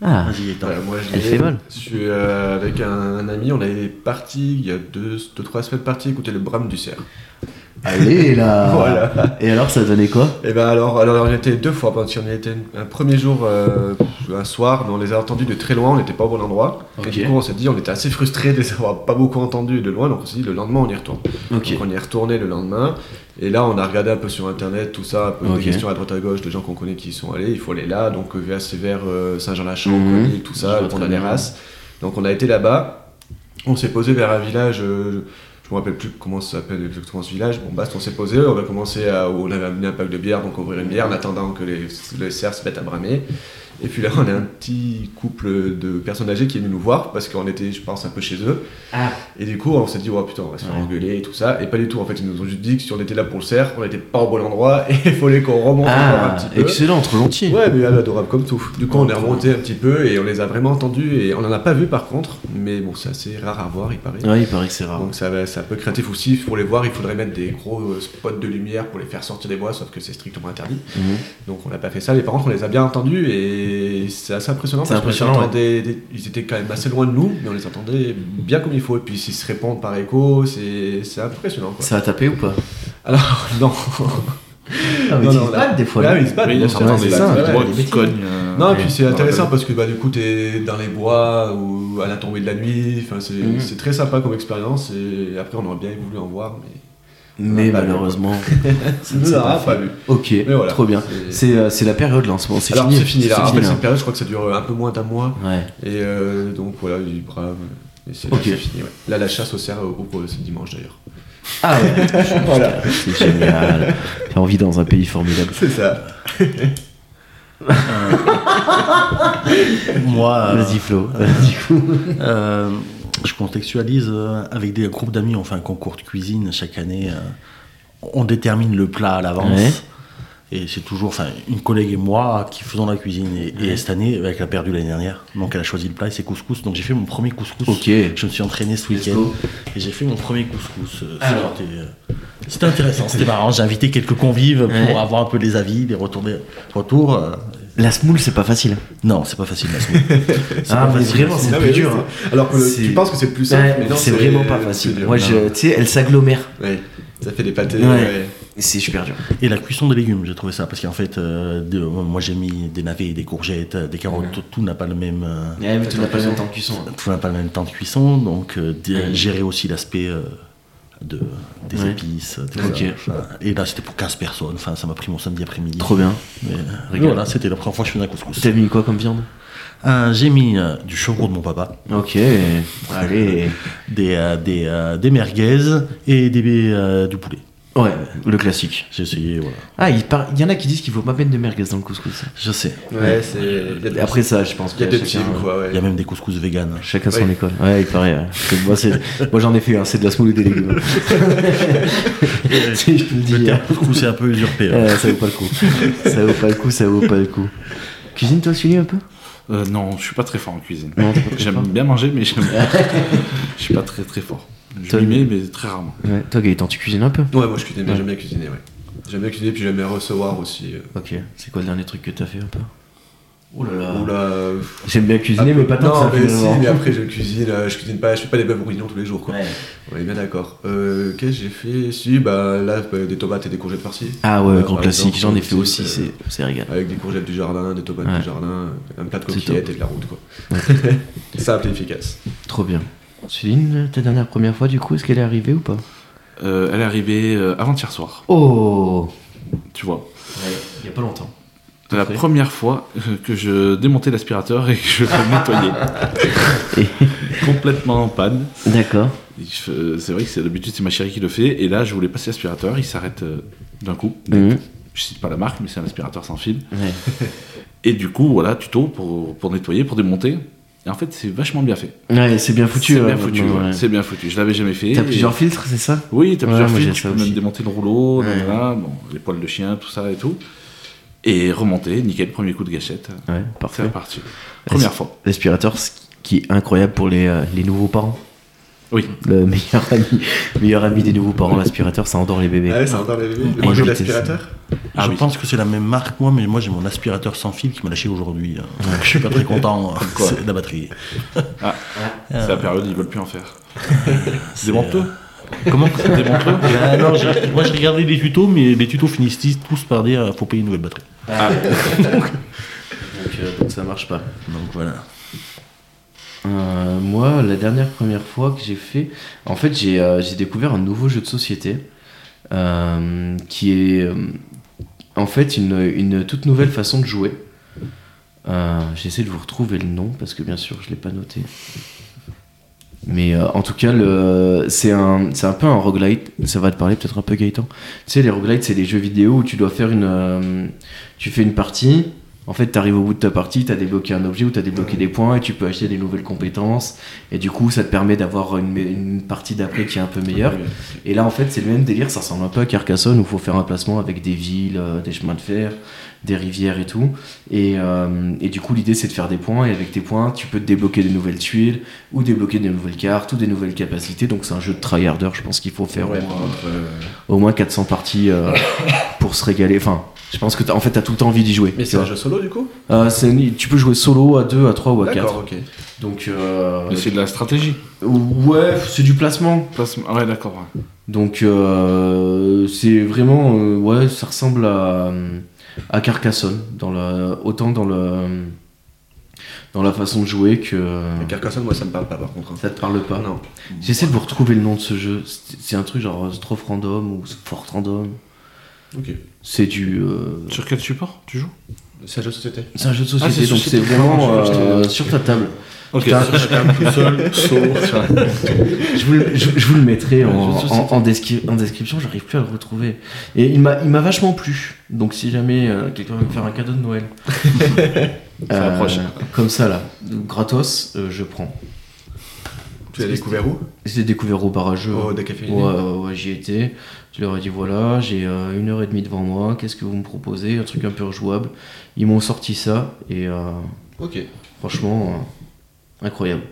S1: Ah,
S3: Vas-y, Ethan.
S2: Ouais, moi, je
S1: Elle
S2: l'ai-
S1: fait mal.
S2: Je suis euh, avec un ami, on est parti il y a deux, deux trois semaines parti écouter le brame du cerf.
S1: allez là
S2: Voilà.
S1: Et alors, ça donnait quoi
S2: Et ben alors, alors on y était deux fois, parce qu'on y était un premier jour, euh, un soir, mais on les a entendus de très loin, on n'était pas au bon endroit.
S1: Ok.
S2: Et du coup on s'est dit, on était assez frustrés de les avoir pas beaucoup entendus de loin, donc on s'est dit le lendemain on y retourne.
S1: Ok.
S2: Donc on y est retourné le lendemain, et là on a regardé un peu sur internet, tout ça, un peu
S1: Ok.
S2: des questions à droite à gauche, de gens qu'on connaît qui y sont allés, il faut aller là, donc euh, VAC vers euh, Saint-Jean-Lachamp,
S1: Mhm.
S2: Cogny, tout
S1: Je
S2: ça,
S1: vois
S2: le pont
S1: très
S2: de la
S1: bien.
S2: Nérasse. Donc on a été là-bas, on s'est posé vers un village, euh, je me rappelle plus comment ça s'appelle exactement ce village, bon bah on s'est posé, on a commencé à, on avait amené un pack de bière, donc on ouvrir une bière en attendant que les, les cerfs se mettent à bramer. Et puis là, on a un petit couple de personnes âgées qui est venu nous voir parce qu'on était, je pense, un peu chez eux.
S1: Ah.
S2: Et du coup, on s'est dit, oh putain, on va se faire
S1: Ouais.
S2: engueuler et tout ça. Et pas du tout, en fait, ils nous ont juste dit que si on était là pour le cerf, on n'était pas au bon endroit et il fallait qu'on remonte encore un
S1: Ah,
S2: petit peu.
S1: excellent, trop gentil.
S2: Ouais, mais elle est adorable comme tout. Du coup, on est remonté un petit peu et on les a vraiment entendus et on en a pas vu par contre. Mais bon, c'est assez rare à voir, il paraît.
S1: Ouais, il paraît que c'est rare.
S2: Donc ça va- c'est un peu créatif aussi. Pour les voir, il faudrait mettre des gros euh, spots de lumière pour les faire sortir des bois, sauf que c'est strictement interdit.
S1: Mhm.
S2: Donc on n'a pas fait ça, mais par contre on les a bien entendus et c'est assez impressionnant
S1: C'est
S2: parce qu'on les
S1: impressionnant,
S2: entendait- des- ils étaient quand même assez loin de nous, mais on les entendait bien comme il faut. Et puis s'ils se répondent par écho, c'est c'est impressionnant. Quoi.
S1: Ça a tapé ou pas
S2: Alors non,
S1: Ah, mais
S2: Non,
S1: ils
S2: non,
S1: se
S2: là-
S1: battent des fois.
S2: là
S1: non
S2: ils se battent.
S4: Oui,
S2: bien
S4: on
S2: sûr,
S1: s'entend,
S2: ils se
S1: c'est
S4: des
S1: ça,
S2: battent,
S1: des
S2: ouais.
S1: droits
S4: droits
S1: ouais.
S4: qui cognent. euh,
S2: Non, et puis c'est
S4: je me
S2: intéressant
S4: rappelle.
S2: parce que bah, du coup, t'es dans les bois ou à la tombée de la nuit. Enfin, c'est
S1: Mhm.
S2: c'est très sympa comme expérience. Et après, on aurait bien voulu en voir, mais
S1: Mais
S2: On a pas vu,
S1: malheureusement. ça ne
S2: on
S1: s'est
S2: l'a
S1: fait.
S2: pas vu.
S1: Ok,
S2: Mais voilà.
S1: trop bien. C'est euh, c'est la période là en ce moment, c'est
S2: Alors
S1: fini.
S2: c'est fini là. Après
S1: là.
S2: cette période, je crois que ça dure euh, un peu moins d'un mois.
S1: Ouais.
S2: Et euh, donc voilà, du brave. Et c'est là
S1: Ok.
S2: que c'est fini. ouais. Là, la chasse au cerf au groupe, c'est dimanche d'ailleurs.
S1: Ah ouais. C'est génial. On vit dans un pays formidable.
S2: C'est ça.
S3: Moi, euh,
S1: Ah. Vas-y Flo.
S3: Euh, je contextualise euh, avec des groupes d'amis, on fait un concours de cuisine chaque année. euh, on détermine le plat à l'avance.
S1: Ouais.
S3: Et c'est toujours enfin, une collègue et moi qui faisons la cuisine. Et, et cette année, elle a perdu l'année dernière. Donc elle a choisi le plat et c'est couscous. Donc j'ai fait mon premier couscous.
S1: Ok.
S3: Je me suis entraîné ce
S1: Let's
S3: week-end.
S1: go.
S3: Et j'ai fait mon premier couscous. euh,
S1: Alors.
S3: C'était euh, c'était intéressant, c'était marrant. J'ai invité quelques convives pour
S1: Ouais.
S3: avoir un peu les avis, les retours. des- retours euh.
S1: La smoule c'est pas facile.
S3: Non, c'est pas facile la semaine. C'est
S1: Ah,
S3: pas
S1: mais
S3: facile.
S1: vraiment, c'est
S2: Ah,
S1: plus
S2: mais
S1: dur.
S2: oui,
S1: hein.
S2: c'est- Alors que le-
S1: C'est-
S2: tu penses que c'est plus simple,
S1: Ouais,
S2: mais non,
S1: c'est vraiment pas
S2: c'est
S1: facile.
S2: dur.
S1: Moi, je, tu sais, elle s'agglomère.
S2: Ouais. Ça fait des pâtés.
S1: Ouais.
S2: ouais.
S1: C'est super dur.
S3: Et la cuisson des légumes, j'ai trouvé ça. Parce qu'en fait, euh, de- moi j'ai mis des navets, des courgettes, euh, des carottes, tout, tout n'a pas le même. euh,
S1: Ouais, mais tout n'a pas le même temps de
S3: Tout
S1: cuisson.
S3: n'a pas le même temps de cuisson, donc euh, d-
S1: Ouais.
S3: gérer aussi l'aspect euh, de, des
S1: Ouais.
S3: épices. tout
S1: Ok.
S3: ça. Enfin, Et là, c'était pour 15 personnes. Enfin, ça m'a pris mon samedi après-midi.
S1: Trop bien.
S3: Mais, euh,
S1: Regarde.
S3: voilà, c'était la première fois que je faisais un couscous.
S1: T'as mis quoi comme viande
S3: Euh, J'ai mis euh, du chevreau de mon papa,
S1: Ok, allez.
S3: des, euh, des, euh, des merguez et des, euh, du poulet.
S1: Ouais, le classique.
S3: J'ai essayé, voilà.
S1: Ah, il, par- il y en a qui disent qu'il faut pas mettre de merguez dans le couscous.
S3: Je sais.
S2: Ouais, c'est. Il y a
S1: Et
S2: des-
S1: après ça, je pense
S2: il y a
S1: que
S2: des
S1: chacun-
S2: teams, quoi, ouais.
S3: Il y a même des couscous vegan.
S1: Chacun son
S2: Ouais.
S1: école. Ouais, il paraît. ouais. Parce que Moi, c'est- moi, j'en ai fait un, c'est de la semoule et des légumes. si je te le
S3: Le
S1: dis.
S3: terme couscous est un peu usurpé. hein. ouais.
S1: euh, ça vaut pas le coup. Ça vaut pas le coup, ça vaut pas le coup. Cuisine toi celui un peu
S4: Euh, non, je suis pas très fort en cuisine.
S1: Non, t'es pas très
S4: J'aime
S1: fort.
S4: bien manger, mais j'aime- je suis pas très très fort. Je
S1: Toi,
S4: m'y mets, mais très rarement.
S1: Ouais, toi Gaëtan, tu cuisines un peu
S2: Ouais, moi je cuisine, mais
S1: Ouais.
S2: j'aime bien cuisiner, ouais. J'aime bien cuisiner, puis j'aime bien recevoir aussi. euh.
S1: Ok, c'est quoi le dernier truc que t'as fait un peu
S2: Oula. euh,
S1: J'aime bien cuisiner, Ah, mais pas tant
S2: non,
S1: que ça.
S2: mais si,
S1: finalement.
S2: mais après je cuisine, euh, je cuisine pas, je fais pas des bœufs bourguignons tous les jours, quoi.
S3: Ouais.
S2: On est bien d'accord. Euh, Qu'est-ce que j'ai fait Si, bah là, bah, des tomates et des courgettes par-ci.
S1: Ah ouais,
S2: Euh,
S1: grand
S2: par
S1: classique,
S2: exemple,
S1: j'en ai fait
S2: euh,
S1: aussi, c'est c'est régal.
S2: Avec des courgettes du jardin, des tomates
S1: Ouais.
S2: du jardin, un plat de
S1: C'est
S2: coquillettes et de la route, quoi. Simple et efficace.
S1: Trop bien. Céline, ta dernière première fois du coup, est-ce qu'elle est arrivée ou pas
S4: Euh, elle est arrivée euh, avant-hier soir,
S1: Oh
S4: tu vois.
S1: Ouais, il y a pas longtemps.
S4: La
S1: fait.
S4: première fois euh, que je démontais l'aspirateur et que je le nettoyais. Complètement en panne.
S1: D'accord.
S4: Et je- euh, C'est vrai que c'est d'habitude c'est ma chérie qui le fait. Et là, je voulais passer l'aspirateur, il s'arrête euh, d'un coup.
S1: Mhm.
S4: Je cite pas la marque, mais c'est un aspirateur sans fil.
S1: Ouais.
S4: Et du coup, voilà, tuto pour, pour nettoyer, pour démonter. Et en fait, c'est vachement bien fait.
S1: Ouais, c'est bien foutu.
S4: C'est
S1: ouais,
S4: bien foutu,
S1: maintenant,
S4: ouais.
S1: ouais.
S4: c'est bien foutu. Je l'avais jamais fait.
S1: T'as
S4: Et-
S1: plusieurs filtres, c'est ça
S4: Oui, t'as
S1: Ouais,
S4: plusieurs
S1: moi, j'ai
S4: filtres,
S1: ça
S4: tu peux
S1: aussi.
S4: même démonter le rouleau,
S1: Ouais.
S4: nanana, bon, les poils de chien, tout ça et tout. Et remonter, nickel, premier coup de gâchette.
S1: Ouais,
S4: C'est
S1: parfait.
S4: reparti. Première fois.
S1: L'aspirateur, ce qui est incroyable pour les, euh, les nouveaux parents.
S4: Oui.
S1: Le meilleur ami, meilleur ami des nouveaux parents, l'aspirateur, ça endort les bébés.
S2: Ah ouais, c'est encore les bébés.
S1: Moi,
S2: Moi,
S1: j'ai
S2: j'ai
S1: goûté ça.
S2: l'aspirateur.
S4: Ah
S3: je
S4: oui.
S3: pense que c'est la même marque, moi, mais moi j'ai mon aspirateur sans fil qui m'a lâché aujourd'hui. hein. Donc, Je suis pas très content euh,
S4: Quoi
S3: c'est de la batterie.
S4: Ah,
S1: Euh.
S4: c'est la période, ils veulent plus en faire.
S3: C'est-
S4: Démonte-le.
S3: Comment
S4: Démonte-le.
S3: Ah non, j'ai- moi j'ai regardé les tutos, mais les tutos finissent tous par dire euh, faut payer une nouvelle batterie.
S1: Donc, ça marche pas.
S3: Donc voilà.
S1: Euh, moi, la dernière première fois que j'ai fait, en fait, j'ai euh, j'ai découvert un nouveau jeu de société euh, qui est euh, en fait une, une toute nouvelle façon de jouer. Euh, J'essaie de vous retrouver le nom parce que bien sûr, je l'ai pas noté. Mais euh, en tout cas, le- c'est un, c'est un peu un roguelite. Ça va te parler peut-être un peu Gaëtan. Tu sais, les roguelites, c'est des jeux vidéo où tu dois faire une. euh, tu fais une partie. En fait, t'arrives au bout de ta partie, t'as débloqué un objet ou t'as débloqué des points et tu peux acheter des nouvelles compétences. Et du coup, ça te permet d'avoir une, me- une partie d'après qui est un peu meilleure. Et là, en fait, c'est le même délire. Ça ressemble un peu à Carcassonne où faut faire un placement avec des villes, euh, des chemins de fer, des rivières et tout. Et, euh, et du coup, l'idée, c'est de faire des points. Et avec tes points, tu peux te débloquer des nouvelles tuiles ou débloquer des nouvelles cartes ou des nouvelles capacités. Donc, c'est un jeu de tryharder. Je pense qu'il faut faire
S2: Ouais,
S1: au moins-
S2: par contre, euh,
S1: au moins 400 parties euh, pour se régaler. Enfin, je pense que t'as, en fait, t'as tout le temps envie d'y jouer.
S2: Mais
S1: tu
S2: c'est un
S1: vois.
S2: jeu solo, du coup
S1: Euh, c'est une- tu peux jouer solo à 2, à 3 ou à 4.
S2: D'accord, ok.
S1: Donc, euh,
S4: Mais c'est de la stratégie.
S1: ouais, c'est du placement.
S4: Place- Ah ouais, d'accord. ouais.
S1: Donc, euh, c'est vraiment, euh, ouais, ça ressemble à, à Carcassonne, dans la, autant dans le, dans la façon de jouer que.
S2: Mais Carcassonne, moi, ça me parle pas, par contre. hein.
S1: Ça te parle pas
S2: Non.
S1: J'essaie de vous retrouver le nom de ce jeu. C'est c'est un truc genre euh, Stroph Random ou Fort Random.
S2: Ok.
S1: C'est du. euh,
S4: Sur quel support tu joues
S2: C'est un jeu de société.
S1: C'est un jeu de
S4: Ah,
S1: société,
S4: c'est
S1: donc c'est
S4: société,
S1: vraiment
S4: pardon, je- je-
S1: euh, sur ta table.
S4: Ok.
S1: Putain,
S4: tout seul,
S1: Je vous, le- je, je vous le mettrai en,
S4: Un jeu de société.
S1: en- en descri- en description, j'arrive plus à le retrouver. Et il m'a il m'a vachement plu, donc si jamais euh, quelqu'un veut me faire un cadeau de Noël. Euh,
S4: Ça approche.
S1: Comme ça, là, gratos, euh, je prends.
S2: Tu l'as découvert où
S1: J'ai découvert au bar à jeu.
S2: Au
S1: Ouais,
S2: décaféiné
S1: ouais, ouais, j'y étais. Je leur ai dit voilà, j'ai euh, une heure et demie devant moi, qu'est-ce que vous me proposez Un truc un peu rejouable. Ils m'ont sorti ça et euh,
S2: Ok.
S1: franchement, euh, incroyable.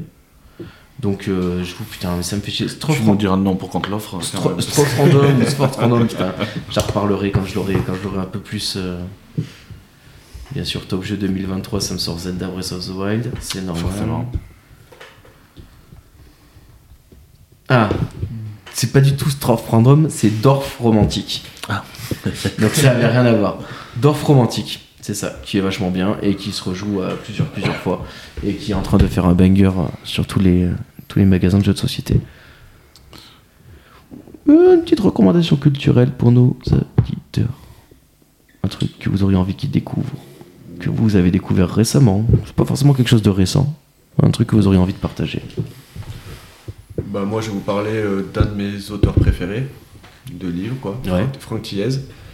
S1: Donc euh, je vous putain, mais ça me fait chier. C'est trop
S4: Tu nous diras le nom pour quand te l'offre.
S1: Stro- Strof random ou Sport random, putain. J'en reparlerai quand je l'aurai, quand je l'aurai un peu plus. euh, Bien sûr, top jeu 2023, ça me sort Zelda Breath of the Wild, c'est normal.
S4: Forcément.
S1: Ah, c'est pas du tout Strafprandom, c'est Dorf romantique.
S3: Ah.
S1: Donc ça avait rien à voir. Dorf romantique, c'est ça, qui est vachement bien et qui se rejoue euh, plusieurs plusieurs fois et qui est en train de faire un banger euh, sur tous les tous les magasins de jeux de société. Euh, Une petite recommandation culturelle pour nos auditeurs. Un truc que vous auriez envie qu'ils découvrent, que vous avez découvert récemment. C'est pas forcément quelque chose de récent. Un truc que vous auriez envie de partager.
S2: Bah, moi, je vais vous parler euh, d'un de mes auteurs préférés, de livres, quoi.
S1: Ouais.
S2: Franck Thiez.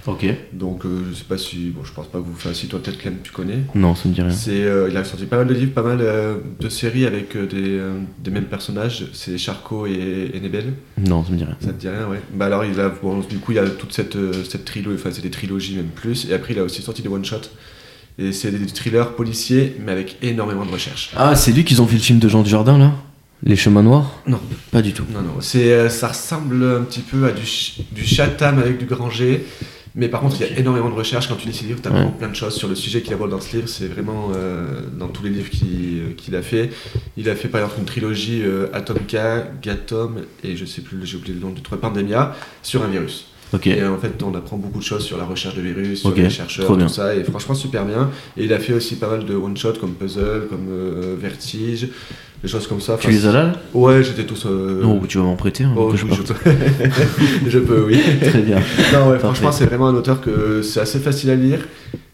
S1: Ok.
S2: Donc, euh, je sais pas si. Bon, je pense pas que vous. Enfin, si toi, peut-être, Clem, tu connais.
S1: Non, ça me dit rien.
S2: C'est, euh, il a sorti pas mal de livres, pas mal euh, de séries avec euh, des, euh, des mêmes personnages. C'est Charcot et, et Nebel.
S1: Non, ça me dit rien.
S2: Ça te dit rien, ouais. Bah alors, il a, bon, du coup, il y a toute cette, euh, cette trilogie, enfin, c'est des trilogies même plus. Et après, il a aussi sorti des one-shots. Et c'est des thrillers policiers, mais avec énormément de recherche.
S1: Ah, c'est lui qu'ils ont fait le film de Jean Dujardin là Les chemins noirs
S2: Non.
S1: Pas du tout.
S2: Non, non, c'est, euh, ça ressemble un petit peu à du, ch- du Chatham avec du Granger. Mais par contre, il y a énormément de recherches. Quand tu lis ces livres, tu apprends plein de choses sur le sujet qu'il aborde dans ce livre. C'est vraiment euh, dans tous les livres qu'il euh, qu'il a fait. Il a fait par exemple une trilogie euh, Atomka, Gatom et je sais plus, j'ai oublié le nom du trois Pandemia sur un virus.
S1: Ok.
S2: Et en fait, on apprend beaucoup de choses sur la recherche de virus, sur
S1: Ok,
S2: les
S1: trop
S2: chercheurs,
S1: bien.
S2: tout ça. Et franchement, super bien. Et il a fait aussi pas mal de one-shots comme Puzzle, comme euh, Vertige, des choses comme ça.
S1: Tu les as là, là
S2: Ouais, j'étais tous. euh,
S1: Non, tu vas m'en prêter un
S2: Oh,
S1: que je
S2: oui,
S1: parte.
S2: je peux. je peux, oui.
S1: Très bien.
S2: Non, ouais,
S1: Parfait.
S2: franchement, c'est vraiment un auteur que c'est assez facile à lire,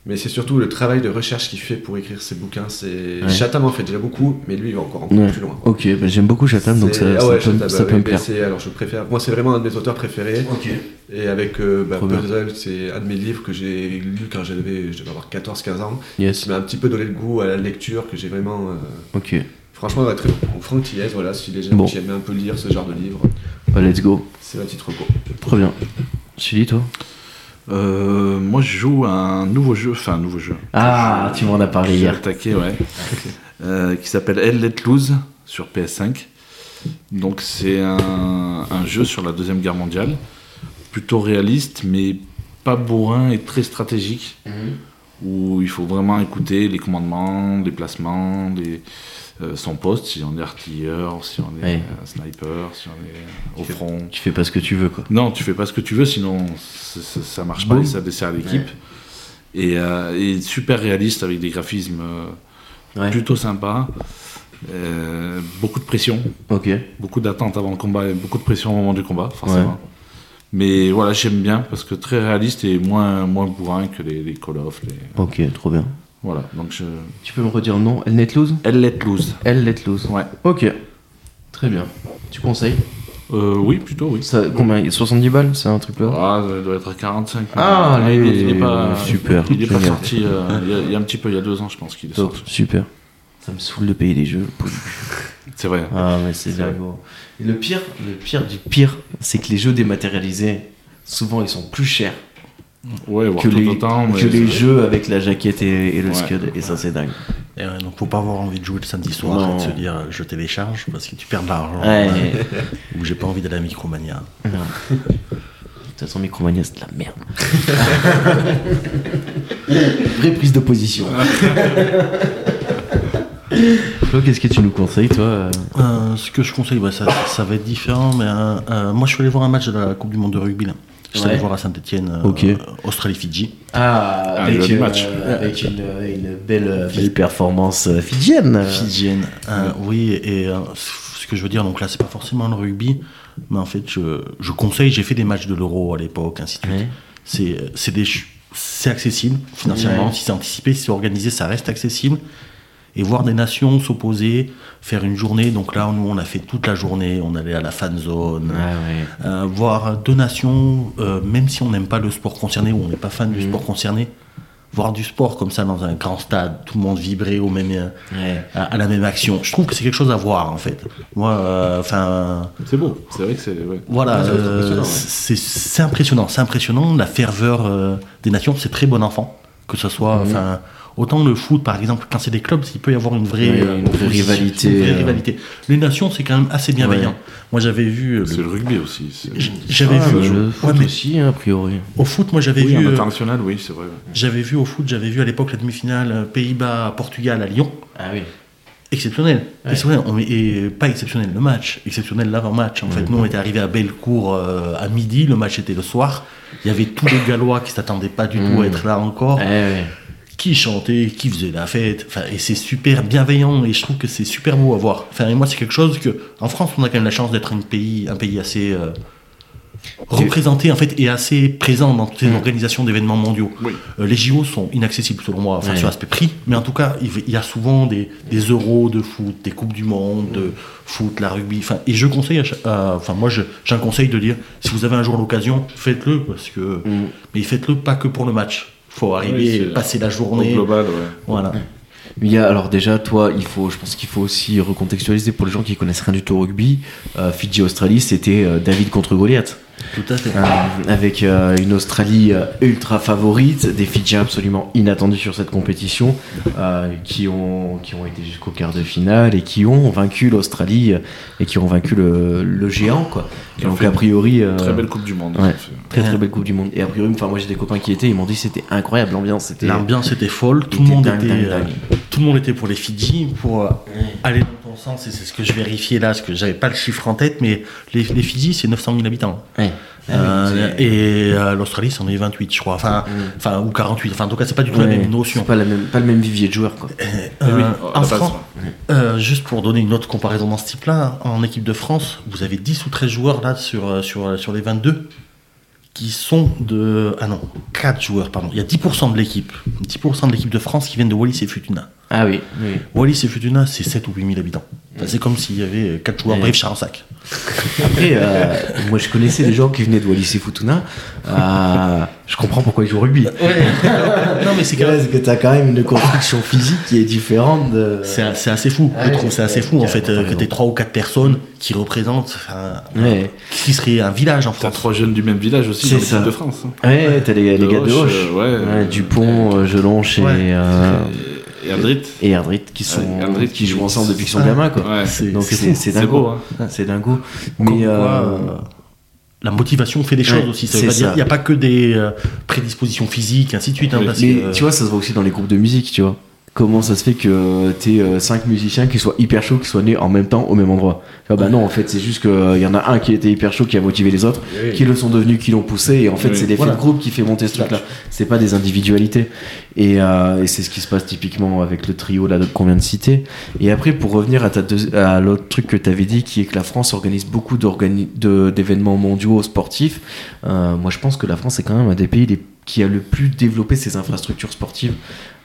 S2: mais c'est surtout le travail de recherche qu'il fait pour écrire ses bouquins. C'est
S1: Ouais.
S2: Chatham en fait déjà beaucoup, mais lui, il va encore encore
S1: Ouais.
S2: plus loin.
S1: Ok, bah, j'aime beaucoup Chatham, donc ça,
S2: C'est- ah
S1: ça
S2: ouais,
S1: peut,
S2: Chatham,
S1: ça peut
S2: bah oui,
S1: me
S2: mais
S1: plaire.
S2: c'est- Alors, je préfère. Moi, c'est vraiment un de mes auteurs préférés.
S3: Ok.
S2: Et avec euh, bah,
S1: Trop bien.
S2: Puzzle, c'est un de mes livres que j'ai lu quand j'avais, je devais avoir 14-15 ans,
S1: Yes.
S2: qui m'a un petit peu donné le goût à la lecture, que j'ai vraiment. euh,
S1: Ok.
S2: Franchement, ouais, très bon. Franck Thiès, voilà, si les gens
S1: Bon.
S2: qui aiment un peu lire ce genre de livre,
S1: Bah, let's go.
S2: c'est un petit recours.
S1: Très bien. Sully, toi
S4: Euh, moi, je joue à un nouveau jeu, enfin, un nouveau jeu.
S1: Ah, tu m'en as parlé
S4: J'ai
S1: hier.
S4: attaqué, ouais. Euh, qui s'appelle Hell Let Loose sur PS5. Donc c'est un, un jeu sur la Deuxième Guerre mondiale, plutôt réaliste mais pas bourrin et très stratégique,
S2: Mhm.
S4: où il faut vraiment écouter les commandements, les placements, les, euh, son poste, si on est artilleur, si on est
S1: Ouais.
S4: euh, sniper, si on est euh, au front.
S1: Tu fais pas ce que tu veux, quoi.
S4: Non, tu fais pas ce que tu veux, sinon ça, ça- ça marche pas
S1: Boum.
S4: et ça dessert l'équipe. Et, euh, et super réaliste avec des graphismes euh,
S1: Ouais.
S4: plutôt sympas. Euh, beaucoup de pression,
S1: Ok.
S4: beaucoup d'attente avant le combat et beaucoup de pression au moment du combat, forcément. Mais voilà, j'aime bien parce que très réaliste et moins, moins bourrin que les, les Call of. les-
S1: Ok, trop bien.
S4: Voilà, donc je.
S1: Tu peux me redire le nom Elle net lose
S4: Elle let loose.
S1: Elle let lose.
S4: Ouais.
S1: Ok. Très bien. Tu conseilles
S4: Euh, oui, plutôt, oui.
S1: ça, Combien 70 balles C'est un truc là
S4: Ah, ça doit être à 45.
S1: Ah,
S4: Ouais,
S1: allez,
S4: il est pas,
S1: super,
S4: Il est pas
S1: génial.
S4: sorti euh, il y a- il y, a un petit peu, il y a deux ans, je pense qu'il est
S1: Top,
S4: sorti.
S1: super. Ça me saoule de payer des jeux.
S4: C'est vrai.
S1: Ah mais c'est dingue. Et le pire, le pire du pire, c'est que les jeux dématérialisés, souvent ils sont plus chers
S4: Ouais, voir
S1: que
S4: tout
S1: les,
S4: autant, mais
S1: que les jeux avec la jaquette et, et le
S4: Ouais.
S1: scud. Et ça c'est dingue.
S3: Et ouais, donc, faut pas avoir envie de jouer le samedi soir
S1: Non.
S3: et de se dire euh, je télécharge parce que tu perds de l'argent. hein,
S1: Ouais.
S3: Ou j'ai pas envie d'aller à Micromania.
S1: Non. De toute façon, Micromania, c'est de la merde. Vraie prise de position. Flo, qu'est-ce que tu nous conseilles, toi euh
S3: Euh, ce que je conseille, bah, ça, ça va être différent, mais euh, euh, moi je suis allé voir un match de la Coupe du Monde de rugby. là. Je suis
S1: Ouais.
S3: allé voir à Saint-Etienne,
S1: Ok.
S3: Australie-Fidji.
S1: Ah,
S4: Ah, le
S1: avec, euh,
S4: match.
S1: avec une, une belle, euh, belle performance euh, fidjienne.
S3: Fidjienne. Euh, Oui, et euh, ce que je veux dire, donc là, c'est pas forcément le rugby, mais en fait, je, je conseille, j'ai fait des matchs de l'euro à l'époque, ainsi de suite.
S1: Ouais.
S3: C'est- C'est des ch- c'est accessible financièrement,
S1: Ouais.
S3: si c'est anticipé, si c'est organisé, ça reste accessible. Et voir des nations s'opposer, faire une journée, donc là, nous, on a fait toute la journée, on allait à la fan zone,
S1: Ah ouais.
S3: euh, voir deux nations, euh, même si on n'aime pas le sport concerné ou on n'est pas fan
S1: Mhm.
S3: du sport concerné, voir du sport comme ça dans un grand stade, tout le monde vibrer au même, euh,
S1: Ouais.
S3: à, à la même action. Je trouve que c'est quelque chose à voir en fait. Moi, euh, enfin,
S4: C'est beau, c'est vrai que c'est. ouais.
S3: voilà,
S4: Ouais, ça doit être
S3: euh,
S4: impressionnant, ouais.
S3: c'est c'est impressionnant, c'est impressionnant. La ferveur euh, des nations, c'est très bon enfant. Que ce
S1: Mhm.
S3: soit, enfin, autant le foot par exemple, quand c'est des clubs, il peut y avoir une vraie,
S1: Ouais,
S3: euh,
S1: une vraie
S3: opposition,
S1: rivalité,
S3: une vraie
S1: euh.
S3: rivalité. Les nations, c'est quand même assez bienveillant.
S1: Ouais.
S3: Moi, j'avais vu euh,
S4: C'est
S3: le-
S4: le rugby aussi. c'est-
S3: j'avais
S1: Ah,
S3: vu
S1: bah,
S3: ouais,
S1: le foot
S3: mais
S1: aussi, hein, a priori.
S3: au foot, moi j'avais
S4: Oui,
S3: vu
S4: en
S3: euh,
S4: international, oui, c'est vrai.
S3: j'avais vu au foot, j'avais vu à l'époque la demi-finale euh, Pays-Bas Portugal à Lyon.
S1: Ah oui.
S3: Exceptionnel. Exceptionnel. On est- et pas exceptionnel le match, exceptionnel l'avant-match. En fait, nous, on était arrivés à Bellecour euh, à midi, le match était le soir. Il y avait tous les Gallois qui s'attendaient pas
S4: Mmh.
S3: du tout à être là encore,
S1: Eh ouais.
S3: qui chantaient, qui faisaient la fête. Enfin, et c'est super bienveillant et je trouve que c'est super beau à voir. Enfin, et moi, c'est quelque chose que, en France, on a quand même la chance d'être un pays, un pays assez euh, représenté en fait et assez présent dans toutes les organisations d'événements mondiaux.
S4: Mm. Oui. Mm.
S3: Euh, les JO sont inaccessibles selon moi, enfin
S1: Ouais.
S3: sur l'aspect prix, mais en tout cas, il il y a souvent des, des euros de foot, des coupes du monde, de foot, la rugby, enfin, et je conseille, à cha- à- enfin moi je- j'ai un conseil de dire, si vous avez un jour l'occasion, faites-le, parce que, mais faites-le pas que pour le match, faut
S4: Mm. Oui,
S3: arriver,
S4: c'est-
S3: passer la
S4: Au
S3: journée,
S4: global, ouais.
S3: voilà.
S1: Il y a- alors déjà, toi, il faut, je pense qu'il faut aussi recontextualiser pour les gens qui connaissent rien du tout au rugby. Euh, Fidji-Australie, c'était euh, David contre Goliath.
S3: Tout à
S4: Ah.
S3: fait.
S1: Euh, avec euh, une Australie euh, ultra favorite, des Fidjiens absolument inattendus sur cette compétition, euh, qui, ont, qui ont été jusqu'au quart de finale et qui ont vaincu l'Australie euh, et qui ont vaincu le, le géant, quoi. Et
S4: Ils ont
S1: donc,
S4: fait
S1: a priori. euh,
S4: Très belle Coupe du Monde.
S1: ouais.
S4: ça fait.
S1: Très
S3: Ah.
S1: très belle Coupe du Monde. Et a priori, enfin, moi j'ai des copains qui étaient, ils m'ont dit que c'était incroyable l'ambiance. C'était
S3: L'ambiance était folle, tout le
S1: était
S3: monde
S1: dingue,
S3: était,
S1: dingue,
S3: euh,
S1: dingue.
S3: tout le monde était pour les Fidji, pour euh, aller dans ton sens, et c'est ce que je vérifiais là, parce que j'avais pas le chiffre en tête, mais les, les Fidji c'est 900 000 habitants.
S1: Ouais.
S3: Euh, et euh, l'Australie, c'en est 28, je crois. Enfin, enfin ou 48. Enfin, en tout cas, c'est pas du tout la
S1: Mm. Ouais. Ah
S3: même notion.
S1: C'est pas, la même- pas le même vivier de joueurs, quoi.
S3: Euh,
S4: Eh Oui, Ah, à la
S1: bah,
S3: en
S4: base,
S3: France,
S4: ouais.
S3: euh, juste pour donner une autre comparaison dans ce type-là, en équipe de France, vous avez 10 ou 13 joueurs là sur, euh, sur, euh, sur les 22 qui sont de. Ah non, 4 joueurs, pardon. Il y a 10% de l'équipe. 10% de l'équipe de France qui viennent de Wallis et Futuna.
S1: Ah oui, oui.
S3: Wallis et Futuna, c'est 7 ou 8 000 habitants. Enfin, c'est comme s'il y avait 4 joueurs,
S1: Ouais.
S3: bref, Charensac.
S1: Après, euh, moi je connaissais des gens qui venaient de Wallis et Futuna. Euh, je comprends pourquoi ils jouent au rugby. Ah,
S3: non, mais c'est quand même.
S1: Parce que t'as quand même une construction physique qui est différente de.
S3: C'est a- c'est assez fou, je
S1: Ah, Ouais,
S3: trouve c'est assez
S1: ouais,
S3: fou en
S1: carrément,
S3: fait euh, que
S1: carrément.
S3: t'aies trois ou quatre personnes qui représentent enfin,
S1: Ouais,
S3: qui serait un village en
S4: T'as
S3: France.
S4: trois jeunes du même village aussi
S1: C'est
S4: dans l'équipe
S1: ça.
S4: de France. hein.
S1: ouais t'as les, les
S4: De
S1: gars de Hoche.
S4: Hoche, euh, ouais.
S1: Ouais, Dupont, euh, Gelonche
S3: Ouais.
S1: et, euh,
S4: Et Aldrit.
S1: et Erdrit qui, sont,
S4: Ouais, Erdrich
S1: qui
S4: qui-
S1: jouent ensemble depuis qu'ils sont
S3: Ah.
S1: gamins, quoi.
S4: Ouais.
S3: C'est
S1: Donc
S3: c'est
S1: c'est
S3: fou.
S1: c'est
S4: C'est beau,
S1: dingo.
S4: hein.
S1: C'est dingo.
S3: Comme
S1: Mais.
S3: quoi,
S1: euh,
S3: euh, la motivation fait des
S1: ouais,
S3: choses aussi. Ça veut
S1: c'est
S3: pas dire
S1: ça.
S3: il n'y a pas que des euh, prédispositions physiques, ainsi de suite. hein,
S4: Oui.
S3: parce
S1: Mais
S3: que,
S1: tu vois, ça se voit aussi dans les groupes de musique, tu vois. Comment ça se fait que t'es euh, cinq musiciens qui soient hyper chauds, qui soient nés en même temps au même endroit Tu vois, Bah non, en fait, c'est juste qu'il y en a un qui était hyper chaud, qui a motivé les autres,
S2: Oui.
S1: qui le sont devenus, qui l'ont poussé, et en fait,
S4: Oui,
S1: c'est l'effet
S2: voilà.
S1: de groupe qui fait monter ce truc-là. C'est pas des individualités. Et, euh, et c'est ce qui se passe typiquement avec le trio là qu'on vient de citer. Et après, pour revenir à, ta deuxi- à l'autre truc que t'avais dit, qui est que la France organise beaucoup d'organi- de- d'événements mondiaux sportifs, euh, moi, je pense que la France est quand même un des pays les- qui a le plus développé ses infrastructures sportives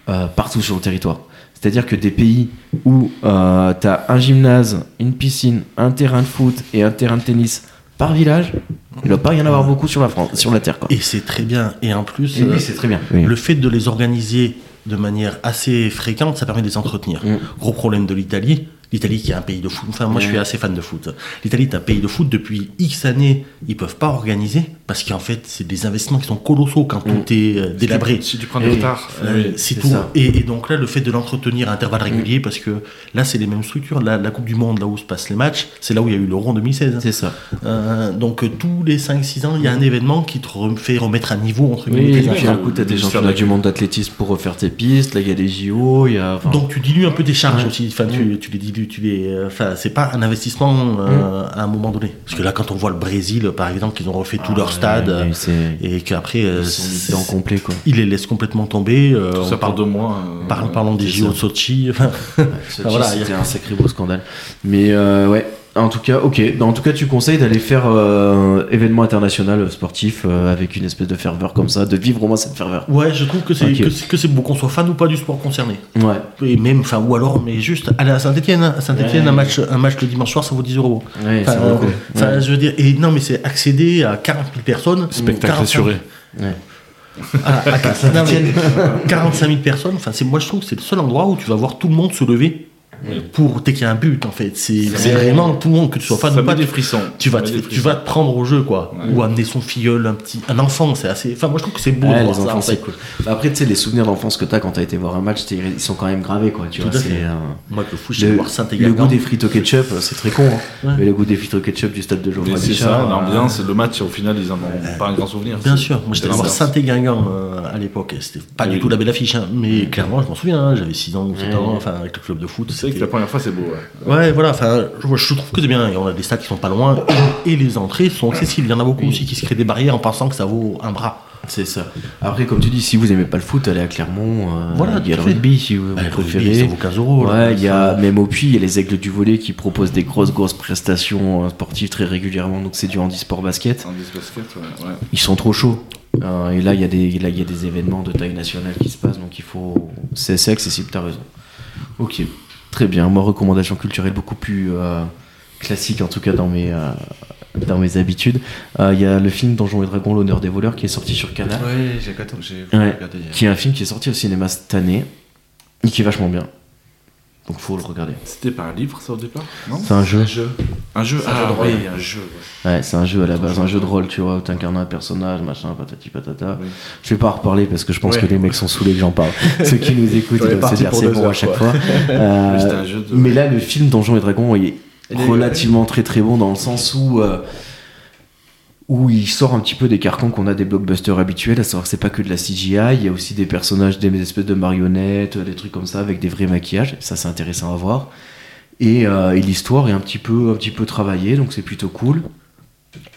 S1: euh, partout sur le territoire. C'est-à-dire que des pays où tu as un gymnase, une piscine, un terrain de foot et un terrain de tennis par village, il ne doit pas y en avoir beaucoup sur la France, sur la terre. Quoi.
S3: Et c'est très bien. Et en plus,
S1: Et
S3: euh,
S1: oui, c'est très bien. Oui.
S3: le fait de les organiser de manière assez fréquente, ça permet de les entretenir.
S1: Mm.
S3: Gros problème de l'Italie. L'Italie qui est un pays de foot. Enfin, moi, je suis assez fan de foot. L'Italie est un pays de foot. Depuis X années, ils peuvent pas organiser parce qu'en fait, c'est des investissements qui sont colossaux quand
S1: Mm.
S3: tout est euh, délabré.
S4: Si tu prends du
S1: Eh,
S4: retard.
S3: Euh,
S4: oui.
S3: c'est
S1: c'est
S3: tout.
S1: ça. Mm.
S3: Et, et donc là, le fait de l'entretenir à intervalles réguliers, parce que là, c'est les mêmes structures. La, la Coupe du Monde, là où se passent les matchs, c'est là où il y a eu l'Euro en 2016. hein.
S1: C'est ça.
S3: Euh, donc euh, tous les 5-6 ans, il y a un événement qui te rem- fait remettre à niveau, entre
S1: Oui,
S3: guillemets.
S1: et
S3: tes
S1: puis d'un
S3: affaires.
S1: coup, tu as des
S4: Faire
S1: championnats
S4: la-
S1: du monde d'athlétisme pour refaire tes pistes, là, il y a les JO, il y a. enfin,
S3: donc tu dilues un peu tes charges aussi. Enfin,
S1: Mm.
S3: tu, tu les dilues, tu les. euh, Enfin, c'est pas un investissement
S1: Mm.
S3: euh, à un moment donné. Parce que là, quand on voit le Brésil, par exemple, qu'ils ont refait tout leur
S1: Ah ouais,
S3: stade
S1: ouais, euh, c'est-
S3: et qu'après, euh,
S1: Ils
S3: c'est-
S1: sont dans le complet, quoi.
S3: ils les laissent complètement tomber. euh,
S4: Tout
S3: on
S4: ça
S3: parle-
S4: par deux mois. euh,
S3: parlons- parlons des
S1: c'est
S3: JO
S1: ça.
S3: de Sochi.
S1: Sochi,
S3: Ah, voilà,
S1: c'était
S3: il y a-
S1: un sacré beau scandale. Mais euh, ouais, en tout cas, ok. En tout cas, tu conseilles d'aller faire euh, un événement international sportif euh, avec une espèce de ferveur comme ça, de vivre au moins cette ferveur.
S3: Ouais, je trouve que c'est
S1: Ok.
S3: que c'est- que c'est beau qu'on soit fan ou pas du sport concerné.
S1: Ouais.
S3: Et même, enfin, ou alors, mais juste aller à Saint-Etienne. À Saint-Etienne,
S1: Ouais.
S3: un, match, un match le dimanche soir, ça vaut 10 euros.
S1: Ouais,
S3: Enfin,
S1: c'est beaucoup.
S3: euh, enfin, je veux dire, et non, mais c'est accéder à 40 000 personnes.
S4: Spectacle
S3: 45
S4: assuré.
S1: Ouais.
S3: Ah, à 40 non, mais 45 000 personnes. Enfin, c'est moi, je trouve que c'est le seul endroit où tu vas voir tout le monde se lever pour dès qu'il y a un but, en fait. C'est c'est vraiment tout le monde, que tu sois fan
S4: Ça
S3: ou
S4: met
S3: pas.
S4: des
S3: Tu,
S4: frissons.
S3: tu vas,
S4: Ça met
S3: te-
S4: des
S3: tu
S4: frissons.
S3: vas te prendre au jeu, quoi. Ou amener son filleul, un petit, un enfant, c'est assez. Enfin, moi, je trouve que c'est beau.
S1: Ouais,
S3: de
S1: les
S3: voir ça,
S1: enfants,
S3: en
S1: c'est
S3: fait.
S1: cool. Bah Après, tu sais, les souvenirs d'enfance que t'as quand t'as été voir un match, t'es- ils sont quand même gravés, quoi. Tu
S3: Tout
S1: vois,
S3: à fait.
S1: c'est, euh,
S3: Moi, que fou, je
S1: le,
S3: voir Saint-Étienne.
S1: le goût des frites au ketchup, euh, c'est très con, hein.
S3: Ouais.
S1: mais le goût des frites au ketchup du stade de Geoffroy
S4: Mais C'est
S1: Guichard,
S4: ça,
S1: euh,
S4: l'ambiance, le match, au final, ils en ont pas un grand souvenir.
S3: Bien
S4: C'est-
S3: sûr, moi j'étais
S4: c'est
S3: allé voir
S4: l'ambiance.
S3: Saint-Éguingamp euh, à l'époque, et c'était pas du
S4: Oui.
S3: tout la belle affiche, hein, mais clairement je m'en souviens, hein, j'avais 6 ans ou 7
S1: Ouais.
S3: ans, enfin avec le club de foot,
S4: C'est vrai que la première fois, c'est beau. ouais.
S3: Ouais, voilà, enfin, je, je trouve que c'est bien. Et on a des stades qui sont pas loin et les entrées sont accessibles. Il y en a beaucoup aussi qui se créent des barrières en pensant que ça vaut un bras.
S1: euh, C'est ça. Après, comme tu dis, si vous aimez pas le foot, allez à Clermont. euh,
S3: Voilà,
S1: il y a
S3: tout
S1: le
S3: à fait.
S1: rugby si vous,
S3: Bah,
S1: vous
S3: le rugby,
S1: préférez.
S3: ça vaut 15 euros, Oh là.
S1: Ouais, il y a même au puits, il y a les aigles du volet qui proposent des grosses grosses prestations euh, sportives très régulièrement. Donc c'est du handisport basket.
S4: C'est un disque basket, ouais. ouais.
S1: Ils sont trop chauds. Euh, et là, il y a des là, il y a des événements de taille nationale qui se passent. Donc il faut c'est c'est accessible. T'as raison. Ok, très bien. Moi, recommandation culturelle beaucoup plus euh, classique en tout cas dans mes euh, dans mes habitudes. Euh, Il y a le film Donjons et Dragons, l'honneur des voleurs, qui est sorti sur Canal.
S2: Ouais, j'ai quand- j'ai
S1: Ouais.
S2: regardé hier.
S1: qui est un film qui est sorti au cinéma cette année et qui est vachement bien. Donc faut le regarder.
S4: C'était pas un livre, ça, au départ Non
S1: C'est un jeu. Euh,
S4: Un jeu
S2: C'est un jeu de
S4: Ah,
S2: rôle.
S4: oui, un jeu. ouais.
S1: Ouais, c'est un jeu à la base, un jeu de rôle, tu vois, où t'incarnes un personnage, machin, patati patata. Je vais pas en reparler parce que je pense
S4: Ouais.
S1: que les mecs sont saoulés que j'en parle. Ceux qui nous écoutent,
S2: On est
S1: ils doivent se
S2: parti
S1: dire
S2: pour
S1: c'est
S2: deux
S1: bon à
S2: heures,
S1: chaque
S2: quoi.
S1: fois. Euh,
S4: Mais C'était un jeu de.
S1: mais là, le film Donjons et Dragons est
S2: Il est-
S1: relativement très très bon dans le sens où euh, où il sort un petit peu des carcans qu'on a des blockbusters habituels, à savoir que c'est pas que de la CGI, il y a aussi des personnages, des espèces de marionnettes, des trucs comme ça avec des vrais maquillages. Ça, c'est intéressant à voir. Et, euh, et l'histoire est un petit peu un petit peu travaillée, donc c'est plutôt cool.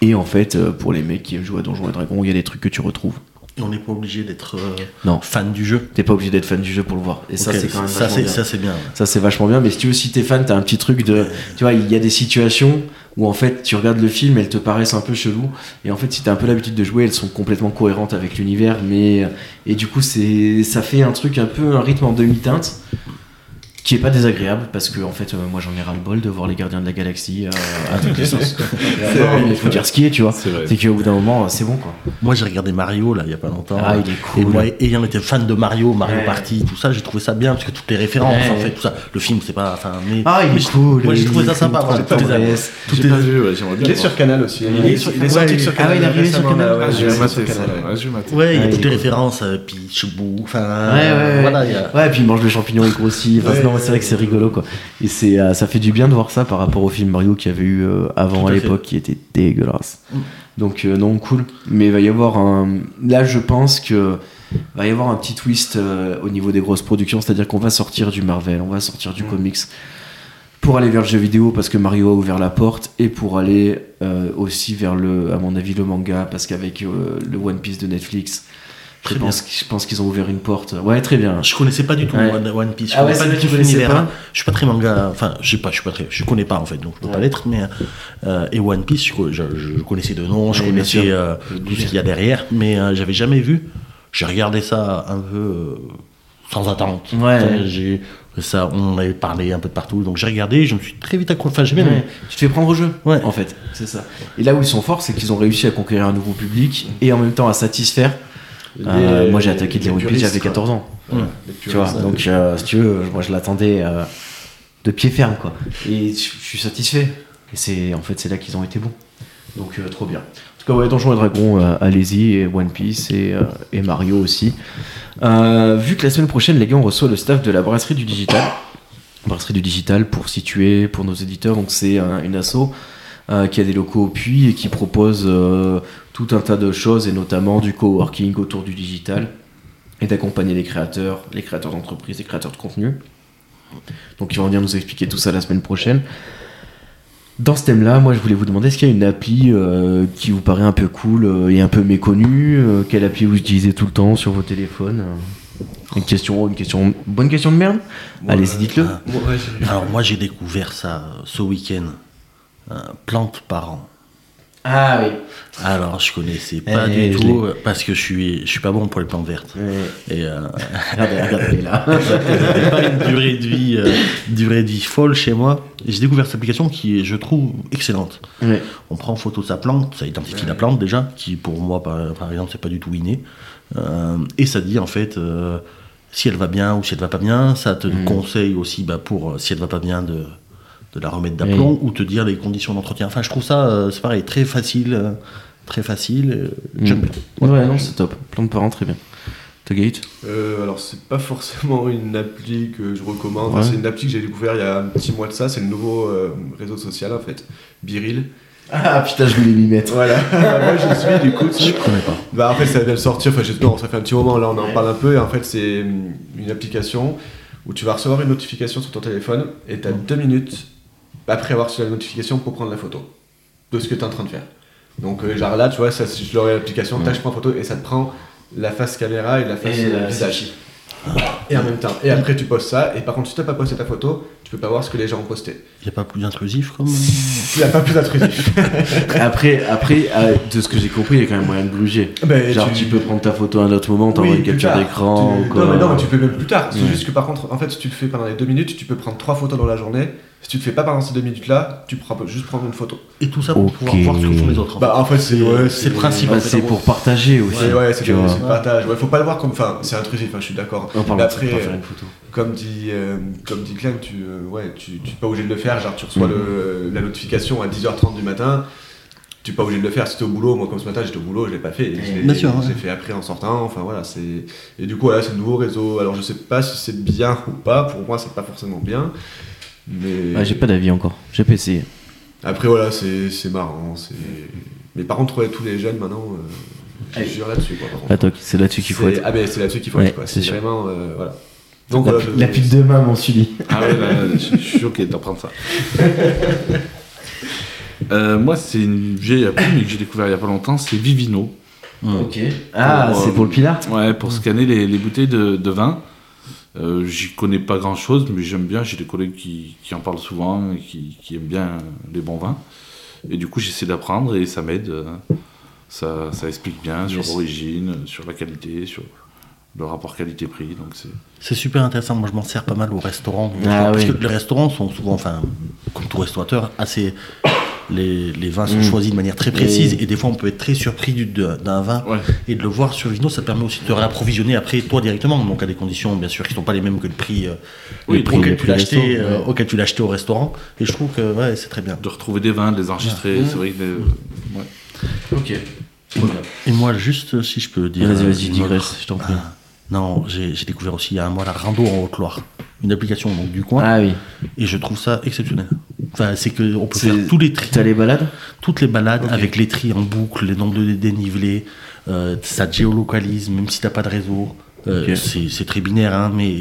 S1: Et en fait, euh, pour les mecs qui aiment jouer à Donjons et Dragons, il y a des trucs que tu retrouves.
S3: Et on n'est pas obligé d'être euh,
S1: Non.
S3: fan du jeu.
S1: T'es pas obligé d'être fan du jeu pour le voir. Et ça,
S3: Ok,
S1: c'est quand même
S3: ça,
S1: vachement
S3: c'est-
S1: bien.
S3: ça, c'est bien. ouais.
S1: Ça, c'est vachement bien. Mais si tu veux, si t'es fan, t'as un petit truc de. Tu vois, il y a des situations où en fait, tu regardes le film, elles te paraissent un peu chelou. Et en fait, si t'as un peu l'habitude de jouer, elles sont complètement cohérentes avec l'univers. Mais. Et du coup, c'est ça fait un truc un peu un rythme en demi-teinte qui est pas désagréable parce que en fait euh, moi j'en ai ras le bol de voir les gardiens de la galaxie euh, à toutes les sauces Non, mais faut dire ce qui est tu vois
S4: C'est vrai.
S1: c'est qu'au bout d'un moment euh, c'est bon quoi
S3: Moi, j'ai regardé Mario, là, il y a pas longtemps.
S1: Ah, il est cool.
S3: Et moi, ayant été fan de Mario, Mario
S1: Ouais.
S3: Party, tout ça, j'ai trouvé ça bien, parce que toutes les références,
S1: Ouais.
S3: en fait, tout ça. Le film, c'est pas. Enfin, mais.
S1: ah il
S3: mais
S1: est
S3: je-
S1: cool
S3: Moi, j'ai
S1: il
S3: trouvé
S1: est
S3: ça sympa.
S1: cool,
S3: Moi, j'ai
S1: trop
S3: toutes les années.
S1: balèze.
S3: Toutes
S4: J'ai
S3: les
S4: pas vu, ouais, j'aimerais bien.
S2: Il est
S4: voir.
S2: sur Canal aussi.
S1: Il est sur- ouais,
S2: sorti
S1: il-
S2: sur
S1: ah ouais, il est arrivé sur
S2: récemment,
S1: Canal.
S2: là, ouais,
S1: Ah,
S4: Ah,
S2: il est
S4: J'ai
S2: arrivé
S4: maté
S2: sur
S4: ça.
S2: Canal, ouais.
S4: Ouais, j'ai maté.
S3: Ouais, il y
S1: Ouais,
S3: a
S1: il
S3: toutes
S1: est
S3: les
S1: cool.
S3: références, euh, Pichebou, enfin.
S1: Ouais, ouais, ouais.
S3: Voilà, il y a.
S1: Ouais, puis il mange le champignon et grossit. Enfin,
S2: Ouais,
S1: non,
S2: ouais,
S1: c'est vrai que c'est rigolo, quoi. Et c'est, euh, ça fait du bien de voir ça par rapport au film Mario qu'il y avait eu euh, avant
S3: Tout
S1: à
S3: à
S1: l'époque, qui était dégueulasse.
S3: Mm.
S1: Donc, euh, non, cool. Mais il va y avoir un. Là, je pense que. Va y avoir un petit twist euh, au niveau des grosses productions, c'est-à-dire qu'on va sortir du Marvel, on va sortir
S3: Mm.
S1: du comics pour aller vers le jeu vidéo parce que Mario a ouvert la porte et pour aller euh, aussi vers le, à mon avis, le manga parce qu'avec euh, le One Piece de Netflix, je
S3: Très
S1: pense, je pense qu'ils ont ouvert une porte. Ouais, très bien.
S3: Je connaissais pas du tout
S1: Ouais.
S3: One, One Piece. Je
S1: Ah ouais,
S3: connais
S1: c'est
S3: pas
S1: vrai,
S3: du
S1: tu
S3: tout
S1: connaissais
S3: l'univers.
S1: pas
S3: Je suis pas très manga. Enfin, je sais pas, je suis pas très. Je connais pas en fait, donc je peux pas
S1: Ouais.
S3: l'être. Mais euh, et One Piece, je, co- je- je connaissais de nom, je
S1: Ouais, bien
S3: connaissais
S1: sûr.
S3: euh, tout ce qu'il y a derrière, mais euh, j'avais jamais vu. J'ai regardé ça un peu euh, sans attente.
S1: Ouais.
S3: Enfin, j'ai ça, on en avait parlé un peu de partout, donc j'ai regardé. Je me suis très vite accroché. Enfin, j'ai bien
S1: Ouais,
S3: aimé.
S1: Tu te fais prendre au jeu,
S3: Ouais.
S1: en fait. C'est ça. Et là où ils sont forts, c'est qu'ils ont réussi à conquérir un nouveau public et en même temps à satisfaire. Euh,
S2: Les-
S1: moi, j'ai attaqué de
S2: les
S1: les rugby,
S2: puristes,
S1: j'avais
S2: quoi.
S1: 14 ans.
S3: Hum.
S2: Les
S1: Tu
S2: puristes,
S1: vois,
S2: ouais.
S1: donc euh, si tu veux, moi je l'attendais euh, de pied ferme, quoi. Et je je suis satisfait. Et c'est en fait, c'est là qu'ils ont été bons. Donc, euh, trop bien. En tout cas, ouais, Donjons et Dragons, euh, allez-y, et One Piece et, euh, et Mario aussi. Euh, vu que la semaine prochaine, les gars, on reçoit le staff de la brasserie du digital. Brasserie du digital pour situer, pour nos éditeurs. Donc, c'est euh, une asso euh, qui a des locaux au puits et qui propose euh, tout un tas de choses et notamment du coworking autour du digital et d'accompagner les créateurs, les créateurs d'entreprises, les créateurs de contenu. Donc ils vont venir nous expliquer tout ça la semaine prochaine. Dans ce thème-là, moi je voulais vous demander est-ce qu'il y a une appli euh, qui vous paraît un peu cool euh, et un peu méconnue euh, Quelle appli vous utilisez tout le temps sur vos téléphones euh Une question, une question, bonne question de merde Allez-y, dites-le.
S3: Ah. Alors moi, j'ai découvert ça euh, ce week-end. Euh, plante par an.
S1: Ah oui.
S3: Alors, je connaissais pas
S1: Eh,
S3: du
S1: je
S3: tout euh, parce que je suis, je suis pas bon pour les plantes vertes. Et euh,
S1: Regardez, Ah ben, regardez, il est là.
S3: j'avais pas une durée de vie, euh, durée de vie folle chez moi. Et J'ai découvert cette application qui est, je trouve, excellente.
S1: Ouais.
S3: On prend en photo de sa plante, ça identifie la plante déjà, qui pour moi, par, par exemple, c'est pas du tout inné. Euh, et ça dit en fait euh, si elle va bien ou si elle va pas bien. Ça te conseille aussi bah, pour euh, si elle va pas bien de de la remettre d'aplomb ou te dire les conditions d'entretien. Enfin, je trouve ça, euh, c'est pareil, très facile, euh, très facile. euh, j'aime bien.
S1: Ouais, non, c'est top. Plan de parents, très bien. Togate
S2: Euh, alors c'est pas forcément une appli que je recommande.
S1: Ouais.
S2: C'est une appli que j'ai découvert il y a un petit mois de ça. C'est le nouveau euh, réseau social en fait, Biril.
S1: Ah putain, je voulais m'y mettre.
S2: Voilà. Bah, Moi je suis du coup.
S3: Je
S2: dessus.
S3: connais pas.
S2: Bah en fait ça vient de sortir. Enfin je- non, ça fait un petit moment. Là on en parle un peu. Et en fait c'est hum, une application où tu vas recevoir une notification sur ton téléphone et tu as deux minutes après avoir reçu la notification pour prendre la photo de ce que tu es en train de faire. Donc, euh, genre là, tu vois, ça, je l'aurai l'application, tac, je prends photo et ça te prend la face caméra et la face
S3: Et
S2: euh,
S3: la-
S2: visage. Et en même temps. Et après, tu postes ça. Et par contre, si tu n'as pas posté ta photo, tu peux pas voir ce que les gens ont posté.
S3: Il n'y a pas plus intrusif comme.
S2: Il n'y a pas plus intrusif.
S1: Après, après euh, de ce que j'ai compris, il y a quand même moyen de gruger.
S2: Ben,
S1: Genre, tu... peux prendre ta photo à un autre moment, t'envoies une
S2: plus
S1: capture
S2: tard.
S1: d'écran.
S2: Tu-
S1: quoi.
S2: Non, mais non, mais tu peux même plus tard. C'est
S1: Ouais.
S2: juste que par contre, en fait, si tu le fais pendant les deux minutes, tu peux prendre trois photos dans la journée. Si tu le fais pas pendant ces deux minutes-là, tu pourras juste prendre une photo.
S3: Et tout ça pour pouvoir
S1: Ok.
S3: voir ce que font les autres. en
S2: Bah, en fait, c'est ouais,
S3: c'est le principe.
S1: Bah, c'est pour partager aussi.
S2: Ouais, ouais, c'est
S1: tu
S2: le
S1: vois.
S2: c'est le partage. Ouais, faut pas le voir comme. Enfin, c'est intrusif, hein, je suis d'accord.
S1: On parle
S2: Mais
S1: de ça,
S2: après,
S1: pas faire
S2: euh,
S1: une photo.
S2: comme dit, euh, comme dit Clem, tu, euh, ouais, tu, tu es pas obligé de le faire. Genre, tu reçois
S1: Mm.
S2: le- la notification à 10h30 du matin. Tu es pas obligé de le faire si t'es au boulot. Moi, comme ce matin, j'étais au boulot, je l'ai pas fait.
S1: Eh,
S2: Je l'ai-
S3: Bien sûr, ouais.
S2: je l'ai fait après en sortant. Enfin, voilà, c'est. Et du coup, voilà, c'est le nouveau réseau. Alors, je sais pas si c'est bien ou pas. Pour moi, c'est pas forcément bien. Mais.
S1: Ah, j'ai pas d'avis encore, j'ai pas essayé.
S2: Après, voilà, c'est c'est marrant. c'est- Mais par contre, ouais, tous les jeunes maintenant, euh, je
S1: Allez.
S2: jure là-dessus. quoi, par contre.
S1: Attends, c'est là-dessus qu'il faut
S2: C'est-
S1: être.
S2: Ah ben c'est là-dessus qu'il faut
S1: Ouais,
S2: être, quoi.
S1: c'est
S2: C'est
S1: sûr.
S2: vraiment euh, voilà. Donc euh,
S1: la,
S2: voilà, je-
S1: la pute de main, mon suivi.
S4: Ah ouais, là, là, je je suis sûr qu'elle est en train de ça. Euh, moi, c'est une vieille appli, mais que j'ai découvert il y a pas longtemps, c'est Vivino.
S1: Ok. Ah,
S4: Pour,
S1: c'est
S4: euh,
S1: pour le pilar
S4: Ouais, pour scanner les, les bouteilles de, de vin. Euh, J'y connais pas grand chose, mais j'aime bien. J'ai des collègues qui, qui en parlent souvent et qui, qui aiment bien les bons vins. Et du coup, j'essaie d'apprendre et ça m'aide. euh, Ça, ça explique bien sur
S1: Yes.
S4: l'origine, sur la qualité, sur le rapport qualité-prix. Donc c'est
S3: C'est super intéressant. Moi, je m'en sers pas mal au restaurant.
S1: Ah
S3: parce
S1: oui.
S3: que les restaurants sont souvent, enfin, comme tout restaurateur, assez. Les, les vins sont
S1: Mm.
S3: choisis de manière très précise
S1: Et-
S3: et des fois on peut être très surpris du- de- d'un vin
S4: Ouais.
S3: et de le voir sur Vino, ça te permet aussi de te réapprovisionner après toi directement, donc à des conditions bien sûr qui ne sont pas les mêmes que le prix, euh,
S4: Oui,
S3: le prix
S4: donc
S1: le
S3: auquel tu
S1: prix
S3: l'as acheté,
S1: resto,
S3: euh,
S1: ouais.
S3: auquel tu l'as acheté au restaurant. Et je trouve que ouais, c'est très bien.
S4: de retrouver des vins, de les enregistrer. C'est vrai que les- ouais.
S1: Ok.
S3: Et moi, juste euh, si je peux dire.
S1: Vas-y,
S3: euh,
S1: vas-y,
S3: une
S1: digresse,
S3: autre-
S1: je t'en prie.
S3: Ah, non, j'ai j'ai découvert aussi il y a un mois la Rando en Haute-Loire, une application donc, du coin,
S1: Ah oui.
S3: et je trouve ça exceptionnel. Enfin, c'est que on peut
S1: C'est-
S3: faire tous les tri,
S1: T'as les balades
S3: toutes les balades avec les tri en boucle, les nombres de dé- dénivelés, euh, ça géolocalise même si t'as pas de réseau. Euh,
S1: Ok.
S3: c'est- C'est très binaire, hein, mais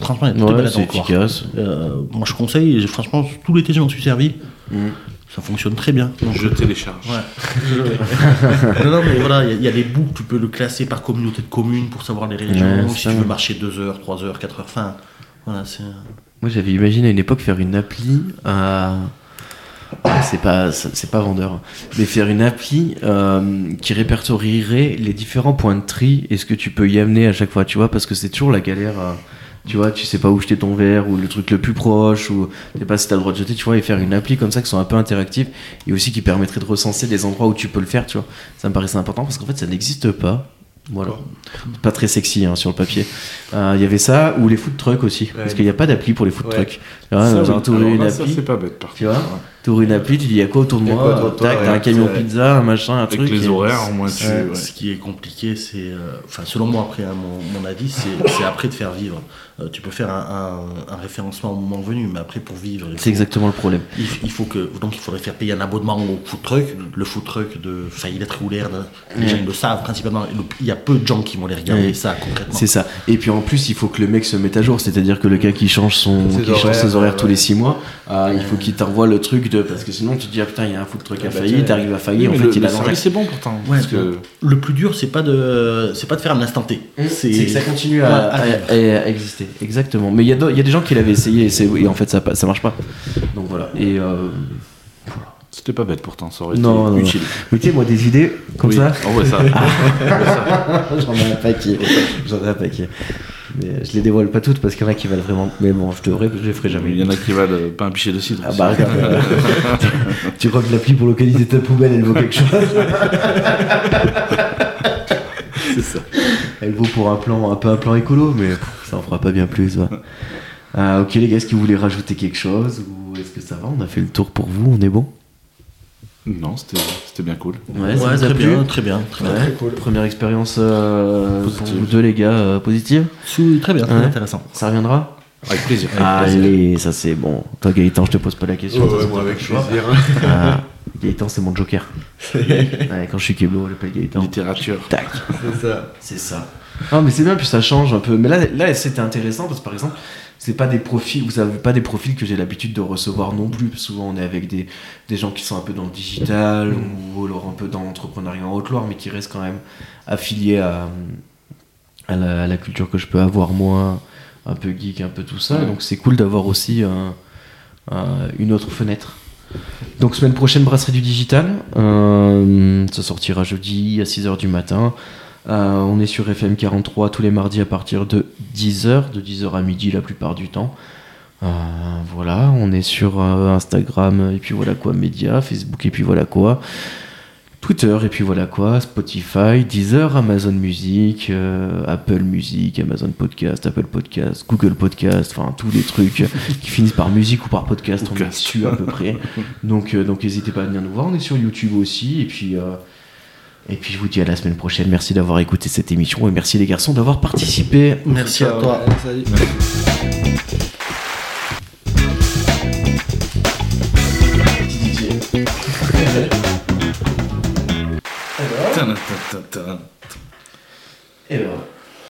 S3: franchement, il y a toutes les
S1: Ouais,
S3: balades en
S1: c'est
S3: Haute-Loire.
S1: efficace.
S3: Euh, moi, je conseille. et Franchement, tout l'été, je m'en suis servi.
S1: Mm.
S3: Ça fonctionne très bien. Donc,
S4: Je télécharge.
S3: Ouais. non, non, mais voilà, il y a- il y, a les boucles, tu peux le classer par communauté de communes pour savoir les régions,
S1: Ouais,
S3: si
S1: ça,
S3: tu
S1: ouais.
S3: veux marcher 2 heures, 3 heures, 4 heures, fin. Voilà, c'est.
S1: Moi, j'avais imaginé à une époque faire une appli à. Ah, C'est pas, c'est pas vendeur, mais faire une appli euh, qui répertorierait les différents points de tri et ce que tu peux y amener à chaque fois, tu vois, parce que c'est toujours la galère. euh, tu vois, tu sais pas où jeter ton verre ou le truc le plus proche ou tu sais pas si t'as le droit de jeter, tu vois, et faire une appli comme ça qui sont un peu interactives et aussi qui permettrait de recenser les endroits où tu peux le faire, tu vois. Ça me paraissait important parce qu'en fait, ça n'existe pas. Voilà. Pas très sexy hein, sur le papier. Euh, Il y avait ça ou les food trucks aussi, parce qu'il n'y a pas d'appli pour les food
S2: Ouais.
S1: trucks. Tu vois,
S4: Ça,
S1: genre,
S4: oui.
S1: t'ouvres
S4: Alors
S1: une
S4: là, ça,
S1: appli,
S4: c'est pas bête par
S1: tu
S4: contre.
S1: vois, t'ouvres une appli, tu dis il y a quoi autour de
S2: Y a
S1: moi
S2: quoi autour de toi,
S1: Tac,
S2: ouais.
S1: t'as un camion
S2: Ouais.
S1: pizza, un machin, un
S4: Avec
S1: truc.
S4: les
S1: et-
S4: horaires, au moins tu.
S1: Ouais.
S4: ouais.
S3: Ce qui est compliqué, c'est. euh, Enfin, selon moi, après, hein, mon, mon avis, c'est c'est après de faire vivre. Euh, tu peux faire un, un- un référencement au moment venu, mais après, pour vivre. il
S1: C'est
S3: faut-
S1: exactement le problème.
S3: Il, il faut que donc il faudrait faire payer un abonnement au food truck. Le food truck de Faillet ou l'air, hein. les gens ils le savent principalement. Et le- Il y a peu de gens qui vont les regarder
S1: Ouais.
S3: ça concrètement.
S1: C'est ça. Et puis en plus, il faut que le mec se mette à jour, c'est-à-dire que le gars qui change son,
S2: Ses
S1: qui change ses
S2: horaires,
S1: horaires tous
S2: ouais.
S1: les 6 mois, ah, il faut qu'il t'envoie le truc de parce que sinon tu te dis ah putain il y a un food truc à
S2: bah,
S1: faillir,
S2: tiens.
S1: t'arrives à
S4: Oui,
S1: faillir, en
S4: mais
S1: fait
S4: le,
S1: il
S4: le
S1: a
S4: service
S1: l'arnaque.
S4: c'est bon pourtant.
S3: Ouais,
S4: parce que
S3: Le plus dur, c'est pas de, c'est pas de faire un instant T.
S1: Mmh. C'est que ça continue
S3: Ouais,
S1: à,
S3: à vivre.
S1: à- à exister, exactement. Mais il y, a do- il y a des gens qui l'avaient essayé et, c'est- et en fait ça, pa- ça marche pas. Donc voilà. Et euh,
S4: c'était pas bête pourtant, ça aurait
S1: Non, non,
S4: été
S1: non.
S4: utile.
S1: mais tu sais, moi des idées comme
S4: Oui.
S1: ça,
S4: Ah ouais, ça.
S1: j'en ai un paquet. J'en ai un paquet. Mais euh, je les dévoile pas toutes parce qu'il y en a qui valent vraiment. Mais bon, je devrais, je les ferai jamais.
S4: Il y en a qui valent euh, pas un pichet de cidre.
S1: Ah bah regarde, tu crois que l'appli pour localiser ta poubelle, elle vaut quelque chose
S4: c'est ça.
S1: Elle vaut pour un plan, un peu un plan écolo, mais pff, ça en fera pas bien plus. ouais. Ah, ok les gars, est-ce que vous voulez rajouter quelque chose ou est-ce que ça va On a fait le tour pour vous, on est bon
S4: Non, c'était c'était bien cool.
S1: Ouais,
S3: Ouais,
S1: ça vous a
S3: très,
S1: plu
S3: bien, très bien, très bien,
S1: Ouais. Première expérience euh, pour
S4: Positive.
S1: vous deux les gars, euh, positive
S3: Sous- très bien, très
S1: Ouais.
S3: intéressant.
S1: Ça reviendra
S4: Avec plaisir.
S1: Ah, Allez, ça c'est bon. Toi Gaëtan, je te pose pas la question.
S2: Ouais,
S1: ça,
S2: ouais,
S1: ça
S2: moi
S1: te
S2: avec
S1: fait pas.
S2: plaisir.
S1: Ah, Gaëtan, c'est mon joker. Ouais, quand je suis Keblo, on l'appelle Gaëtan.
S4: Littérature.
S1: Tac.
S2: c'est ça.
S1: C'est ça. Non, mais c'est bien, puis ça change un peu. Mais là, là c'était intéressant parce que par exemple, c'est pas des profils, vous avez pas des profils que j'ai l'habitude de recevoir non plus. Souvent, on est avec des, des gens qui sont un peu dans le digital
S2: Mm.
S1: ou alors un peu dans l'entrepreneuriat en Haute-Loire, mais qui restent quand même affiliés à, à, la, à la culture que je peux avoir moi, un peu geek, un peu tout ça.
S2: Mm.
S4: Ouais.
S1: Donc c'est cool d'avoir aussi un- un- une autre fenêtre. Donc semaine prochaine, brasserie du digital. Euh, ça sortira jeudi à 6h du matin. Euh, on est sur FM 43 tous les mardis à partir de 10h, de 10h à midi la plupart du temps. Euh, voilà, on est sur euh, Instagram et puis voilà quoi, média, Facebook et puis voilà quoi. Twitter et puis voilà quoi, Spotify, Deezer, Amazon Music, euh, Apple Music, Amazon Podcast, Apple Podcast, Google Podcast, enfin tous les trucs qui finissent par musique ou par podcast, on est
S4: Podcast.
S1: dessus à peu près. Donc euh, donc n'hésitez pas à venir nous voir, on est sur YouTube aussi et puis euh, et puis je vous dis à la semaine prochaine. Merci d'avoir écouté cette émission et merci les garçons d'avoir participé.
S3: Merci à toi.
S2: Salut.
S4: Tintin, tintin, tintin.
S1: Et voilà.